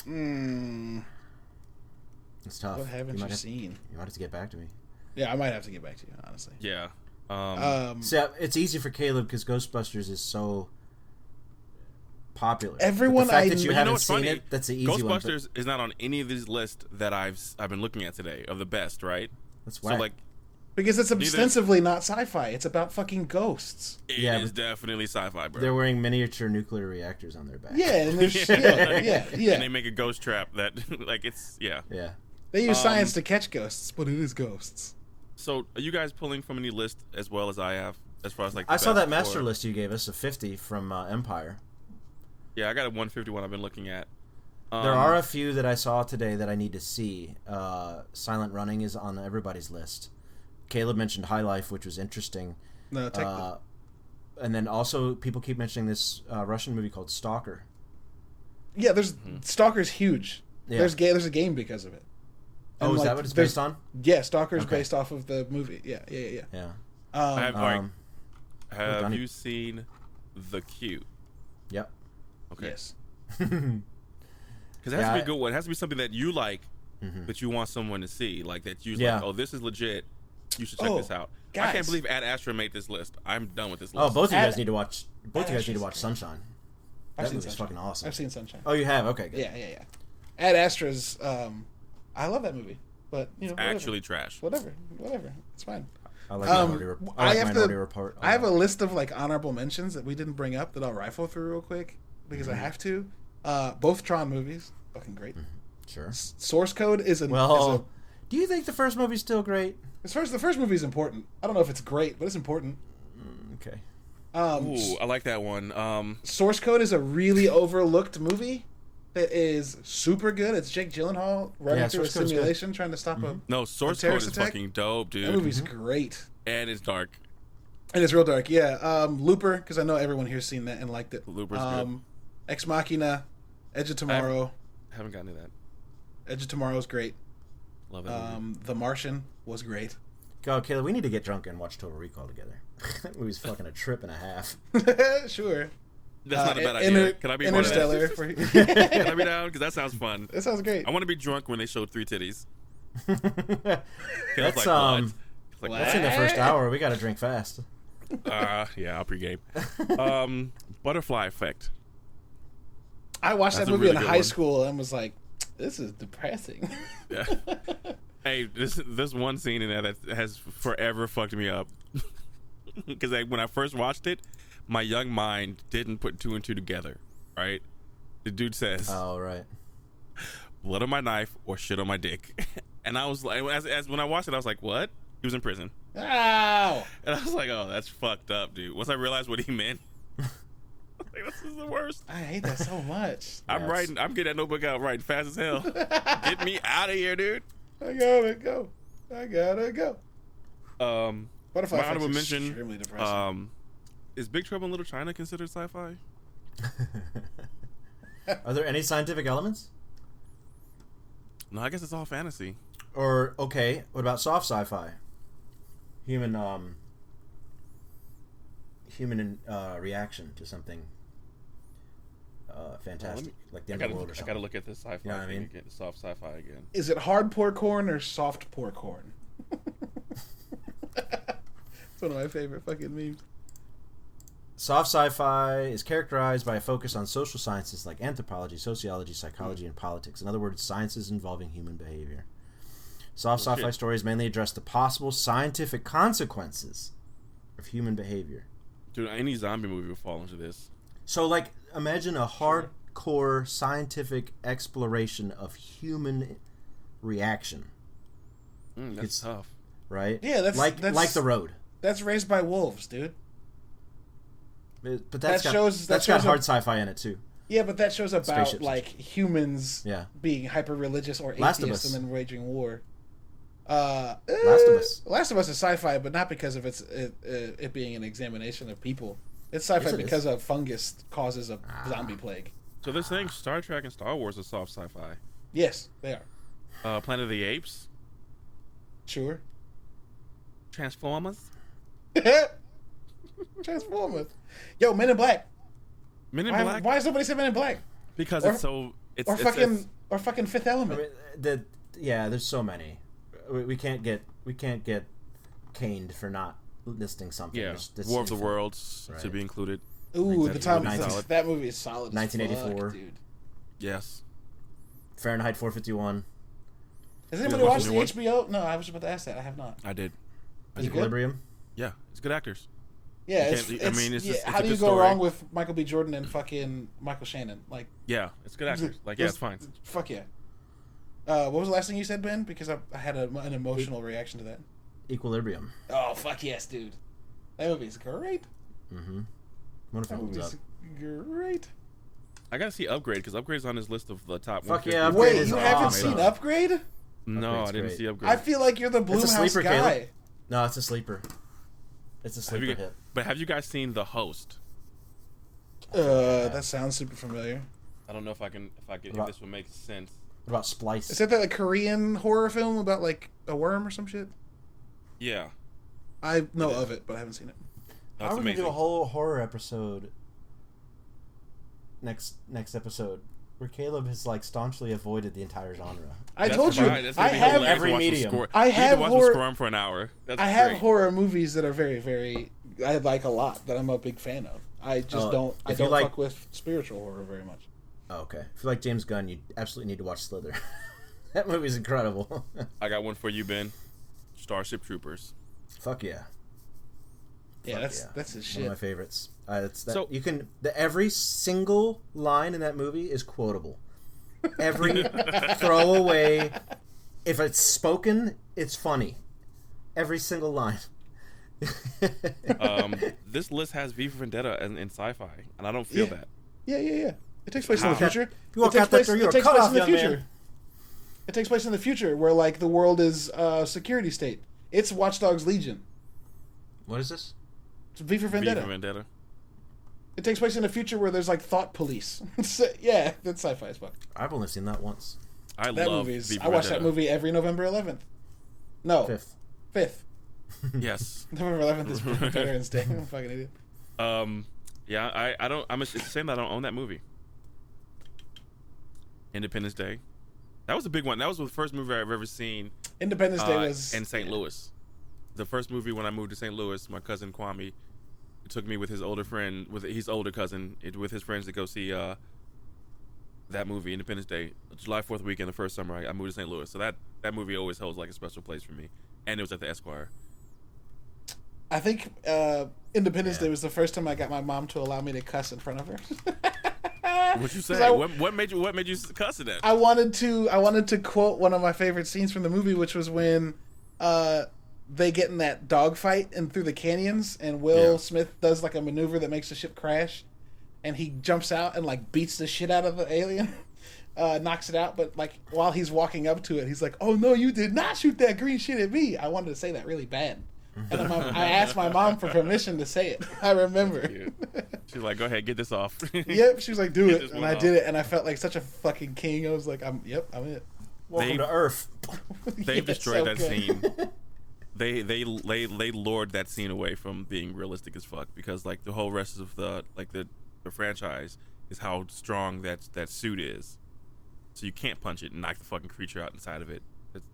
[SPEAKER 2] mm,
[SPEAKER 3] It's tough.
[SPEAKER 2] what haven't you
[SPEAKER 3] might have-
[SPEAKER 2] seen?
[SPEAKER 3] You might have to get back to me.
[SPEAKER 2] Yeah, I might have to get back to you, honestly.
[SPEAKER 1] Yeah. Um,
[SPEAKER 3] Uh,
[SPEAKER 2] Um,
[SPEAKER 3] See, I- it's easy for Caleb because Ghostbusters is so popular. But
[SPEAKER 2] Everyone
[SPEAKER 3] the fact
[SPEAKER 2] I kn-
[SPEAKER 3] that you
[SPEAKER 2] But you know
[SPEAKER 3] haven't
[SPEAKER 1] what's
[SPEAKER 3] seen
[SPEAKER 1] funny?
[SPEAKER 3] it, that's the easy one. but
[SPEAKER 1] Ghostbusters is not on any of these lists that I've s- I've been looking at today of the best, right?
[SPEAKER 3] That's
[SPEAKER 1] So
[SPEAKER 3] whack.
[SPEAKER 1] like,
[SPEAKER 2] because it's ostensively not sci-fi. It's about fucking ghosts.
[SPEAKER 1] it is
[SPEAKER 3] Yeah, but-
[SPEAKER 1] definitely sci-fi, bro.
[SPEAKER 3] They're wearing miniature nuclear reactors on their back.
[SPEAKER 1] *laughs*
[SPEAKER 2] Yeah, and there's yeah, yeah, yeah.
[SPEAKER 1] And they make a ghost trap that, *laughs* like, it's yeah.
[SPEAKER 3] Yeah.
[SPEAKER 2] They use
[SPEAKER 1] Um,
[SPEAKER 2] science to catch ghosts, but it is ghosts.
[SPEAKER 1] So, are you guys pulling from any list as well as I have, as far as like? the
[SPEAKER 3] I saw
[SPEAKER 1] best
[SPEAKER 3] that master
[SPEAKER 1] or-
[SPEAKER 3] list you gave us of 50 from uh, Empire.
[SPEAKER 1] Yeah, I got a 151 I've been looking at. Um,
[SPEAKER 3] There are a few that I saw today that I need to see. Uh, Silent Running is on everybody's list. Caleb mentioned High Life, which was interesting.
[SPEAKER 2] No, tech
[SPEAKER 3] Uh, and then also, people keep mentioning this uh, Russian movie called Stalker.
[SPEAKER 2] yeah. There's
[SPEAKER 1] hmm.
[SPEAKER 2] Stalker's huge.
[SPEAKER 3] Yeah.
[SPEAKER 2] There's ga- there's a game because of it.
[SPEAKER 3] Oh,
[SPEAKER 2] And,
[SPEAKER 3] is
[SPEAKER 2] like,
[SPEAKER 3] that what it's
[SPEAKER 2] there's-
[SPEAKER 3] based on?
[SPEAKER 2] Yeah, Stalker's
[SPEAKER 3] Okay.
[SPEAKER 2] based off of the movie. Yeah, yeah, yeah.
[SPEAKER 3] Yeah.
[SPEAKER 2] yeah. Um,
[SPEAKER 1] I have, all right,
[SPEAKER 3] Um,
[SPEAKER 1] have
[SPEAKER 3] done it.
[SPEAKER 1] you seen the Q?
[SPEAKER 3] Yep.
[SPEAKER 1] Okay,
[SPEAKER 2] Yes.
[SPEAKER 1] because it has
[SPEAKER 3] Yeah,
[SPEAKER 1] to be
[SPEAKER 3] I-
[SPEAKER 1] a good one. It has to be something that you like, but you want someone to see, like that you
[SPEAKER 3] Yeah.
[SPEAKER 1] like. Oh, this is legit. You should check
[SPEAKER 2] Oh,
[SPEAKER 1] this out. I
[SPEAKER 2] guys.
[SPEAKER 1] can't believe Ad Astra made this list. I'm done with this list.
[SPEAKER 3] Oh, both of you
[SPEAKER 2] Ad-
[SPEAKER 3] guys need to watch. Both of you guys need to
[SPEAKER 2] Astro's
[SPEAKER 3] watch Sunshine.
[SPEAKER 2] I've
[SPEAKER 3] That
[SPEAKER 2] seen
[SPEAKER 3] movie's
[SPEAKER 2] Sunshine.
[SPEAKER 3] fucking awesome.
[SPEAKER 2] I've seen Sunshine.
[SPEAKER 3] Oh, you have? Okay, good.
[SPEAKER 2] Yeah, yeah, yeah. Ad Astra's. Um, I love that movie, but you know, whatever.
[SPEAKER 1] Actually, trash.
[SPEAKER 2] whatever, whatever, it's fine.
[SPEAKER 3] I like
[SPEAKER 2] Um,
[SPEAKER 3] Minority, Rep-
[SPEAKER 2] I
[SPEAKER 3] I like
[SPEAKER 2] have to-
[SPEAKER 3] Minority Report.
[SPEAKER 2] I have a list of like honorable mentions that we didn't bring up that I'll rifle through real quick because
[SPEAKER 3] Mm-hmm.
[SPEAKER 2] I have to. Uh, both Tron movies, fucking great.
[SPEAKER 3] Sure.
[SPEAKER 2] S- Source Code is an. is a,
[SPEAKER 3] Well, do you think the first movie's still great?
[SPEAKER 2] as first, the first movie is important. I don't know if it's great, but it's important.
[SPEAKER 3] Okay.
[SPEAKER 2] Um,
[SPEAKER 1] Ooh,
[SPEAKER 2] S-
[SPEAKER 1] I like that one. Um,
[SPEAKER 2] Source Code is a really overlooked movie that is super good. It's Jake Gyllenhaal running
[SPEAKER 3] Yeah,
[SPEAKER 2] through a
[SPEAKER 3] Source Code is good. Mm-hmm.
[SPEAKER 2] simulation trying to stop a.
[SPEAKER 1] no, Source Code
[SPEAKER 2] Terrorist
[SPEAKER 1] is
[SPEAKER 2] Attack?
[SPEAKER 1] fucking dope, dude.
[SPEAKER 2] That movie's
[SPEAKER 1] Mm-hmm.
[SPEAKER 2] great.
[SPEAKER 1] And it's dark.
[SPEAKER 2] And it's real dark, yeah. Um, Looper, because I know everyone here's seen that and liked it.
[SPEAKER 1] Looper's
[SPEAKER 2] um, Ex Machina, Edge of Tomorrow.
[SPEAKER 1] Haven't gotten to that.
[SPEAKER 2] Edge of Tomorrow's great.
[SPEAKER 1] Love that. movie.
[SPEAKER 2] Um, the Martian was great. *laughs*
[SPEAKER 3] God, Caleb, we need to get drunk and watch Total Recall together. *laughs* that movie's fucking a trip and
[SPEAKER 2] *laughs*
[SPEAKER 3] a half. *laughs*
[SPEAKER 2] sure.
[SPEAKER 1] That's
[SPEAKER 2] Uh,
[SPEAKER 1] not a bad idea.
[SPEAKER 2] Inter-
[SPEAKER 1] Can I be one of that?
[SPEAKER 2] Interstellar?
[SPEAKER 1] *laughs*
[SPEAKER 2] For, *laughs*
[SPEAKER 1] Can I
[SPEAKER 2] that
[SPEAKER 1] be down? Because that sounds fun.
[SPEAKER 2] sounds great.
[SPEAKER 1] I want to be drunk when they showed three titties. Caleb's
[SPEAKER 3] that's
[SPEAKER 1] like,
[SPEAKER 3] um,
[SPEAKER 1] what? It's Like,
[SPEAKER 3] that's in the
[SPEAKER 2] *laughs*
[SPEAKER 3] first hour. We gotta drink fast.
[SPEAKER 1] what? Uh, yeah, I'll
[SPEAKER 3] *laughs*
[SPEAKER 1] pregame. Um, butterfly effect.
[SPEAKER 2] I watched
[SPEAKER 1] That's
[SPEAKER 2] that
[SPEAKER 1] a
[SPEAKER 2] movie
[SPEAKER 1] really
[SPEAKER 2] in
[SPEAKER 1] good
[SPEAKER 2] high
[SPEAKER 1] one.
[SPEAKER 2] school and was like, this is depressing.
[SPEAKER 1] *laughs* Yeah. hey, this this one scene in there that has forever fucked me up. *laughs* Because when I first watched it, my young mind didn't put two and two together. Right? The dude says,
[SPEAKER 3] Oh right. *laughs*
[SPEAKER 1] "Blood *laughs* on my knife or shit on my dick," and I was like, as, as when I watched it, I was like, "What?" He was in prison.
[SPEAKER 2] *laughs* Ow!
[SPEAKER 1] *laughs* And I was like, oh, that's fucked up, dude. Once I realized what he meant, *laughs* like, this is the worst.
[SPEAKER 2] I hate that so much. *laughs*
[SPEAKER 1] I'm
[SPEAKER 3] Yes.
[SPEAKER 1] writing. I'm getting that notebook out, writing fast as hell. Get me out of here, dude.
[SPEAKER 2] I gotta go. I gotta go.
[SPEAKER 1] Um,
[SPEAKER 2] Butterfly
[SPEAKER 1] my
[SPEAKER 2] Effect's
[SPEAKER 1] honorable mention.
[SPEAKER 2] extremely depressing.
[SPEAKER 1] Um, is Big Trouble in Little China considered sci-fi?
[SPEAKER 3] Are there any scientific elements?
[SPEAKER 1] No, I guess it's all fantasy.
[SPEAKER 3] Or okay, what about soft sci-fi? Human um human uh, reaction to something uh, fantastic, like
[SPEAKER 1] I
[SPEAKER 3] the end of
[SPEAKER 1] gotta,
[SPEAKER 3] the world or
[SPEAKER 1] I
[SPEAKER 3] something.
[SPEAKER 1] gotta look at this sci-fi.
[SPEAKER 3] You know what I
[SPEAKER 1] thing
[SPEAKER 3] mean?
[SPEAKER 1] again, soft sci-fi again.
[SPEAKER 2] Is it hard pour corn or soft pour corn? *laughs* it's one of my favorite fucking memes.
[SPEAKER 3] Soft sci-fi is characterized by a focus on social sciences like anthropology, sociology,
[SPEAKER 1] Hmm.
[SPEAKER 3] psychology, and politics. In other words, sciences involving human behavior. Soft
[SPEAKER 1] Oh,
[SPEAKER 3] sci-fi
[SPEAKER 1] shit.
[SPEAKER 3] stories mainly address the possible scientific consequences of human behavior.
[SPEAKER 1] Dude, any zombie movie would fall into this.
[SPEAKER 3] So, like, imagine a hardcore scientific exploration of human reaction,
[SPEAKER 1] Mm, that's
[SPEAKER 3] It's-
[SPEAKER 1] tough.
[SPEAKER 3] right?
[SPEAKER 2] Yeah, that's-
[SPEAKER 3] like
[SPEAKER 2] that's-
[SPEAKER 3] like the road,
[SPEAKER 2] That's raised by wolves, dude.
[SPEAKER 3] but but
[SPEAKER 2] That
[SPEAKER 3] that's got,
[SPEAKER 2] shows- that
[SPEAKER 3] that's got
[SPEAKER 2] shows a-
[SPEAKER 3] hard sci-fi in it too.
[SPEAKER 2] Yeah, but that shows about
[SPEAKER 3] Spaceships.
[SPEAKER 2] like humans
[SPEAKER 3] Yeah.
[SPEAKER 2] being hyper religious or
[SPEAKER 3] Last of
[SPEAKER 2] atheists
[SPEAKER 3] Us.
[SPEAKER 2] and then waging war. Uh,
[SPEAKER 3] Last of
[SPEAKER 2] eh,
[SPEAKER 3] Us.
[SPEAKER 2] Last of Us is sci-fi, but not because of its it, it, it being an examination of people. It's sci-fi
[SPEAKER 3] Yes, it is. Ah.
[SPEAKER 2] because of fungus causes a zombie plague.
[SPEAKER 1] So this thing, Star Trek and Star Wars are soft sci-fi.
[SPEAKER 2] Yes, they are.
[SPEAKER 1] Uh, Planet of the Apes,
[SPEAKER 3] *laughs*
[SPEAKER 2] Sure.
[SPEAKER 1] Transformers,
[SPEAKER 2] Transformers. Yo, Men in Black.
[SPEAKER 1] Men in
[SPEAKER 2] Why,
[SPEAKER 1] Black,
[SPEAKER 2] why has nobody said Men in Black?
[SPEAKER 1] because
[SPEAKER 2] or-
[SPEAKER 1] it's so it's,
[SPEAKER 2] Or
[SPEAKER 1] it's-
[SPEAKER 2] fucking
[SPEAKER 1] it's-
[SPEAKER 2] or fucking Fifth
[SPEAKER 3] I
[SPEAKER 2] Element.
[SPEAKER 3] mean, the yeah, there's so many. We, we can't get we can't get caned for not listing something.
[SPEAKER 1] yeah,
[SPEAKER 3] There's- there's
[SPEAKER 1] War of the
[SPEAKER 3] infinite.
[SPEAKER 1] Worlds to
[SPEAKER 3] Right.
[SPEAKER 1] be included.
[SPEAKER 2] Ooh, the
[SPEAKER 1] That's
[SPEAKER 2] time
[SPEAKER 1] really
[SPEAKER 2] that,
[SPEAKER 1] solid.
[SPEAKER 2] that movie is solid. as
[SPEAKER 3] 1984.
[SPEAKER 2] fuck, dude.
[SPEAKER 1] Yes,
[SPEAKER 3] Fahrenheit 451,
[SPEAKER 2] Has anybody
[SPEAKER 1] Yeah,
[SPEAKER 2] watched the
[SPEAKER 1] watch
[SPEAKER 2] HBO? No, I was about to ask that. I have not.
[SPEAKER 1] I did.
[SPEAKER 2] Is it good?
[SPEAKER 3] Equilibrium.
[SPEAKER 1] Yeah, it's good actors.
[SPEAKER 2] Yeah,
[SPEAKER 1] You
[SPEAKER 2] it's,
[SPEAKER 1] can't-
[SPEAKER 2] it's,
[SPEAKER 1] I mean, it's
[SPEAKER 2] yeah,
[SPEAKER 1] just- it's
[SPEAKER 2] how
[SPEAKER 1] a
[SPEAKER 2] do you
[SPEAKER 1] good
[SPEAKER 2] go
[SPEAKER 1] story.
[SPEAKER 2] wrong with Michael B. Jordan and fucking Michael Shannon? Like,
[SPEAKER 1] Yeah, it's good actors. Like yeah,
[SPEAKER 2] there's-
[SPEAKER 1] it's fine.
[SPEAKER 2] Fuck yeah. Uh, what was the last thing you said, Ben? Because I, I had a, an emotional reaction to that.
[SPEAKER 3] Equilibrium.
[SPEAKER 2] Oh fuck yes, dude! That movie's great.
[SPEAKER 3] Mm-hmm. Wonderful.
[SPEAKER 2] That
[SPEAKER 3] Holds up.
[SPEAKER 2] movie's great.
[SPEAKER 1] I gotta see Upgrade because Upgrade's on his list of the top.
[SPEAKER 3] Fuck
[SPEAKER 1] 150
[SPEAKER 3] yeah,
[SPEAKER 1] movies.
[SPEAKER 3] Upgrade
[SPEAKER 2] Wait,
[SPEAKER 3] is
[SPEAKER 2] you haven't
[SPEAKER 3] awesome.
[SPEAKER 2] seen Upgrade?
[SPEAKER 1] No, I
[SPEAKER 3] Upgrade's
[SPEAKER 1] didn't
[SPEAKER 3] great.
[SPEAKER 1] see Upgrade.
[SPEAKER 2] I feel like you're the
[SPEAKER 3] It's a
[SPEAKER 2] Bloomhouse
[SPEAKER 3] sleeper,
[SPEAKER 2] guy.
[SPEAKER 3] Caleb. No, it's a sleeper. It's a
[SPEAKER 1] Have
[SPEAKER 3] sleeper
[SPEAKER 1] you-
[SPEAKER 3] hit.
[SPEAKER 1] but have you guys seen The Host?
[SPEAKER 2] Uh, that sounds super familiar.
[SPEAKER 1] I don't know if I can if I can if
[SPEAKER 3] Right.
[SPEAKER 1] this would make sense.
[SPEAKER 3] What about Splice?
[SPEAKER 2] Is that that like, Korean horror film about like a worm or some shit?
[SPEAKER 1] Yeah,
[SPEAKER 2] I know of it, but I haven't seen it.
[SPEAKER 1] that's
[SPEAKER 3] How are we gonna
[SPEAKER 1] amazing.
[SPEAKER 3] do a whole horror episode next next episode where Caleb has like staunchly avoided the entire genre?
[SPEAKER 2] I
[SPEAKER 1] That's
[SPEAKER 2] told you,
[SPEAKER 1] fine. That's gonna
[SPEAKER 2] I
[SPEAKER 1] be
[SPEAKER 2] have
[SPEAKER 1] hilarious to
[SPEAKER 3] every
[SPEAKER 1] watch them
[SPEAKER 3] medium.
[SPEAKER 1] squirm-
[SPEAKER 2] I
[SPEAKER 1] we need to
[SPEAKER 2] have
[SPEAKER 1] watch
[SPEAKER 2] horror-
[SPEAKER 1] them squirm for an hour. That's
[SPEAKER 2] I have
[SPEAKER 1] great.
[SPEAKER 2] horror movies that are very, very I like a lot that I'm a big fan of. I just
[SPEAKER 3] Oh,
[SPEAKER 2] don't I
[SPEAKER 3] if you
[SPEAKER 2] don't
[SPEAKER 3] like-
[SPEAKER 2] fuck with spiritual horror very much.
[SPEAKER 3] Oh, okay. If you like James Gunn, you absolutely need to watch Slither. *laughs* that movie's incredible. *laughs*
[SPEAKER 1] I got one for you, Ben. Starship
[SPEAKER 2] *laughs*
[SPEAKER 1] Troopers.
[SPEAKER 3] Fuck yeah.
[SPEAKER 2] Yeah, that's
[SPEAKER 3] yeah.
[SPEAKER 2] that's his
[SPEAKER 3] One
[SPEAKER 2] shit.
[SPEAKER 3] of my favorites. Uh, it's that,
[SPEAKER 1] So-
[SPEAKER 3] you can the, every single line in that movie is quotable.
[SPEAKER 1] *laughs*
[SPEAKER 3] Every throwaway, if it's spoken, it's funny. Every single line. *laughs*
[SPEAKER 1] Um, this list has V for Vendetta in, in sci-fi, and I don't feel
[SPEAKER 2] Yeah.
[SPEAKER 1] that.
[SPEAKER 2] Yeah, yeah, yeah. It takes place in the
[SPEAKER 1] How?
[SPEAKER 2] future.
[SPEAKER 3] You walk
[SPEAKER 2] it takes
[SPEAKER 3] out that
[SPEAKER 2] place,
[SPEAKER 3] door, you're
[SPEAKER 2] it
[SPEAKER 3] a
[SPEAKER 2] takes place
[SPEAKER 3] cutoff,
[SPEAKER 2] in the
[SPEAKER 3] young
[SPEAKER 2] future.
[SPEAKER 3] man.
[SPEAKER 2] It takes place in the future where like the world is uh security state. It's Watch Dogs Legion.
[SPEAKER 3] what is this?
[SPEAKER 2] It's V for
[SPEAKER 1] V
[SPEAKER 2] Vendetta.
[SPEAKER 1] for Vendetta.
[SPEAKER 2] It takes place in the future where there's like thought police. *laughs* So, yeah, that's sci-fi as fuck.
[SPEAKER 3] I've only seen that once.
[SPEAKER 1] I
[SPEAKER 2] That
[SPEAKER 1] love
[SPEAKER 2] movie is.
[SPEAKER 1] V for
[SPEAKER 2] I watch that
[SPEAKER 1] Vendetta.
[SPEAKER 2] movie every November 11th. No, fifth. *laughs*
[SPEAKER 3] Fifth.
[SPEAKER 1] Yes.
[SPEAKER 2] November
[SPEAKER 1] *laughs*
[SPEAKER 2] 11th is Veterans Day. *laughs* I'm a fucking idiot.
[SPEAKER 1] Um, yeah, I, I don't. I'm. It's a shame that I don't own that movie. Independence Day. That was a big one. That was the first movie I've ever seen
[SPEAKER 2] Independence Day
[SPEAKER 1] uh,
[SPEAKER 2] was
[SPEAKER 1] in St. Louis. The first movie when I moved to St. Louis, my cousin Kwame took me with his older friend, with his older cousin, it- with his friends to go see uh, that movie, Independence Day, July Fourth weekend, the first summer I, I moved to St. Louis. So that that movie always holds like a special place for me, and it was at the Esquire.
[SPEAKER 2] I think uh, Independence
[SPEAKER 3] Yeah.
[SPEAKER 2] Day was the first time I got my mom to allow me to cuss in front of her. *laughs*
[SPEAKER 1] What you
[SPEAKER 2] 'Cause
[SPEAKER 1] say?
[SPEAKER 2] I,
[SPEAKER 1] what, what made you? What made you cuss at that?
[SPEAKER 2] I wanted to. I wanted to quote one of my favorite scenes from the movie, which was when uh, they get in that dogfight and through the canyons, and Will
[SPEAKER 1] Yeah.
[SPEAKER 2] Smith does like a maneuver that makes the ship crash, and he jumps out and like beats the shit out of the alien, *laughs* uh, knocks it out. But like while he's walking up to it, he's like, "Oh no, you did not shoot that green shit at me." I wanted to say that really bad, and I'm, I asked my mom for permission to say it. *laughs* I remember.
[SPEAKER 1] She's like, go ahead, get this off.
[SPEAKER 2] *laughs*
[SPEAKER 1] *laughs*
[SPEAKER 2] Yep, she was like, "Do
[SPEAKER 1] Get
[SPEAKER 2] it,"
[SPEAKER 1] this
[SPEAKER 2] and
[SPEAKER 1] one
[SPEAKER 2] I
[SPEAKER 1] off.
[SPEAKER 2] did it, and I felt like such a fucking king. I was like, "I'm, yep, I'm it."
[SPEAKER 3] Welcome
[SPEAKER 1] They-
[SPEAKER 3] to Earth.
[SPEAKER 2] *laughs*
[SPEAKER 1] They
[SPEAKER 2] Yes,
[SPEAKER 1] destroyed that
[SPEAKER 2] okay. *laughs*
[SPEAKER 1] scene. They they they they lured that scene away from being realistic as fuck because like the whole rest of the like the the franchise is how strong that that suit is. So you can't punch it and knock the fucking creature out inside of it. It's,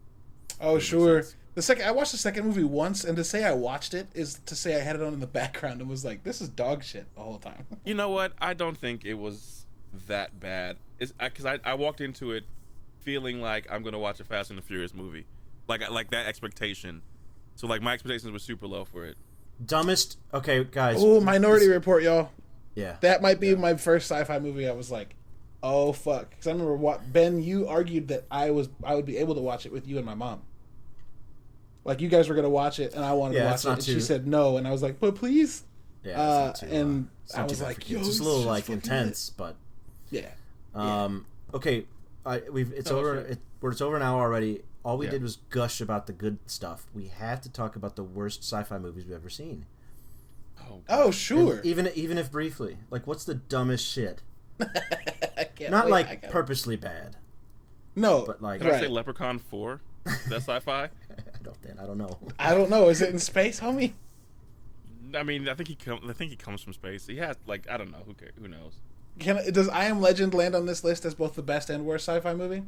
[SPEAKER 2] Oh
[SPEAKER 1] makes
[SPEAKER 2] sure.
[SPEAKER 1] sense.
[SPEAKER 2] The second I watched the second movie once, and to say I watched it is to say I had it on in the *laughs* background and was like, "This is dog shit" the whole time.
[SPEAKER 1] you know what? I don't think it was that bad. It's because I, I walked into it feeling like I'm gonna watch a Fast and the Furious movie, like like that expectation. So like my expectations were super low for it.
[SPEAKER 3] Dumbest. Okay, guys.
[SPEAKER 2] Oh, Minority Report, y'all.
[SPEAKER 3] Yeah.
[SPEAKER 2] That might be my first sci-fi movie. I was like, "Oh fuck," because I remember what Ben you argued that I was I would be able to watch it with you and my mom. Like you guys were gonna watch it, and I wanted
[SPEAKER 3] Yeah,
[SPEAKER 2] to watch
[SPEAKER 3] it's
[SPEAKER 2] it,
[SPEAKER 3] not
[SPEAKER 2] and
[SPEAKER 3] too-
[SPEAKER 2] she said no, and I was like, "But please."
[SPEAKER 3] yeah it's
[SPEAKER 2] uh,
[SPEAKER 3] not too,
[SPEAKER 2] and
[SPEAKER 3] it's
[SPEAKER 2] I
[SPEAKER 3] not too
[SPEAKER 2] was
[SPEAKER 3] bad
[SPEAKER 2] like,
[SPEAKER 3] for kids.
[SPEAKER 2] "Yo,
[SPEAKER 3] it's just a
[SPEAKER 2] this
[SPEAKER 3] little
[SPEAKER 2] is
[SPEAKER 3] like
[SPEAKER 2] fucking lit."
[SPEAKER 3] intense, but
[SPEAKER 2] Yeah.
[SPEAKER 3] Um, okay, I, we've it's
[SPEAKER 4] Oh,
[SPEAKER 3] over.
[SPEAKER 4] shit.
[SPEAKER 3] It, we're it's over an hour already. All we
[SPEAKER 1] Yeah.
[SPEAKER 3] did was gush about the good stuff. We have to talk about the worst sci-fi movies we've ever seen.
[SPEAKER 4] Oh,
[SPEAKER 2] Oh sure.
[SPEAKER 3] And even even if briefly, like what's the dumbest shit?
[SPEAKER 2] *laughs* I can't
[SPEAKER 3] Not
[SPEAKER 2] wait, I
[SPEAKER 3] like
[SPEAKER 2] gotta-
[SPEAKER 3] purposely bad, *laughs*
[SPEAKER 2] no,
[SPEAKER 3] but like
[SPEAKER 1] Did I say
[SPEAKER 2] Right.
[SPEAKER 1] Leprechaun Four? Is that sci-fi?
[SPEAKER 3] I don't. Dan, I don't know.
[SPEAKER 2] I don't know. Is it in space, homie?
[SPEAKER 1] I mean, I think he com- I think he comes from space. He has like I don't know who cares, who knows.
[SPEAKER 2] Can does I Am Legend land on this list as both the best and worst sci-fi movie?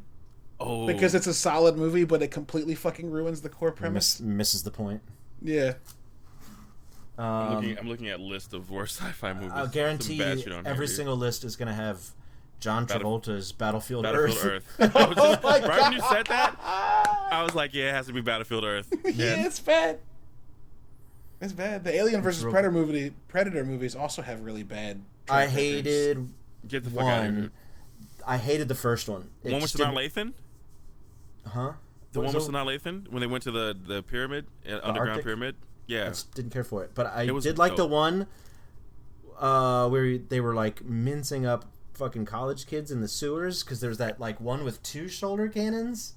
[SPEAKER 1] Oh,
[SPEAKER 2] Because it's a solid movie, but it completely fucking ruins the core
[SPEAKER 3] Miss,
[SPEAKER 2] premise.
[SPEAKER 3] misses the point.
[SPEAKER 2] Yeah,
[SPEAKER 1] I'm
[SPEAKER 3] Um,
[SPEAKER 1] looking, I'm looking at list of worst *laughs* sci-fi movies.
[SPEAKER 3] I'll
[SPEAKER 1] Some
[SPEAKER 3] guarantee
[SPEAKER 1] bad shit on here,
[SPEAKER 3] every
[SPEAKER 1] dude.
[SPEAKER 3] single list is gonna have John
[SPEAKER 1] Battle-
[SPEAKER 3] Travolta's Battlefield,
[SPEAKER 1] Battlefield Earth. *laughs*
[SPEAKER 3] Earth.
[SPEAKER 1] I was just-
[SPEAKER 2] my
[SPEAKER 1] right when you said that,
[SPEAKER 3] Ah,
[SPEAKER 1] I was like, yeah, it has to be Battlefield Earth.
[SPEAKER 2] yeah, it's bad. It's bad. The Alien versus
[SPEAKER 3] real-
[SPEAKER 2] Predator movie, Predator movies also have really bad.
[SPEAKER 3] *laughs* I
[SPEAKER 2] track records.
[SPEAKER 3] hated
[SPEAKER 1] Get the fuck out of here.
[SPEAKER 3] one.
[SPEAKER 1] dude.
[SPEAKER 3] I hated the first one. It
[SPEAKER 1] One with
[SPEAKER 3] just
[SPEAKER 1] Sanaa Lathan.
[SPEAKER 3] didn't- Huh?
[SPEAKER 1] The
[SPEAKER 3] What
[SPEAKER 1] one with
[SPEAKER 3] was
[SPEAKER 1] Sanaa Lathan when they went to the the pyramid, uh, underground
[SPEAKER 3] Arctic?
[SPEAKER 1] pyramid.
[SPEAKER 3] I
[SPEAKER 1] Yeah,
[SPEAKER 3] just didn't care for it. But I
[SPEAKER 1] was
[SPEAKER 3] did like the
[SPEAKER 1] dope.
[SPEAKER 3] one uh, where they were like mincing up fucking college kids in the sewers because there's that like one with two shoulder cannons,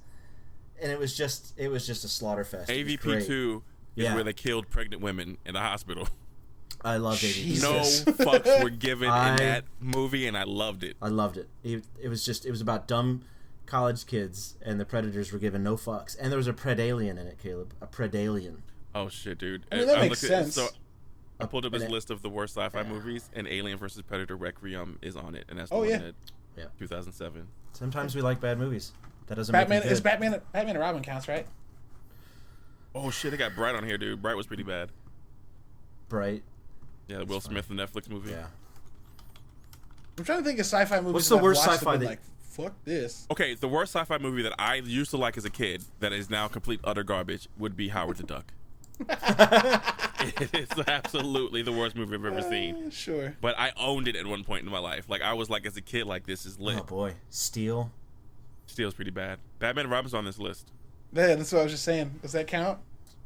[SPEAKER 3] and it was just it was just a slaughter fest. It was
[SPEAKER 1] AVP
[SPEAKER 3] great.
[SPEAKER 1] two is
[SPEAKER 3] Yeah.
[SPEAKER 1] where they killed pregnant women in a hospital. *laughs*
[SPEAKER 3] I loved AVP.
[SPEAKER 2] Jesus.
[SPEAKER 1] No fucks were given
[SPEAKER 3] I-
[SPEAKER 1] in that movie, and I loved it.
[SPEAKER 3] I loved it. it. It was just it was about dumb college kids, and the predators were given no fucks. And there was a predalien in it, Caleb. A predalien.
[SPEAKER 1] Oh shit, dude.
[SPEAKER 2] I mean, that makes
[SPEAKER 1] looked at-
[SPEAKER 2] sense.
[SPEAKER 1] so I pulled up his
[SPEAKER 3] And it-
[SPEAKER 1] list of the worst sci-fi movies, and Alien versus Predator Requiem is on it, and that's the
[SPEAKER 2] Oh,
[SPEAKER 1] one
[SPEAKER 2] yeah.
[SPEAKER 1] that
[SPEAKER 3] Yeah.
[SPEAKER 1] 2007.
[SPEAKER 3] Sometimes we like bad movies. That doesn't
[SPEAKER 2] Batman
[SPEAKER 3] make them
[SPEAKER 2] is
[SPEAKER 3] good.
[SPEAKER 2] Batman. Batman and Robin counts, right?
[SPEAKER 1] Oh shit, they got Bright on here, dude. Bright was pretty bad.
[SPEAKER 3] bright.
[SPEAKER 1] Yeah, the Will Smith the Netflix movie.
[SPEAKER 3] Yeah.
[SPEAKER 2] I'm trying to think of sci-fi movies.
[SPEAKER 3] What's the
[SPEAKER 2] that I've
[SPEAKER 3] worst
[SPEAKER 2] watched and
[SPEAKER 3] sci-fi
[SPEAKER 2] been
[SPEAKER 3] that-
[SPEAKER 2] Like, fuck this.
[SPEAKER 1] Okay, the worst sci-fi movie that I used to like as a kid that is now complete utter garbage would be Howard the Duck. it is absolutely the worst movie I've ever seen.
[SPEAKER 2] Uh, sure.
[SPEAKER 1] But I owned it at one point in my life. Like I was like as a kid, like this is lit.
[SPEAKER 3] Oh boy, Steel.
[SPEAKER 1] Steel's pretty bad. Batman and Robin's on this list.
[SPEAKER 2] Yeah, that's what I was just saying. Does that count?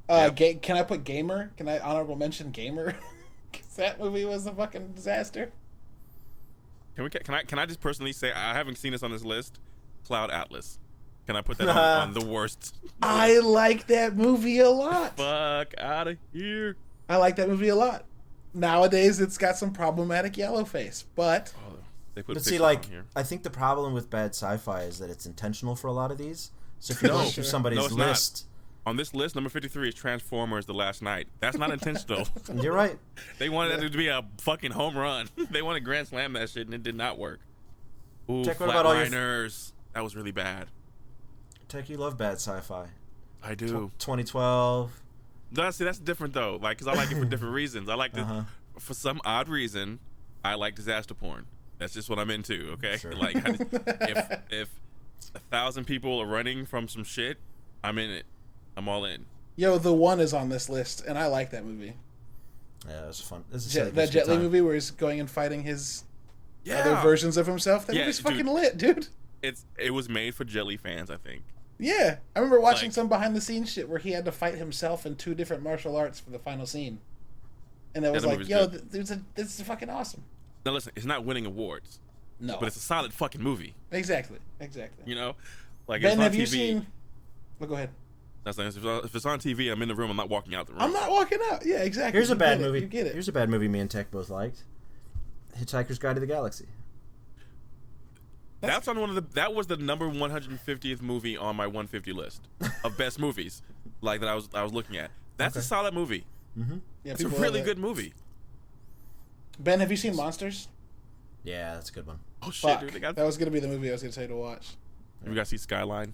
[SPEAKER 2] Uh, ga- can I put Gamer? Can I honorable mention Gamer? *laughs* 'Cause that movie was a fucking disaster.
[SPEAKER 1] Can we? Can I? Can I just personally say I haven't seen this on this list? Cloud Atlas. Can I put that on, on
[SPEAKER 3] *laughs*
[SPEAKER 1] the worst?
[SPEAKER 2] I like that movie a lot.
[SPEAKER 1] Fuck out of here!
[SPEAKER 2] I like that movie a lot. Nowadays, it's got some problematic yellow face, but
[SPEAKER 1] Oh, they put
[SPEAKER 3] But
[SPEAKER 1] Pixar
[SPEAKER 3] see,
[SPEAKER 1] on
[SPEAKER 3] like,
[SPEAKER 1] here.
[SPEAKER 3] I think the problem with bad sci-fi is that it's intentional for a lot of these. So if you
[SPEAKER 2] No.
[SPEAKER 3] go through
[SPEAKER 2] Sure.
[SPEAKER 1] *laughs*
[SPEAKER 3] somebody's
[SPEAKER 1] No, it's not.
[SPEAKER 3] list,
[SPEAKER 1] on this list, number fifty-three is Transformers: The Last Night. That's not
[SPEAKER 3] *laughs*
[SPEAKER 1] intentional.
[SPEAKER 3] you're right.
[SPEAKER 1] they wanted that to be a fucking home run. *laughs* they wanted grand slam that shit, and it did not work. Ooh,
[SPEAKER 3] Check, what about all your-
[SPEAKER 1] Flatliners. That was really bad.
[SPEAKER 3] Tech, you love bad sci-fi.
[SPEAKER 1] I do.
[SPEAKER 3] 2012.
[SPEAKER 1] No, see, that's different though. Like, cause I like it
[SPEAKER 3] *laughs*
[SPEAKER 1] for different reasons. I like to,
[SPEAKER 3] Uh-huh.
[SPEAKER 1] for some odd reason, I like disaster porn. That's just what I'm into. Okay,
[SPEAKER 3] Sure.
[SPEAKER 1] like I just- if
[SPEAKER 3] *laughs*
[SPEAKER 1] if a thousand people are running from some shit, I'm in it. I'm all in.
[SPEAKER 2] yo, the one is on this list, and I like that movie.
[SPEAKER 3] Yeah, it was fun. This is
[SPEAKER 2] Jet, that Jet Li movie where he's going and fighting his
[SPEAKER 1] Yeah,
[SPEAKER 2] other versions of himself. That
[SPEAKER 1] Yeah,
[SPEAKER 2] movie's
[SPEAKER 1] dude.
[SPEAKER 2] fucking lit, dude.
[SPEAKER 1] it's it was made for jelly fans. I think
[SPEAKER 2] Yeah, I remember watching
[SPEAKER 5] Like-
[SPEAKER 2] some behind the scenes shit where he had to fight himself in two different martial arts for the final scene, and I was
[SPEAKER 1] the
[SPEAKER 2] like,
[SPEAKER 1] movie's
[SPEAKER 2] "Yo,
[SPEAKER 1] good.
[SPEAKER 2] th- there's a, this is fucking awesome."
[SPEAKER 1] Now listen, it's not winning awards,
[SPEAKER 2] No,
[SPEAKER 1] but it's a solid fucking movie.
[SPEAKER 2] exactly, exactly.
[SPEAKER 1] *laughs* You know, like
[SPEAKER 2] ben,
[SPEAKER 1] it's on
[SPEAKER 2] have
[SPEAKER 1] TV.
[SPEAKER 2] you seen? Well, go ahead.
[SPEAKER 1] That's like, if it's- if it's on TV, I'm in the room. I'm not walking out the room.
[SPEAKER 2] I'm not walking out. Yeah, exactly.
[SPEAKER 3] Here's a
[SPEAKER 2] You
[SPEAKER 3] bad
[SPEAKER 2] get it,
[SPEAKER 3] movie.
[SPEAKER 2] You get it.
[SPEAKER 3] Here's a bad movie me and Tech both liked. Hitchhiker's Guide to the Galaxy.
[SPEAKER 1] That's on one of the. That was the number 150th movie on my 150 list of best
[SPEAKER 2] *laughs*
[SPEAKER 1] movies, like that I was I was looking at. That's a solid movie.
[SPEAKER 2] yeah,
[SPEAKER 1] It's a
[SPEAKER 2] people love
[SPEAKER 1] really
[SPEAKER 2] it.
[SPEAKER 1] good movie.
[SPEAKER 2] Ben, have you seen Monsters?
[SPEAKER 3] Yeah, that's a good one.
[SPEAKER 1] Oh shit,
[SPEAKER 2] Fuck,
[SPEAKER 1] dude! They got,
[SPEAKER 2] that was gonna be the movie I was gonna tell you to watch.
[SPEAKER 1] you guys see Skyline?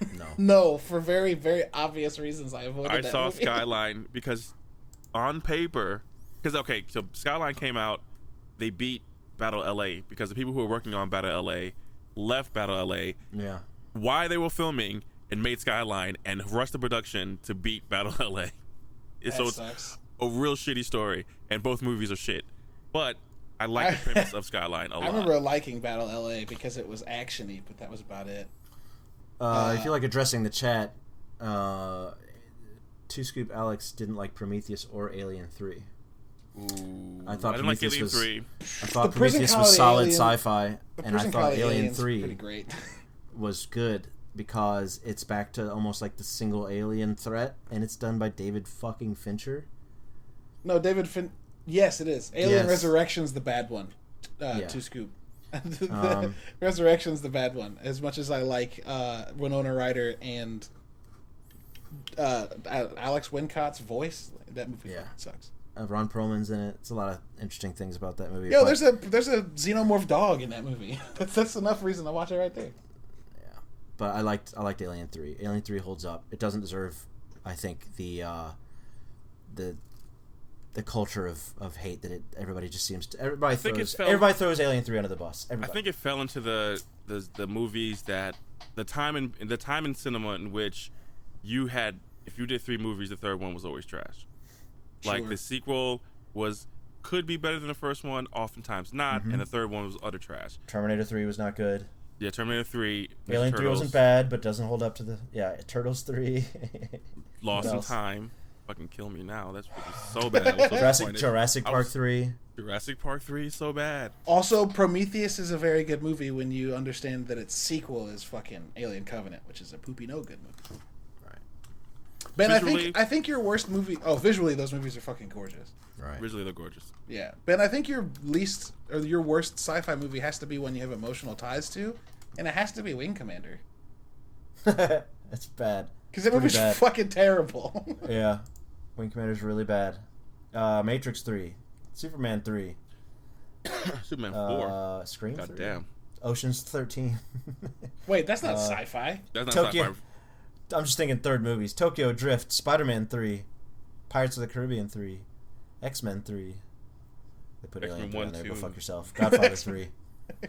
[SPEAKER 2] *laughs*
[SPEAKER 3] No.
[SPEAKER 2] No, for very, very obvious reasons, I avoided
[SPEAKER 1] I
[SPEAKER 2] that
[SPEAKER 1] saw
[SPEAKER 2] movie.
[SPEAKER 1] Skyline because on paper, because okay, so Skyline came out, they beat Battle LA because the people who were working on Battle LA left Battle LA
[SPEAKER 3] yeah.
[SPEAKER 1] why they were filming and made Skyline and rushed the production to beat Battle LA. It's-
[SPEAKER 2] *laughs* That
[SPEAKER 1] so it's
[SPEAKER 2] sucks.
[SPEAKER 1] a real shitty story, and both movies are shit. But I like the premise of Skyline a
[SPEAKER 2] *laughs* I
[SPEAKER 1] lot.
[SPEAKER 2] remember liking Battle LA because it was actiony, but that was about it.
[SPEAKER 3] Uh, if you like addressing the chat, uh, Two Scoop Alex didn't like Prometheus or Alien Three.
[SPEAKER 4] Ooh.
[SPEAKER 3] I
[SPEAKER 1] I
[SPEAKER 3] thought
[SPEAKER 1] didn't like
[SPEAKER 3] Prometheus
[SPEAKER 1] Alien
[SPEAKER 3] was.
[SPEAKER 1] Three.
[SPEAKER 3] I thought
[SPEAKER 2] The prison
[SPEAKER 3] Prometheus
[SPEAKER 2] colony
[SPEAKER 3] was solid
[SPEAKER 2] Alien-
[SPEAKER 3] sci-fi, and I
[SPEAKER 2] Prison
[SPEAKER 3] thought
[SPEAKER 2] Colony
[SPEAKER 3] Alien
[SPEAKER 2] Alien's pretty
[SPEAKER 3] Three
[SPEAKER 2] great. *laughs*
[SPEAKER 3] was good because it's back to almost like the single alien threat, and it's done by David fucking Fincher.
[SPEAKER 2] no, David Fin. Yes, it is. Alien
[SPEAKER 3] Yes.
[SPEAKER 2] Resurrection's the bad one. Uh,
[SPEAKER 3] Yeah.
[SPEAKER 2] Two scoop. *laughs*
[SPEAKER 3] Um,
[SPEAKER 2] Resurrection's the bad one. As much as I like uh, Winona Ryder and uh, A- Alex Wincott's voice, that movie
[SPEAKER 3] Yeah.
[SPEAKER 2] fucking sucks.
[SPEAKER 3] Uh, Ron Perlman's in it. It's a lot of interesting things about that movie.
[SPEAKER 2] Yo,
[SPEAKER 3] but-
[SPEAKER 2] there's a there's a xenomorph dog in that movie. *laughs* that's, that's enough reason to watch it right there.
[SPEAKER 3] Yeah. But I liked I liked Alien Three. Alien Three holds up. It doesn't deserve, I think, the uh, the the culture of, of hate that it everybody just seems to everybody
[SPEAKER 1] think
[SPEAKER 3] throws
[SPEAKER 1] it felt-
[SPEAKER 3] everybody throws Alien Three under the bus.
[SPEAKER 1] I
[SPEAKER 3] Everybody.
[SPEAKER 1] think it fell into the the, the movies that the time in the time in cinema in which you had if you did three movies, the third one was always trash. Like
[SPEAKER 2] Sure.
[SPEAKER 1] the sequel was could be better than the first one, oftentimes not,
[SPEAKER 3] Mm-hmm.
[SPEAKER 1] and the third one was utter trash.
[SPEAKER 3] Terminator Three was not good.
[SPEAKER 1] Yeah, Terminator Three, Ninja
[SPEAKER 3] Alien Three
[SPEAKER 1] Turtles,
[SPEAKER 3] wasn't bad, but doesn't hold up to the yeah Turtles Three. *laughs*
[SPEAKER 1] Lost
[SPEAKER 3] What
[SPEAKER 1] in
[SPEAKER 3] else?
[SPEAKER 1] Time. Fucking kill me now. That's freaking so bad. I was so
[SPEAKER 3] Jurassic
[SPEAKER 1] disappointed.
[SPEAKER 3] Jurassic
[SPEAKER 1] I
[SPEAKER 3] Park
[SPEAKER 1] was-
[SPEAKER 3] Three.
[SPEAKER 1] Jurassic Park Three is so bad.
[SPEAKER 2] Also, Prometheus is a very good movie when you understand that its sequel is fucking Alien Covenant, which is a poopy no good movie.
[SPEAKER 3] Right.
[SPEAKER 2] Ben, I
[SPEAKER 1] Visually-
[SPEAKER 2] think I think your worst movie. Oh, visually, those movies are fucking gorgeous.
[SPEAKER 3] Right.
[SPEAKER 1] Originally, they're gorgeous. *coughs*
[SPEAKER 2] Yeah, Ben, I think your least or your worst sci-fi movie has to be one you have emotional ties to, and it has to be Wing Commander
[SPEAKER 3] *laughs* That's bad.
[SPEAKER 2] because that
[SPEAKER 3] Pretty
[SPEAKER 2] movie's
[SPEAKER 3] bad.
[SPEAKER 2] fucking terrible. *laughs*
[SPEAKER 3] Yeah. Wing Commander's really bad. Uh, Matrix 3. Superman 3.
[SPEAKER 1] Superman Four.
[SPEAKER 3] Uh, Scream
[SPEAKER 1] God
[SPEAKER 3] 3.
[SPEAKER 1] damn.
[SPEAKER 3] Ocean's 13.
[SPEAKER 2] Wait, that's
[SPEAKER 3] Uh,
[SPEAKER 2] not sci-fi.
[SPEAKER 1] That's not
[SPEAKER 3] Tokyo-
[SPEAKER 1] sci-fi.
[SPEAKER 3] *laughs* I'm just thinking third movies. Tokyo Drift, Spider-Man 3, Pirates of the Caribbean 3, X-Men 3. They put
[SPEAKER 1] X-Men
[SPEAKER 3] Alien 3
[SPEAKER 1] 1,
[SPEAKER 3] on there. Go
[SPEAKER 1] 2.
[SPEAKER 3] fuck
[SPEAKER 1] *laughs*
[SPEAKER 3] yourself. Godfather 3.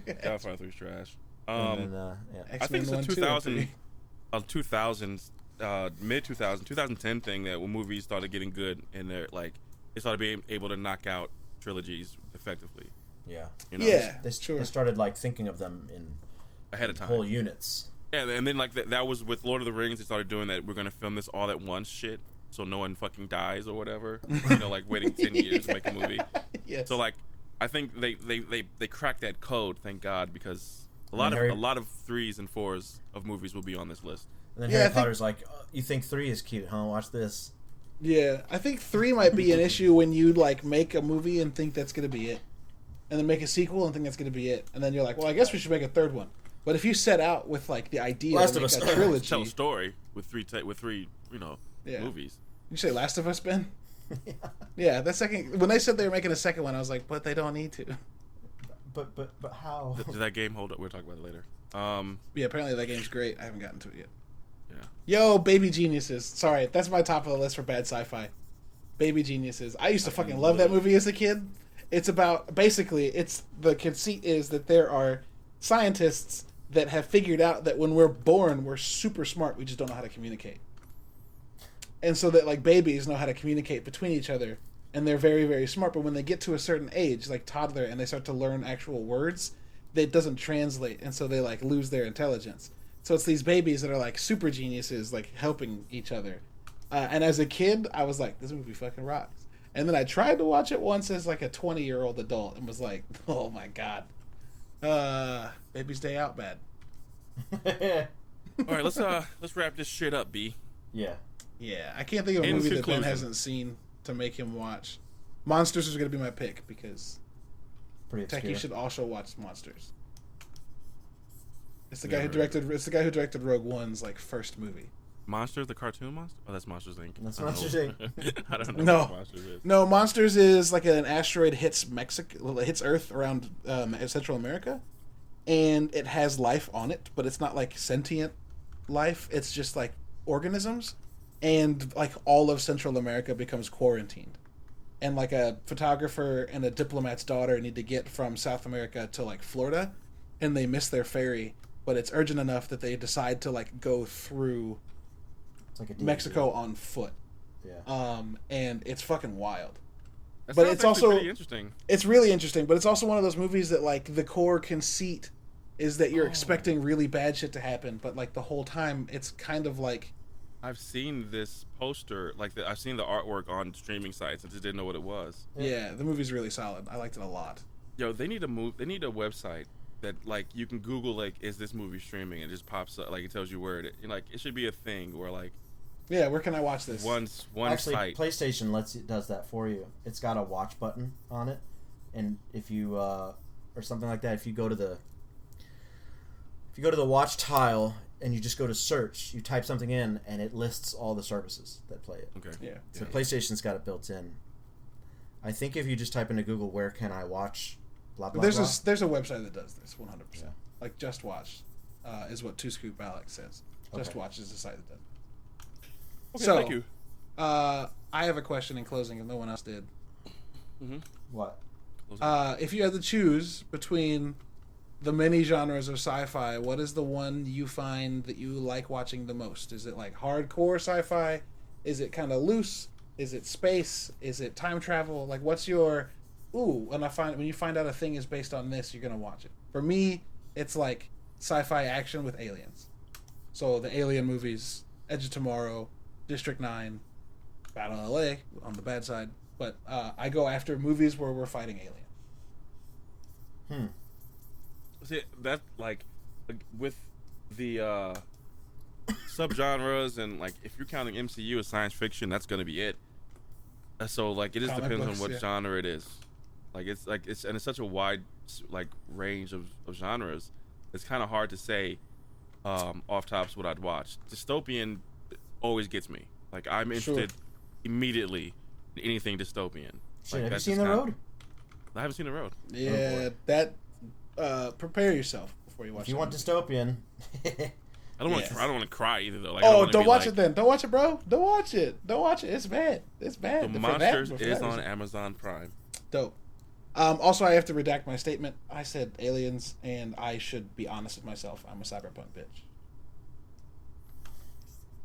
[SPEAKER 2] *laughs*
[SPEAKER 1] Godfather Three is trash.
[SPEAKER 3] And
[SPEAKER 1] Um,
[SPEAKER 3] then, uh, yeah.
[SPEAKER 1] I think it's a
[SPEAKER 2] X-Men 1, 2, and
[SPEAKER 1] 2000,
[SPEAKER 2] three.
[SPEAKER 1] uh, 2000, uh, mid 2000, 2010 thing that when movies started getting good and they're like they started being able to knock out trilogies effectively.
[SPEAKER 3] yeah.
[SPEAKER 1] You know,
[SPEAKER 2] yeah,
[SPEAKER 3] They,
[SPEAKER 2] sure.
[SPEAKER 3] they started like thinking of them in
[SPEAKER 1] ahead of time.
[SPEAKER 3] whole units.
[SPEAKER 1] Yeah, and then like that, that was with Lord of the Rings. They started doing that. We're gonna film this all at once, shit, so no one fucking dies or whatever. You
[SPEAKER 2] *laughs*
[SPEAKER 1] know, like waiting ten years to make a movie.
[SPEAKER 2] yes.
[SPEAKER 1] So like, I think they they they they cracked that code. Thank God, because a lot
[SPEAKER 3] And
[SPEAKER 1] of
[SPEAKER 3] Harry-
[SPEAKER 1] a lot of threes and fours of movies will be on this list.
[SPEAKER 3] And then
[SPEAKER 2] Yeah, I
[SPEAKER 3] Harry
[SPEAKER 2] think-
[SPEAKER 3] Potter's like, oh, you think 3 is cute, huh? Watch this. *laughs*
[SPEAKER 2] Yeah, I think three might be an issue when you like make a movie and think that's gonna be it, and then make a sequel and think that's gonna be it, and then you're like, well, I guess we should make a third one. But if you set out with like the idea
[SPEAKER 3] Last
[SPEAKER 2] to make
[SPEAKER 3] of Us. *laughs*
[SPEAKER 2] a
[SPEAKER 1] Tell a
[SPEAKER 2] trilogy,
[SPEAKER 1] story with three ta- with three you know
[SPEAKER 2] Yeah.
[SPEAKER 1] movies.
[SPEAKER 2] *laughs* you say Last of Us, Ben. Yeah, that second when they said they were making a second one, I was like, but they don't need to.
[SPEAKER 3] But but but how?
[SPEAKER 1] Does that game hold up? We'll talk about it later. Um,
[SPEAKER 2] Yeah, apparently that game's great. I haven't gotten to it yet.
[SPEAKER 1] yeah.
[SPEAKER 2] Yo, Baby Geniuses. Sorry, that's my top of the list for bad sci-fi. Baby Geniuses. I used to fucking love that movie as a kid. It's about basically it's the conceit is that there are scientists that have figured out that when we're born we're super smart, we just don't know how to communicate. And so that like babies know how to communicate between each other and they're very very smart, but when they get to a certain age, like toddler and they start to learn actual words, that doesn't translate and so they like lose their intelligence. So it's these babies that are like super geniuses, like helping each other. Uh, and as a kid, I was like, this movie fucking rocks. And then I tried to watch it once as like a 20 year old adult and was like, *laughs* oh my god. Uh, Baby's Day Out bad.
[SPEAKER 1] All right, let's
[SPEAKER 2] *laughs*
[SPEAKER 1] uh let's wrap this shit up, B.
[SPEAKER 3] *laughs* yeah.
[SPEAKER 2] Yeah, I can't think of a
[SPEAKER 1] In
[SPEAKER 2] movie that Ben
[SPEAKER 1] conclusion.
[SPEAKER 2] hasn't seen to make him watch. Monsters is going to be my pick because
[SPEAKER 3] Pretty
[SPEAKER 2] Techie
[SPEAKER 3] obscure.
[SPEAKER 2] should also watch Monsters. It's the guy who
[SPEAKER 1] Never heard
[SPEAKER 2] directed. It's the guy who directed Rogue One's like first movie.
[SPEAKER 1] Monsters, the cartoon monster? Oh, that's Monsters Inc.
[SPEAKER 3] That's
[SPEAKER 1] I don't
[SPEAKER 3] Monsters,
[SPEAKER 1] know.
[SPEAKER 3] Inc.
[SPEAKER 1] *laughs* I don't know
[SPEAKER 2] No.
[SPEAKER 1] what Monsters is.
[SPEAKER 2] No, Monsters is like an asteroid hits Mexico, hits Earth around um, Central America, and it has life on it, but it's not like sentient life. It's just like organisms, and like all of Central America becomes quarantined, and like a photographer and a diplomat's daughter need to get from South America to like Florida, and they miss their ferry, but it's urgent enough that they decide to like go through
[SPEAKER 3] It's like a D&D.
[SPEAKER 2] Mexico on foot,
[SPEAKER 3] Yeah.
[SPEAKER 2] um, and it's fucking wild
[SPEAKER 1] That
[SPEAKER 2] But
[SPEAKER 1] sounds
[SPEAKER 2] it's
[SPEAKER 1] actually
[SPEAKER 2] also-
[SPEAKER 1] pretty interesting.
[SPEAKER 2] it's really interesting, but it's also one of those movies that like the core conceit is that
[SPEAKER 3] Oh.
[SPEAKER 2] you're expecting really bad shit to happen, but like the whole time it's kind of like
[SPEAKER 1] I've seen this poster, like the, I've seen the artwork on streaming sites. I just didn't know what it was.
[SPEAKER 2] yeah, the movie's really solid. I liked it a lot.
[SPEAKER 1] Yo, they need to move. They need a website that like you can Google like is this movie streaming and it just pops up like it tells you where it. Like it should be a thing where like
[SPEAKER 2] Yeah, where can I watch this?
[SPEAKER 1] one one
[SPEAKER 3] Actually,
[SPEAKER 1] site.
[SPEAKER 3] PlayStation lets you, does that for you. It's got a watch button on it, and if you uh, or something like that, if you go to the if you go to the watch tile and you just go to search, you type something in, and it lists all the services that play it.
[SPEAKER 1] okay.
[SPEAKER 2] Yeah.
[SPEAKER 3] So PlayStation's got it built in. I think if you just type into Google, where can I watch? Blah blah
[SPEAKER 2] There's
[SPEAKER 3] blah.
[SPEAKER 2] a there's a website that does this 100%.
[SPEAKER 3] Yeah.
[SPEAKER 2] Like Just Watch uh, is what Two Scoop Alex says. Just
[SPEAKER 3] Okay.
[SPEAKER 2] Watch is the site that does. it.
[SPEAKER 1] Okay,
[SPEAKER 2] so,
[SPEAKER 1] thank you.
[SPEAKER 2] Uh, I have a question in closing, if no one else did.
[SPEAKER 3] What?
[SPEAKER 2] Uh, if you had to choose between the many genres of sci-fi, what is the one you find that you like watching the most? Is it like hardcore sci-fi? Is it kind of loose? Is it space? Is it time travel? Like, what's your ooh? When I find when you find out a thing is based on this, you're gonna watch it. For me, it's like sci-fi action with aliens. So the Alien movies, Edge of Tomorrow, District Nine, Battle LA on the bad side. But uh, I go after movies where we're fighting aliens.
[SPEAKER 3] Hmm.
[SPEAKER 1] See, that like like, with the uh subgenres and like if you're counting MCU as science fiction, that's gonna be it. Uh, So like it just
[SPEAKER 2] Comic
[SPEAKER 1] depends
[SPEAKER 2] books,
[SPEAKER 1] on what
[SPEAKER 2] yeah.
[SPEAKER 1] genre it is. Like it's like it's and it's such a wide like range of, of genres. It's kind of hard to say um off tops what I'd watch. Dystopian always gets me. Like I'm
[SPEAKER 2] Sure.
[SPEAKER 1] interested immediately in anything dystopian. Like,
[SPEAKER 3] Shit, have you
[SPEAKER 1] that's
[SPEAKER 3] seen
[SPEAKER 1] just
[SPEAKER 3] the
[SPEAKER 1] not-
[SPEAKER 3] road?
[SPEAKER 1] I haven't seen the road.
[SPEAKER 2] Yeah, that. Uh, prepare yourself before you watch.
[SPEAKER 3] Oh, If you
[SPEAKER 2] that
[SPEAKER 3] want
[SPEAKER 2] movie.
[SPEAKER 3] dystopian, *laughs*
[SPEAKER 1] I don't want
[SPEAKER 2] Yes.
[SPEAKER 1] to. I don't want to cry either though. Like, I
[SPEAKER 2] oh,
[SPEAKER 1] wanna
[SPEAKER 2] don't
[SPEAKER 1] be
[SPEAKER 2] watch
[SPEAKER 1] like-
[SPEAKER 2] it then. Don't watch it, bro. Don't watch it. Don't watch it. It's bad. It's bad.
[SPEAKER 1] The
[SPEAKER 2] For that-
[SPEAKER 1] Monsters
[SPEAKER 2] for
[SPEAKER 1] is
[SPEAKER 2] that reason.
[SPEAKER 1] on Amazon Prime.
[SPEAKER 2] Dope. Um, also, I have to redact my statement. I said aliens, and I should be honest with myself. I'm a cyberpunk bitch.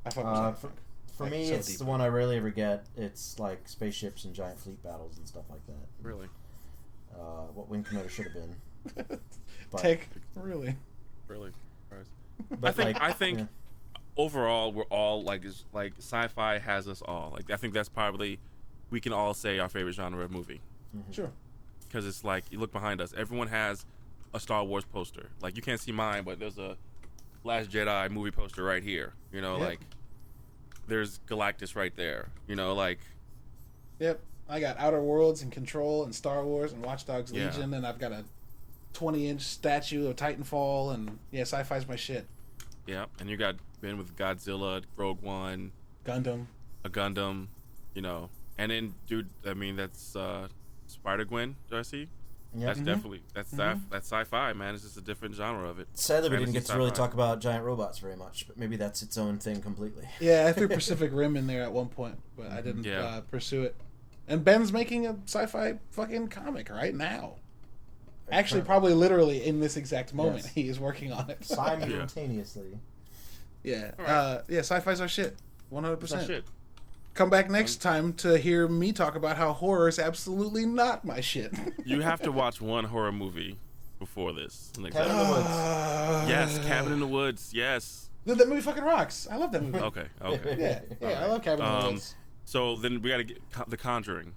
[SPEAKER 2] I fuck
[SPEAKER 3] Uh,
[SPEAKER 2] with
[SPEAKER 3] for,
[SPEAKER 2] cyberpunk.
[SPEAKER 3] for
[SPEAKER 2] Like,
[SPEAKER 3] me,
[SPEAKER 2] so
[SPEAKER 3] it's
[SPEAKER 2] deep.
[SPEAKER 3] the one I rarely ever get. It's like spaceships and giant fleet battles and stuff like that.
[SPEAKER 1] Really?
[SPEAKER 3] Uh, what Wing Commander should have been.
[SPEAKER 2] *laughs*
[SPEAKER 3] But,
[SPEAKER 2] Take really.
[SPEAKER 1] Really? Surprised.
[SPEAKER 3] but
[SPEAKER 1] I think
[SPEAKER 3] like,
[SPEAKER 1] I think
[SPEAKER 3] yeah.
[SPEAKER 1] overall we're all like is like sci-fi has us all. Like I think that's probably we can all say our favorite genre of movie
[SPEAKER 2] Sure.
[SPEAKER 1] because it's like you look behind us. Everyone has a Star Wars poster. Like you can't see mine, but there's a Last Jedi movie poster right here. You know,
[SPEAKER 2] Yeah.
[SPEAKER 1] like there's Galactus right there. You know, like
[SPEAKER 2] Yep. I got Outer Worlds and Control and Star Wars and Watch Dogs
[SPEAKER 1] Yeah.
[SPEAKER 2] Legion and I've got a 20 inch statue of Titanfall and yeah, sci fi's my shit.
[SPEAKER 1] yeah. And you got Ben with Godzilla, Rogue One,
[SPEAKER 2] Gundam.
[SPEAKER 1] a Gundam, you know, and then dude, I mean that's uh Spider Gwen, do I see?
[SPEAKER 3] Yeah. Mm-hmm.
[SPEAKER 1] That's definitely that's sci- that's sci-fi, man. It's just a different genre of it.
[SPEAKER 3] Sadly, we didn't
[SPEAKER 1] Fantasy
[SPEAKER 3] get to really
[SPEAKER 1] sci-fi.
[SPEAKER 3] talk about giant robots very much, but maybe that's its own thing completely.
[SPEAKER 2] Yeah, I threw Pacific Rim in there at one point, but I didn't
[SPEAKER 1] Yeah.
[SPEAKER 2] uh, pursue it. And Ben's making a sci fi fucking comic right now.
[SPEAKER 3] *laughs*
[SPEAKER 2] Actually, probably literally in this exact moment, *laughs*
[SPEAKER 3] Yes.
[SPEAKER 2] he is working on it. *laughs*
[SPEAKER 3] simultaneously.
[SPEAKER 2] yeah.
[SPEAKER 1] All right.
[SPEAKER 2] Uh, yeah, sci fi's our shit. 100%.
[SPEAKER 1] It's not shit. Um,
[SPEAKER 2] Come back next time to hear me talk about how horror is absolutely not my shit. *laughs*
[SPEAKER 1] You have to watch one horror movie before this. Like,
[SPEAKER 3] Cabin in the Woods.
[SPEAKER 1] yes, Cabin in the Woods. Yes.
[SPEAKER 2] Dude, Uh, that movie fucking rocks. I love that movie.
[SPEAKER 1] Okay. Okay.
[SPEAKER 3] *laughs*
[SPEAKER 2] Yeah, yeah, I love Cabin in the
[SPEAKER 1] Um,
[SPEAKER 2] Woods.
[SPEAKER 1] So then we got to get Co- The Conjuring.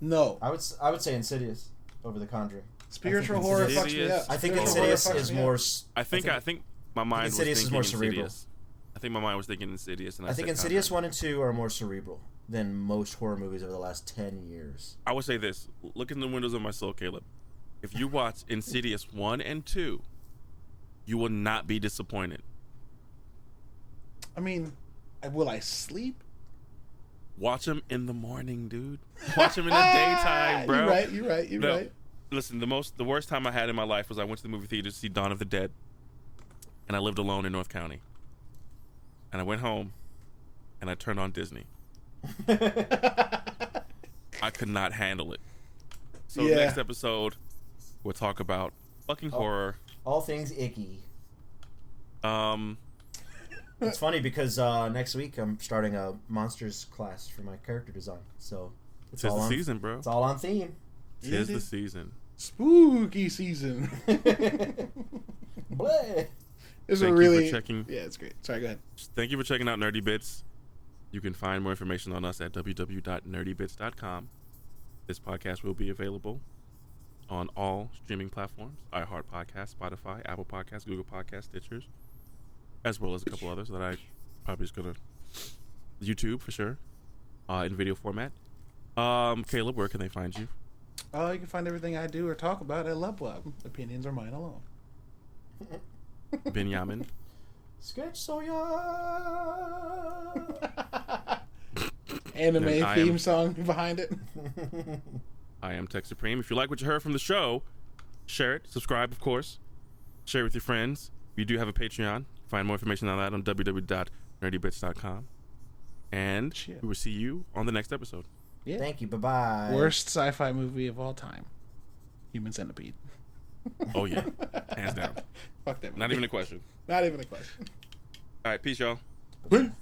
[SPEAKER 2] No,
[SPEAKER 3] I would s- I would say Insidious over The Conjuring.
[SPEAKER 2] spiritual
[SPEAKER 3] think
[SPEAKER 2] horror
[SPEAKER 1] Insidious-
[SPEAKER 2] fucks me up.
[SPEAKER 3] I think
[SPEAKER 2] Spiritual
[SPEAKER 3] Insidious
[SPEAKER 2] horror fucks
[SPEAKER 3] is
[SPEAKER 2] me up.
[SPEAKER 3] more. s-
[SPEAKER 1] I think I think my mind was
[SPEAKER 3] Insidious is
[SPEAKER 1] thinking
[SPEAKER 3] more
[SPEAKER 1] Insidious.
[SPEAKER 3] cerebral.
[SPEAKER 1] I think my mind was thinking Insidious, and I,
[SPEAKER 3] I think
[SPEAKER 1] said
[SPEAKER 3] Insidious
[SPEAKER 1] Conjuring.
[SPEAKER 3] one and two are more cerebral than most horror movies over the last ten years.
[SPEAKER 1] I would say this: look in the windows of my soul, Caleb. If you watch Insidious one and two, you will not be disappointed.
[SPEAKER 2] I mean, I- will I sleep?
[SPEAKER 1] Watch them in the morning, dude. Watch
[SPEAKER 2] *laughs*
[SPEAKER 1] them in the daytime, bro.
[SPEAKER 2] Ah, You're right. You're right. You're
[SPEAKER 1] No.
[SPEAKER 2] right.
[SPEAKER 1] Listen, the most the worst time I had in my life was I went to the movie theater to see Dawn of the Dead. And I lived alone in North County. And I went home and I turned on Disney. I could not handle it. So
[SPEAKER 2] Yeah. Oh.
[SPEAKER 1] next episode we'll talk about fucking horror.
[SPEAKER 3] All things icky.
[SPEAKER 1] Um
[SPEAKER 3] It's funny because uh, next week I'm starting a monsters class for my character design, so it's
[SPEAKER 1] tis
[SPEAKER 3] all
[SPEAKER 1] the
[SPEAKER 3] on
[SPEAKER 1] season, bro.
[SPEAKER 3] It's all on theme.
[SPEAKER 1] Tis the season.
[SPEAKER 2] *laughs* Spooky season. *laughs*
[SPEAKER 3] Bleh.
[SPEAKER 2] It's
[SPEAKER 1] Thank
[SPEAKER 2] a
[SPEAKER 1] you for
[SPEAKER 2] really
[SPEAKER 1] checking.
[SPEAKER 2] Yeah, it's great. Sorry, go ahead.
[SPEAKER 1] Thank you for checking out Nerdy Bits. You can find more information on us at www.nerdybits.com. This podcast will be available on all streaming platforms iHeart Podcast, Spotify, Apple Podcasts, Google Podcasts, Stitchers, as well as a couple others that I probably just going to YouTube for sure uh, in video format. Um, Caleb, where can they find you?
[SPEAKER 2] Oh, you can find everything I do or talk about at Lubwub. Opinions are mine alone.
[SPEAKER 1] Benjamin.
[SPEAKER 3] Sketch Sawyer.
[SPEAKER 2] *laughs* Anime
[SPEAKER 1] Then I
[SPEAKER 2] theme
[SPEAKER 1] am-
[SPEAKER 2] song
[SPEAKER 1] *laughs*
[SPEAKER 2] behind it.
[SPEAKER 1] I am Tech Supreme. If you like what you heard from the show, share it, subscribe, of course, share it with your friends. We do have a Patreon. Find more information on that on www.nerdybits.com. And
[SPEAKER 2] Shit.
[SPEAKER 1] we will see you on the next episode.
[SPEAKER 3] Thank you. Bye bye.
[SPEAKER 2] Worst sci-fi movie of all time. Human Centipede.
[SPEAKER 1] Oh, yeah. Hands down.
[SPEAKER 2] *laughs* Fuck that. Movie.
[SPEAKER 1] Not even a question.
[SPEAKER 2] Not even a question.
[SPEAKER 1] All right. Peace, y'all.
[SPEAKER 2] Boom.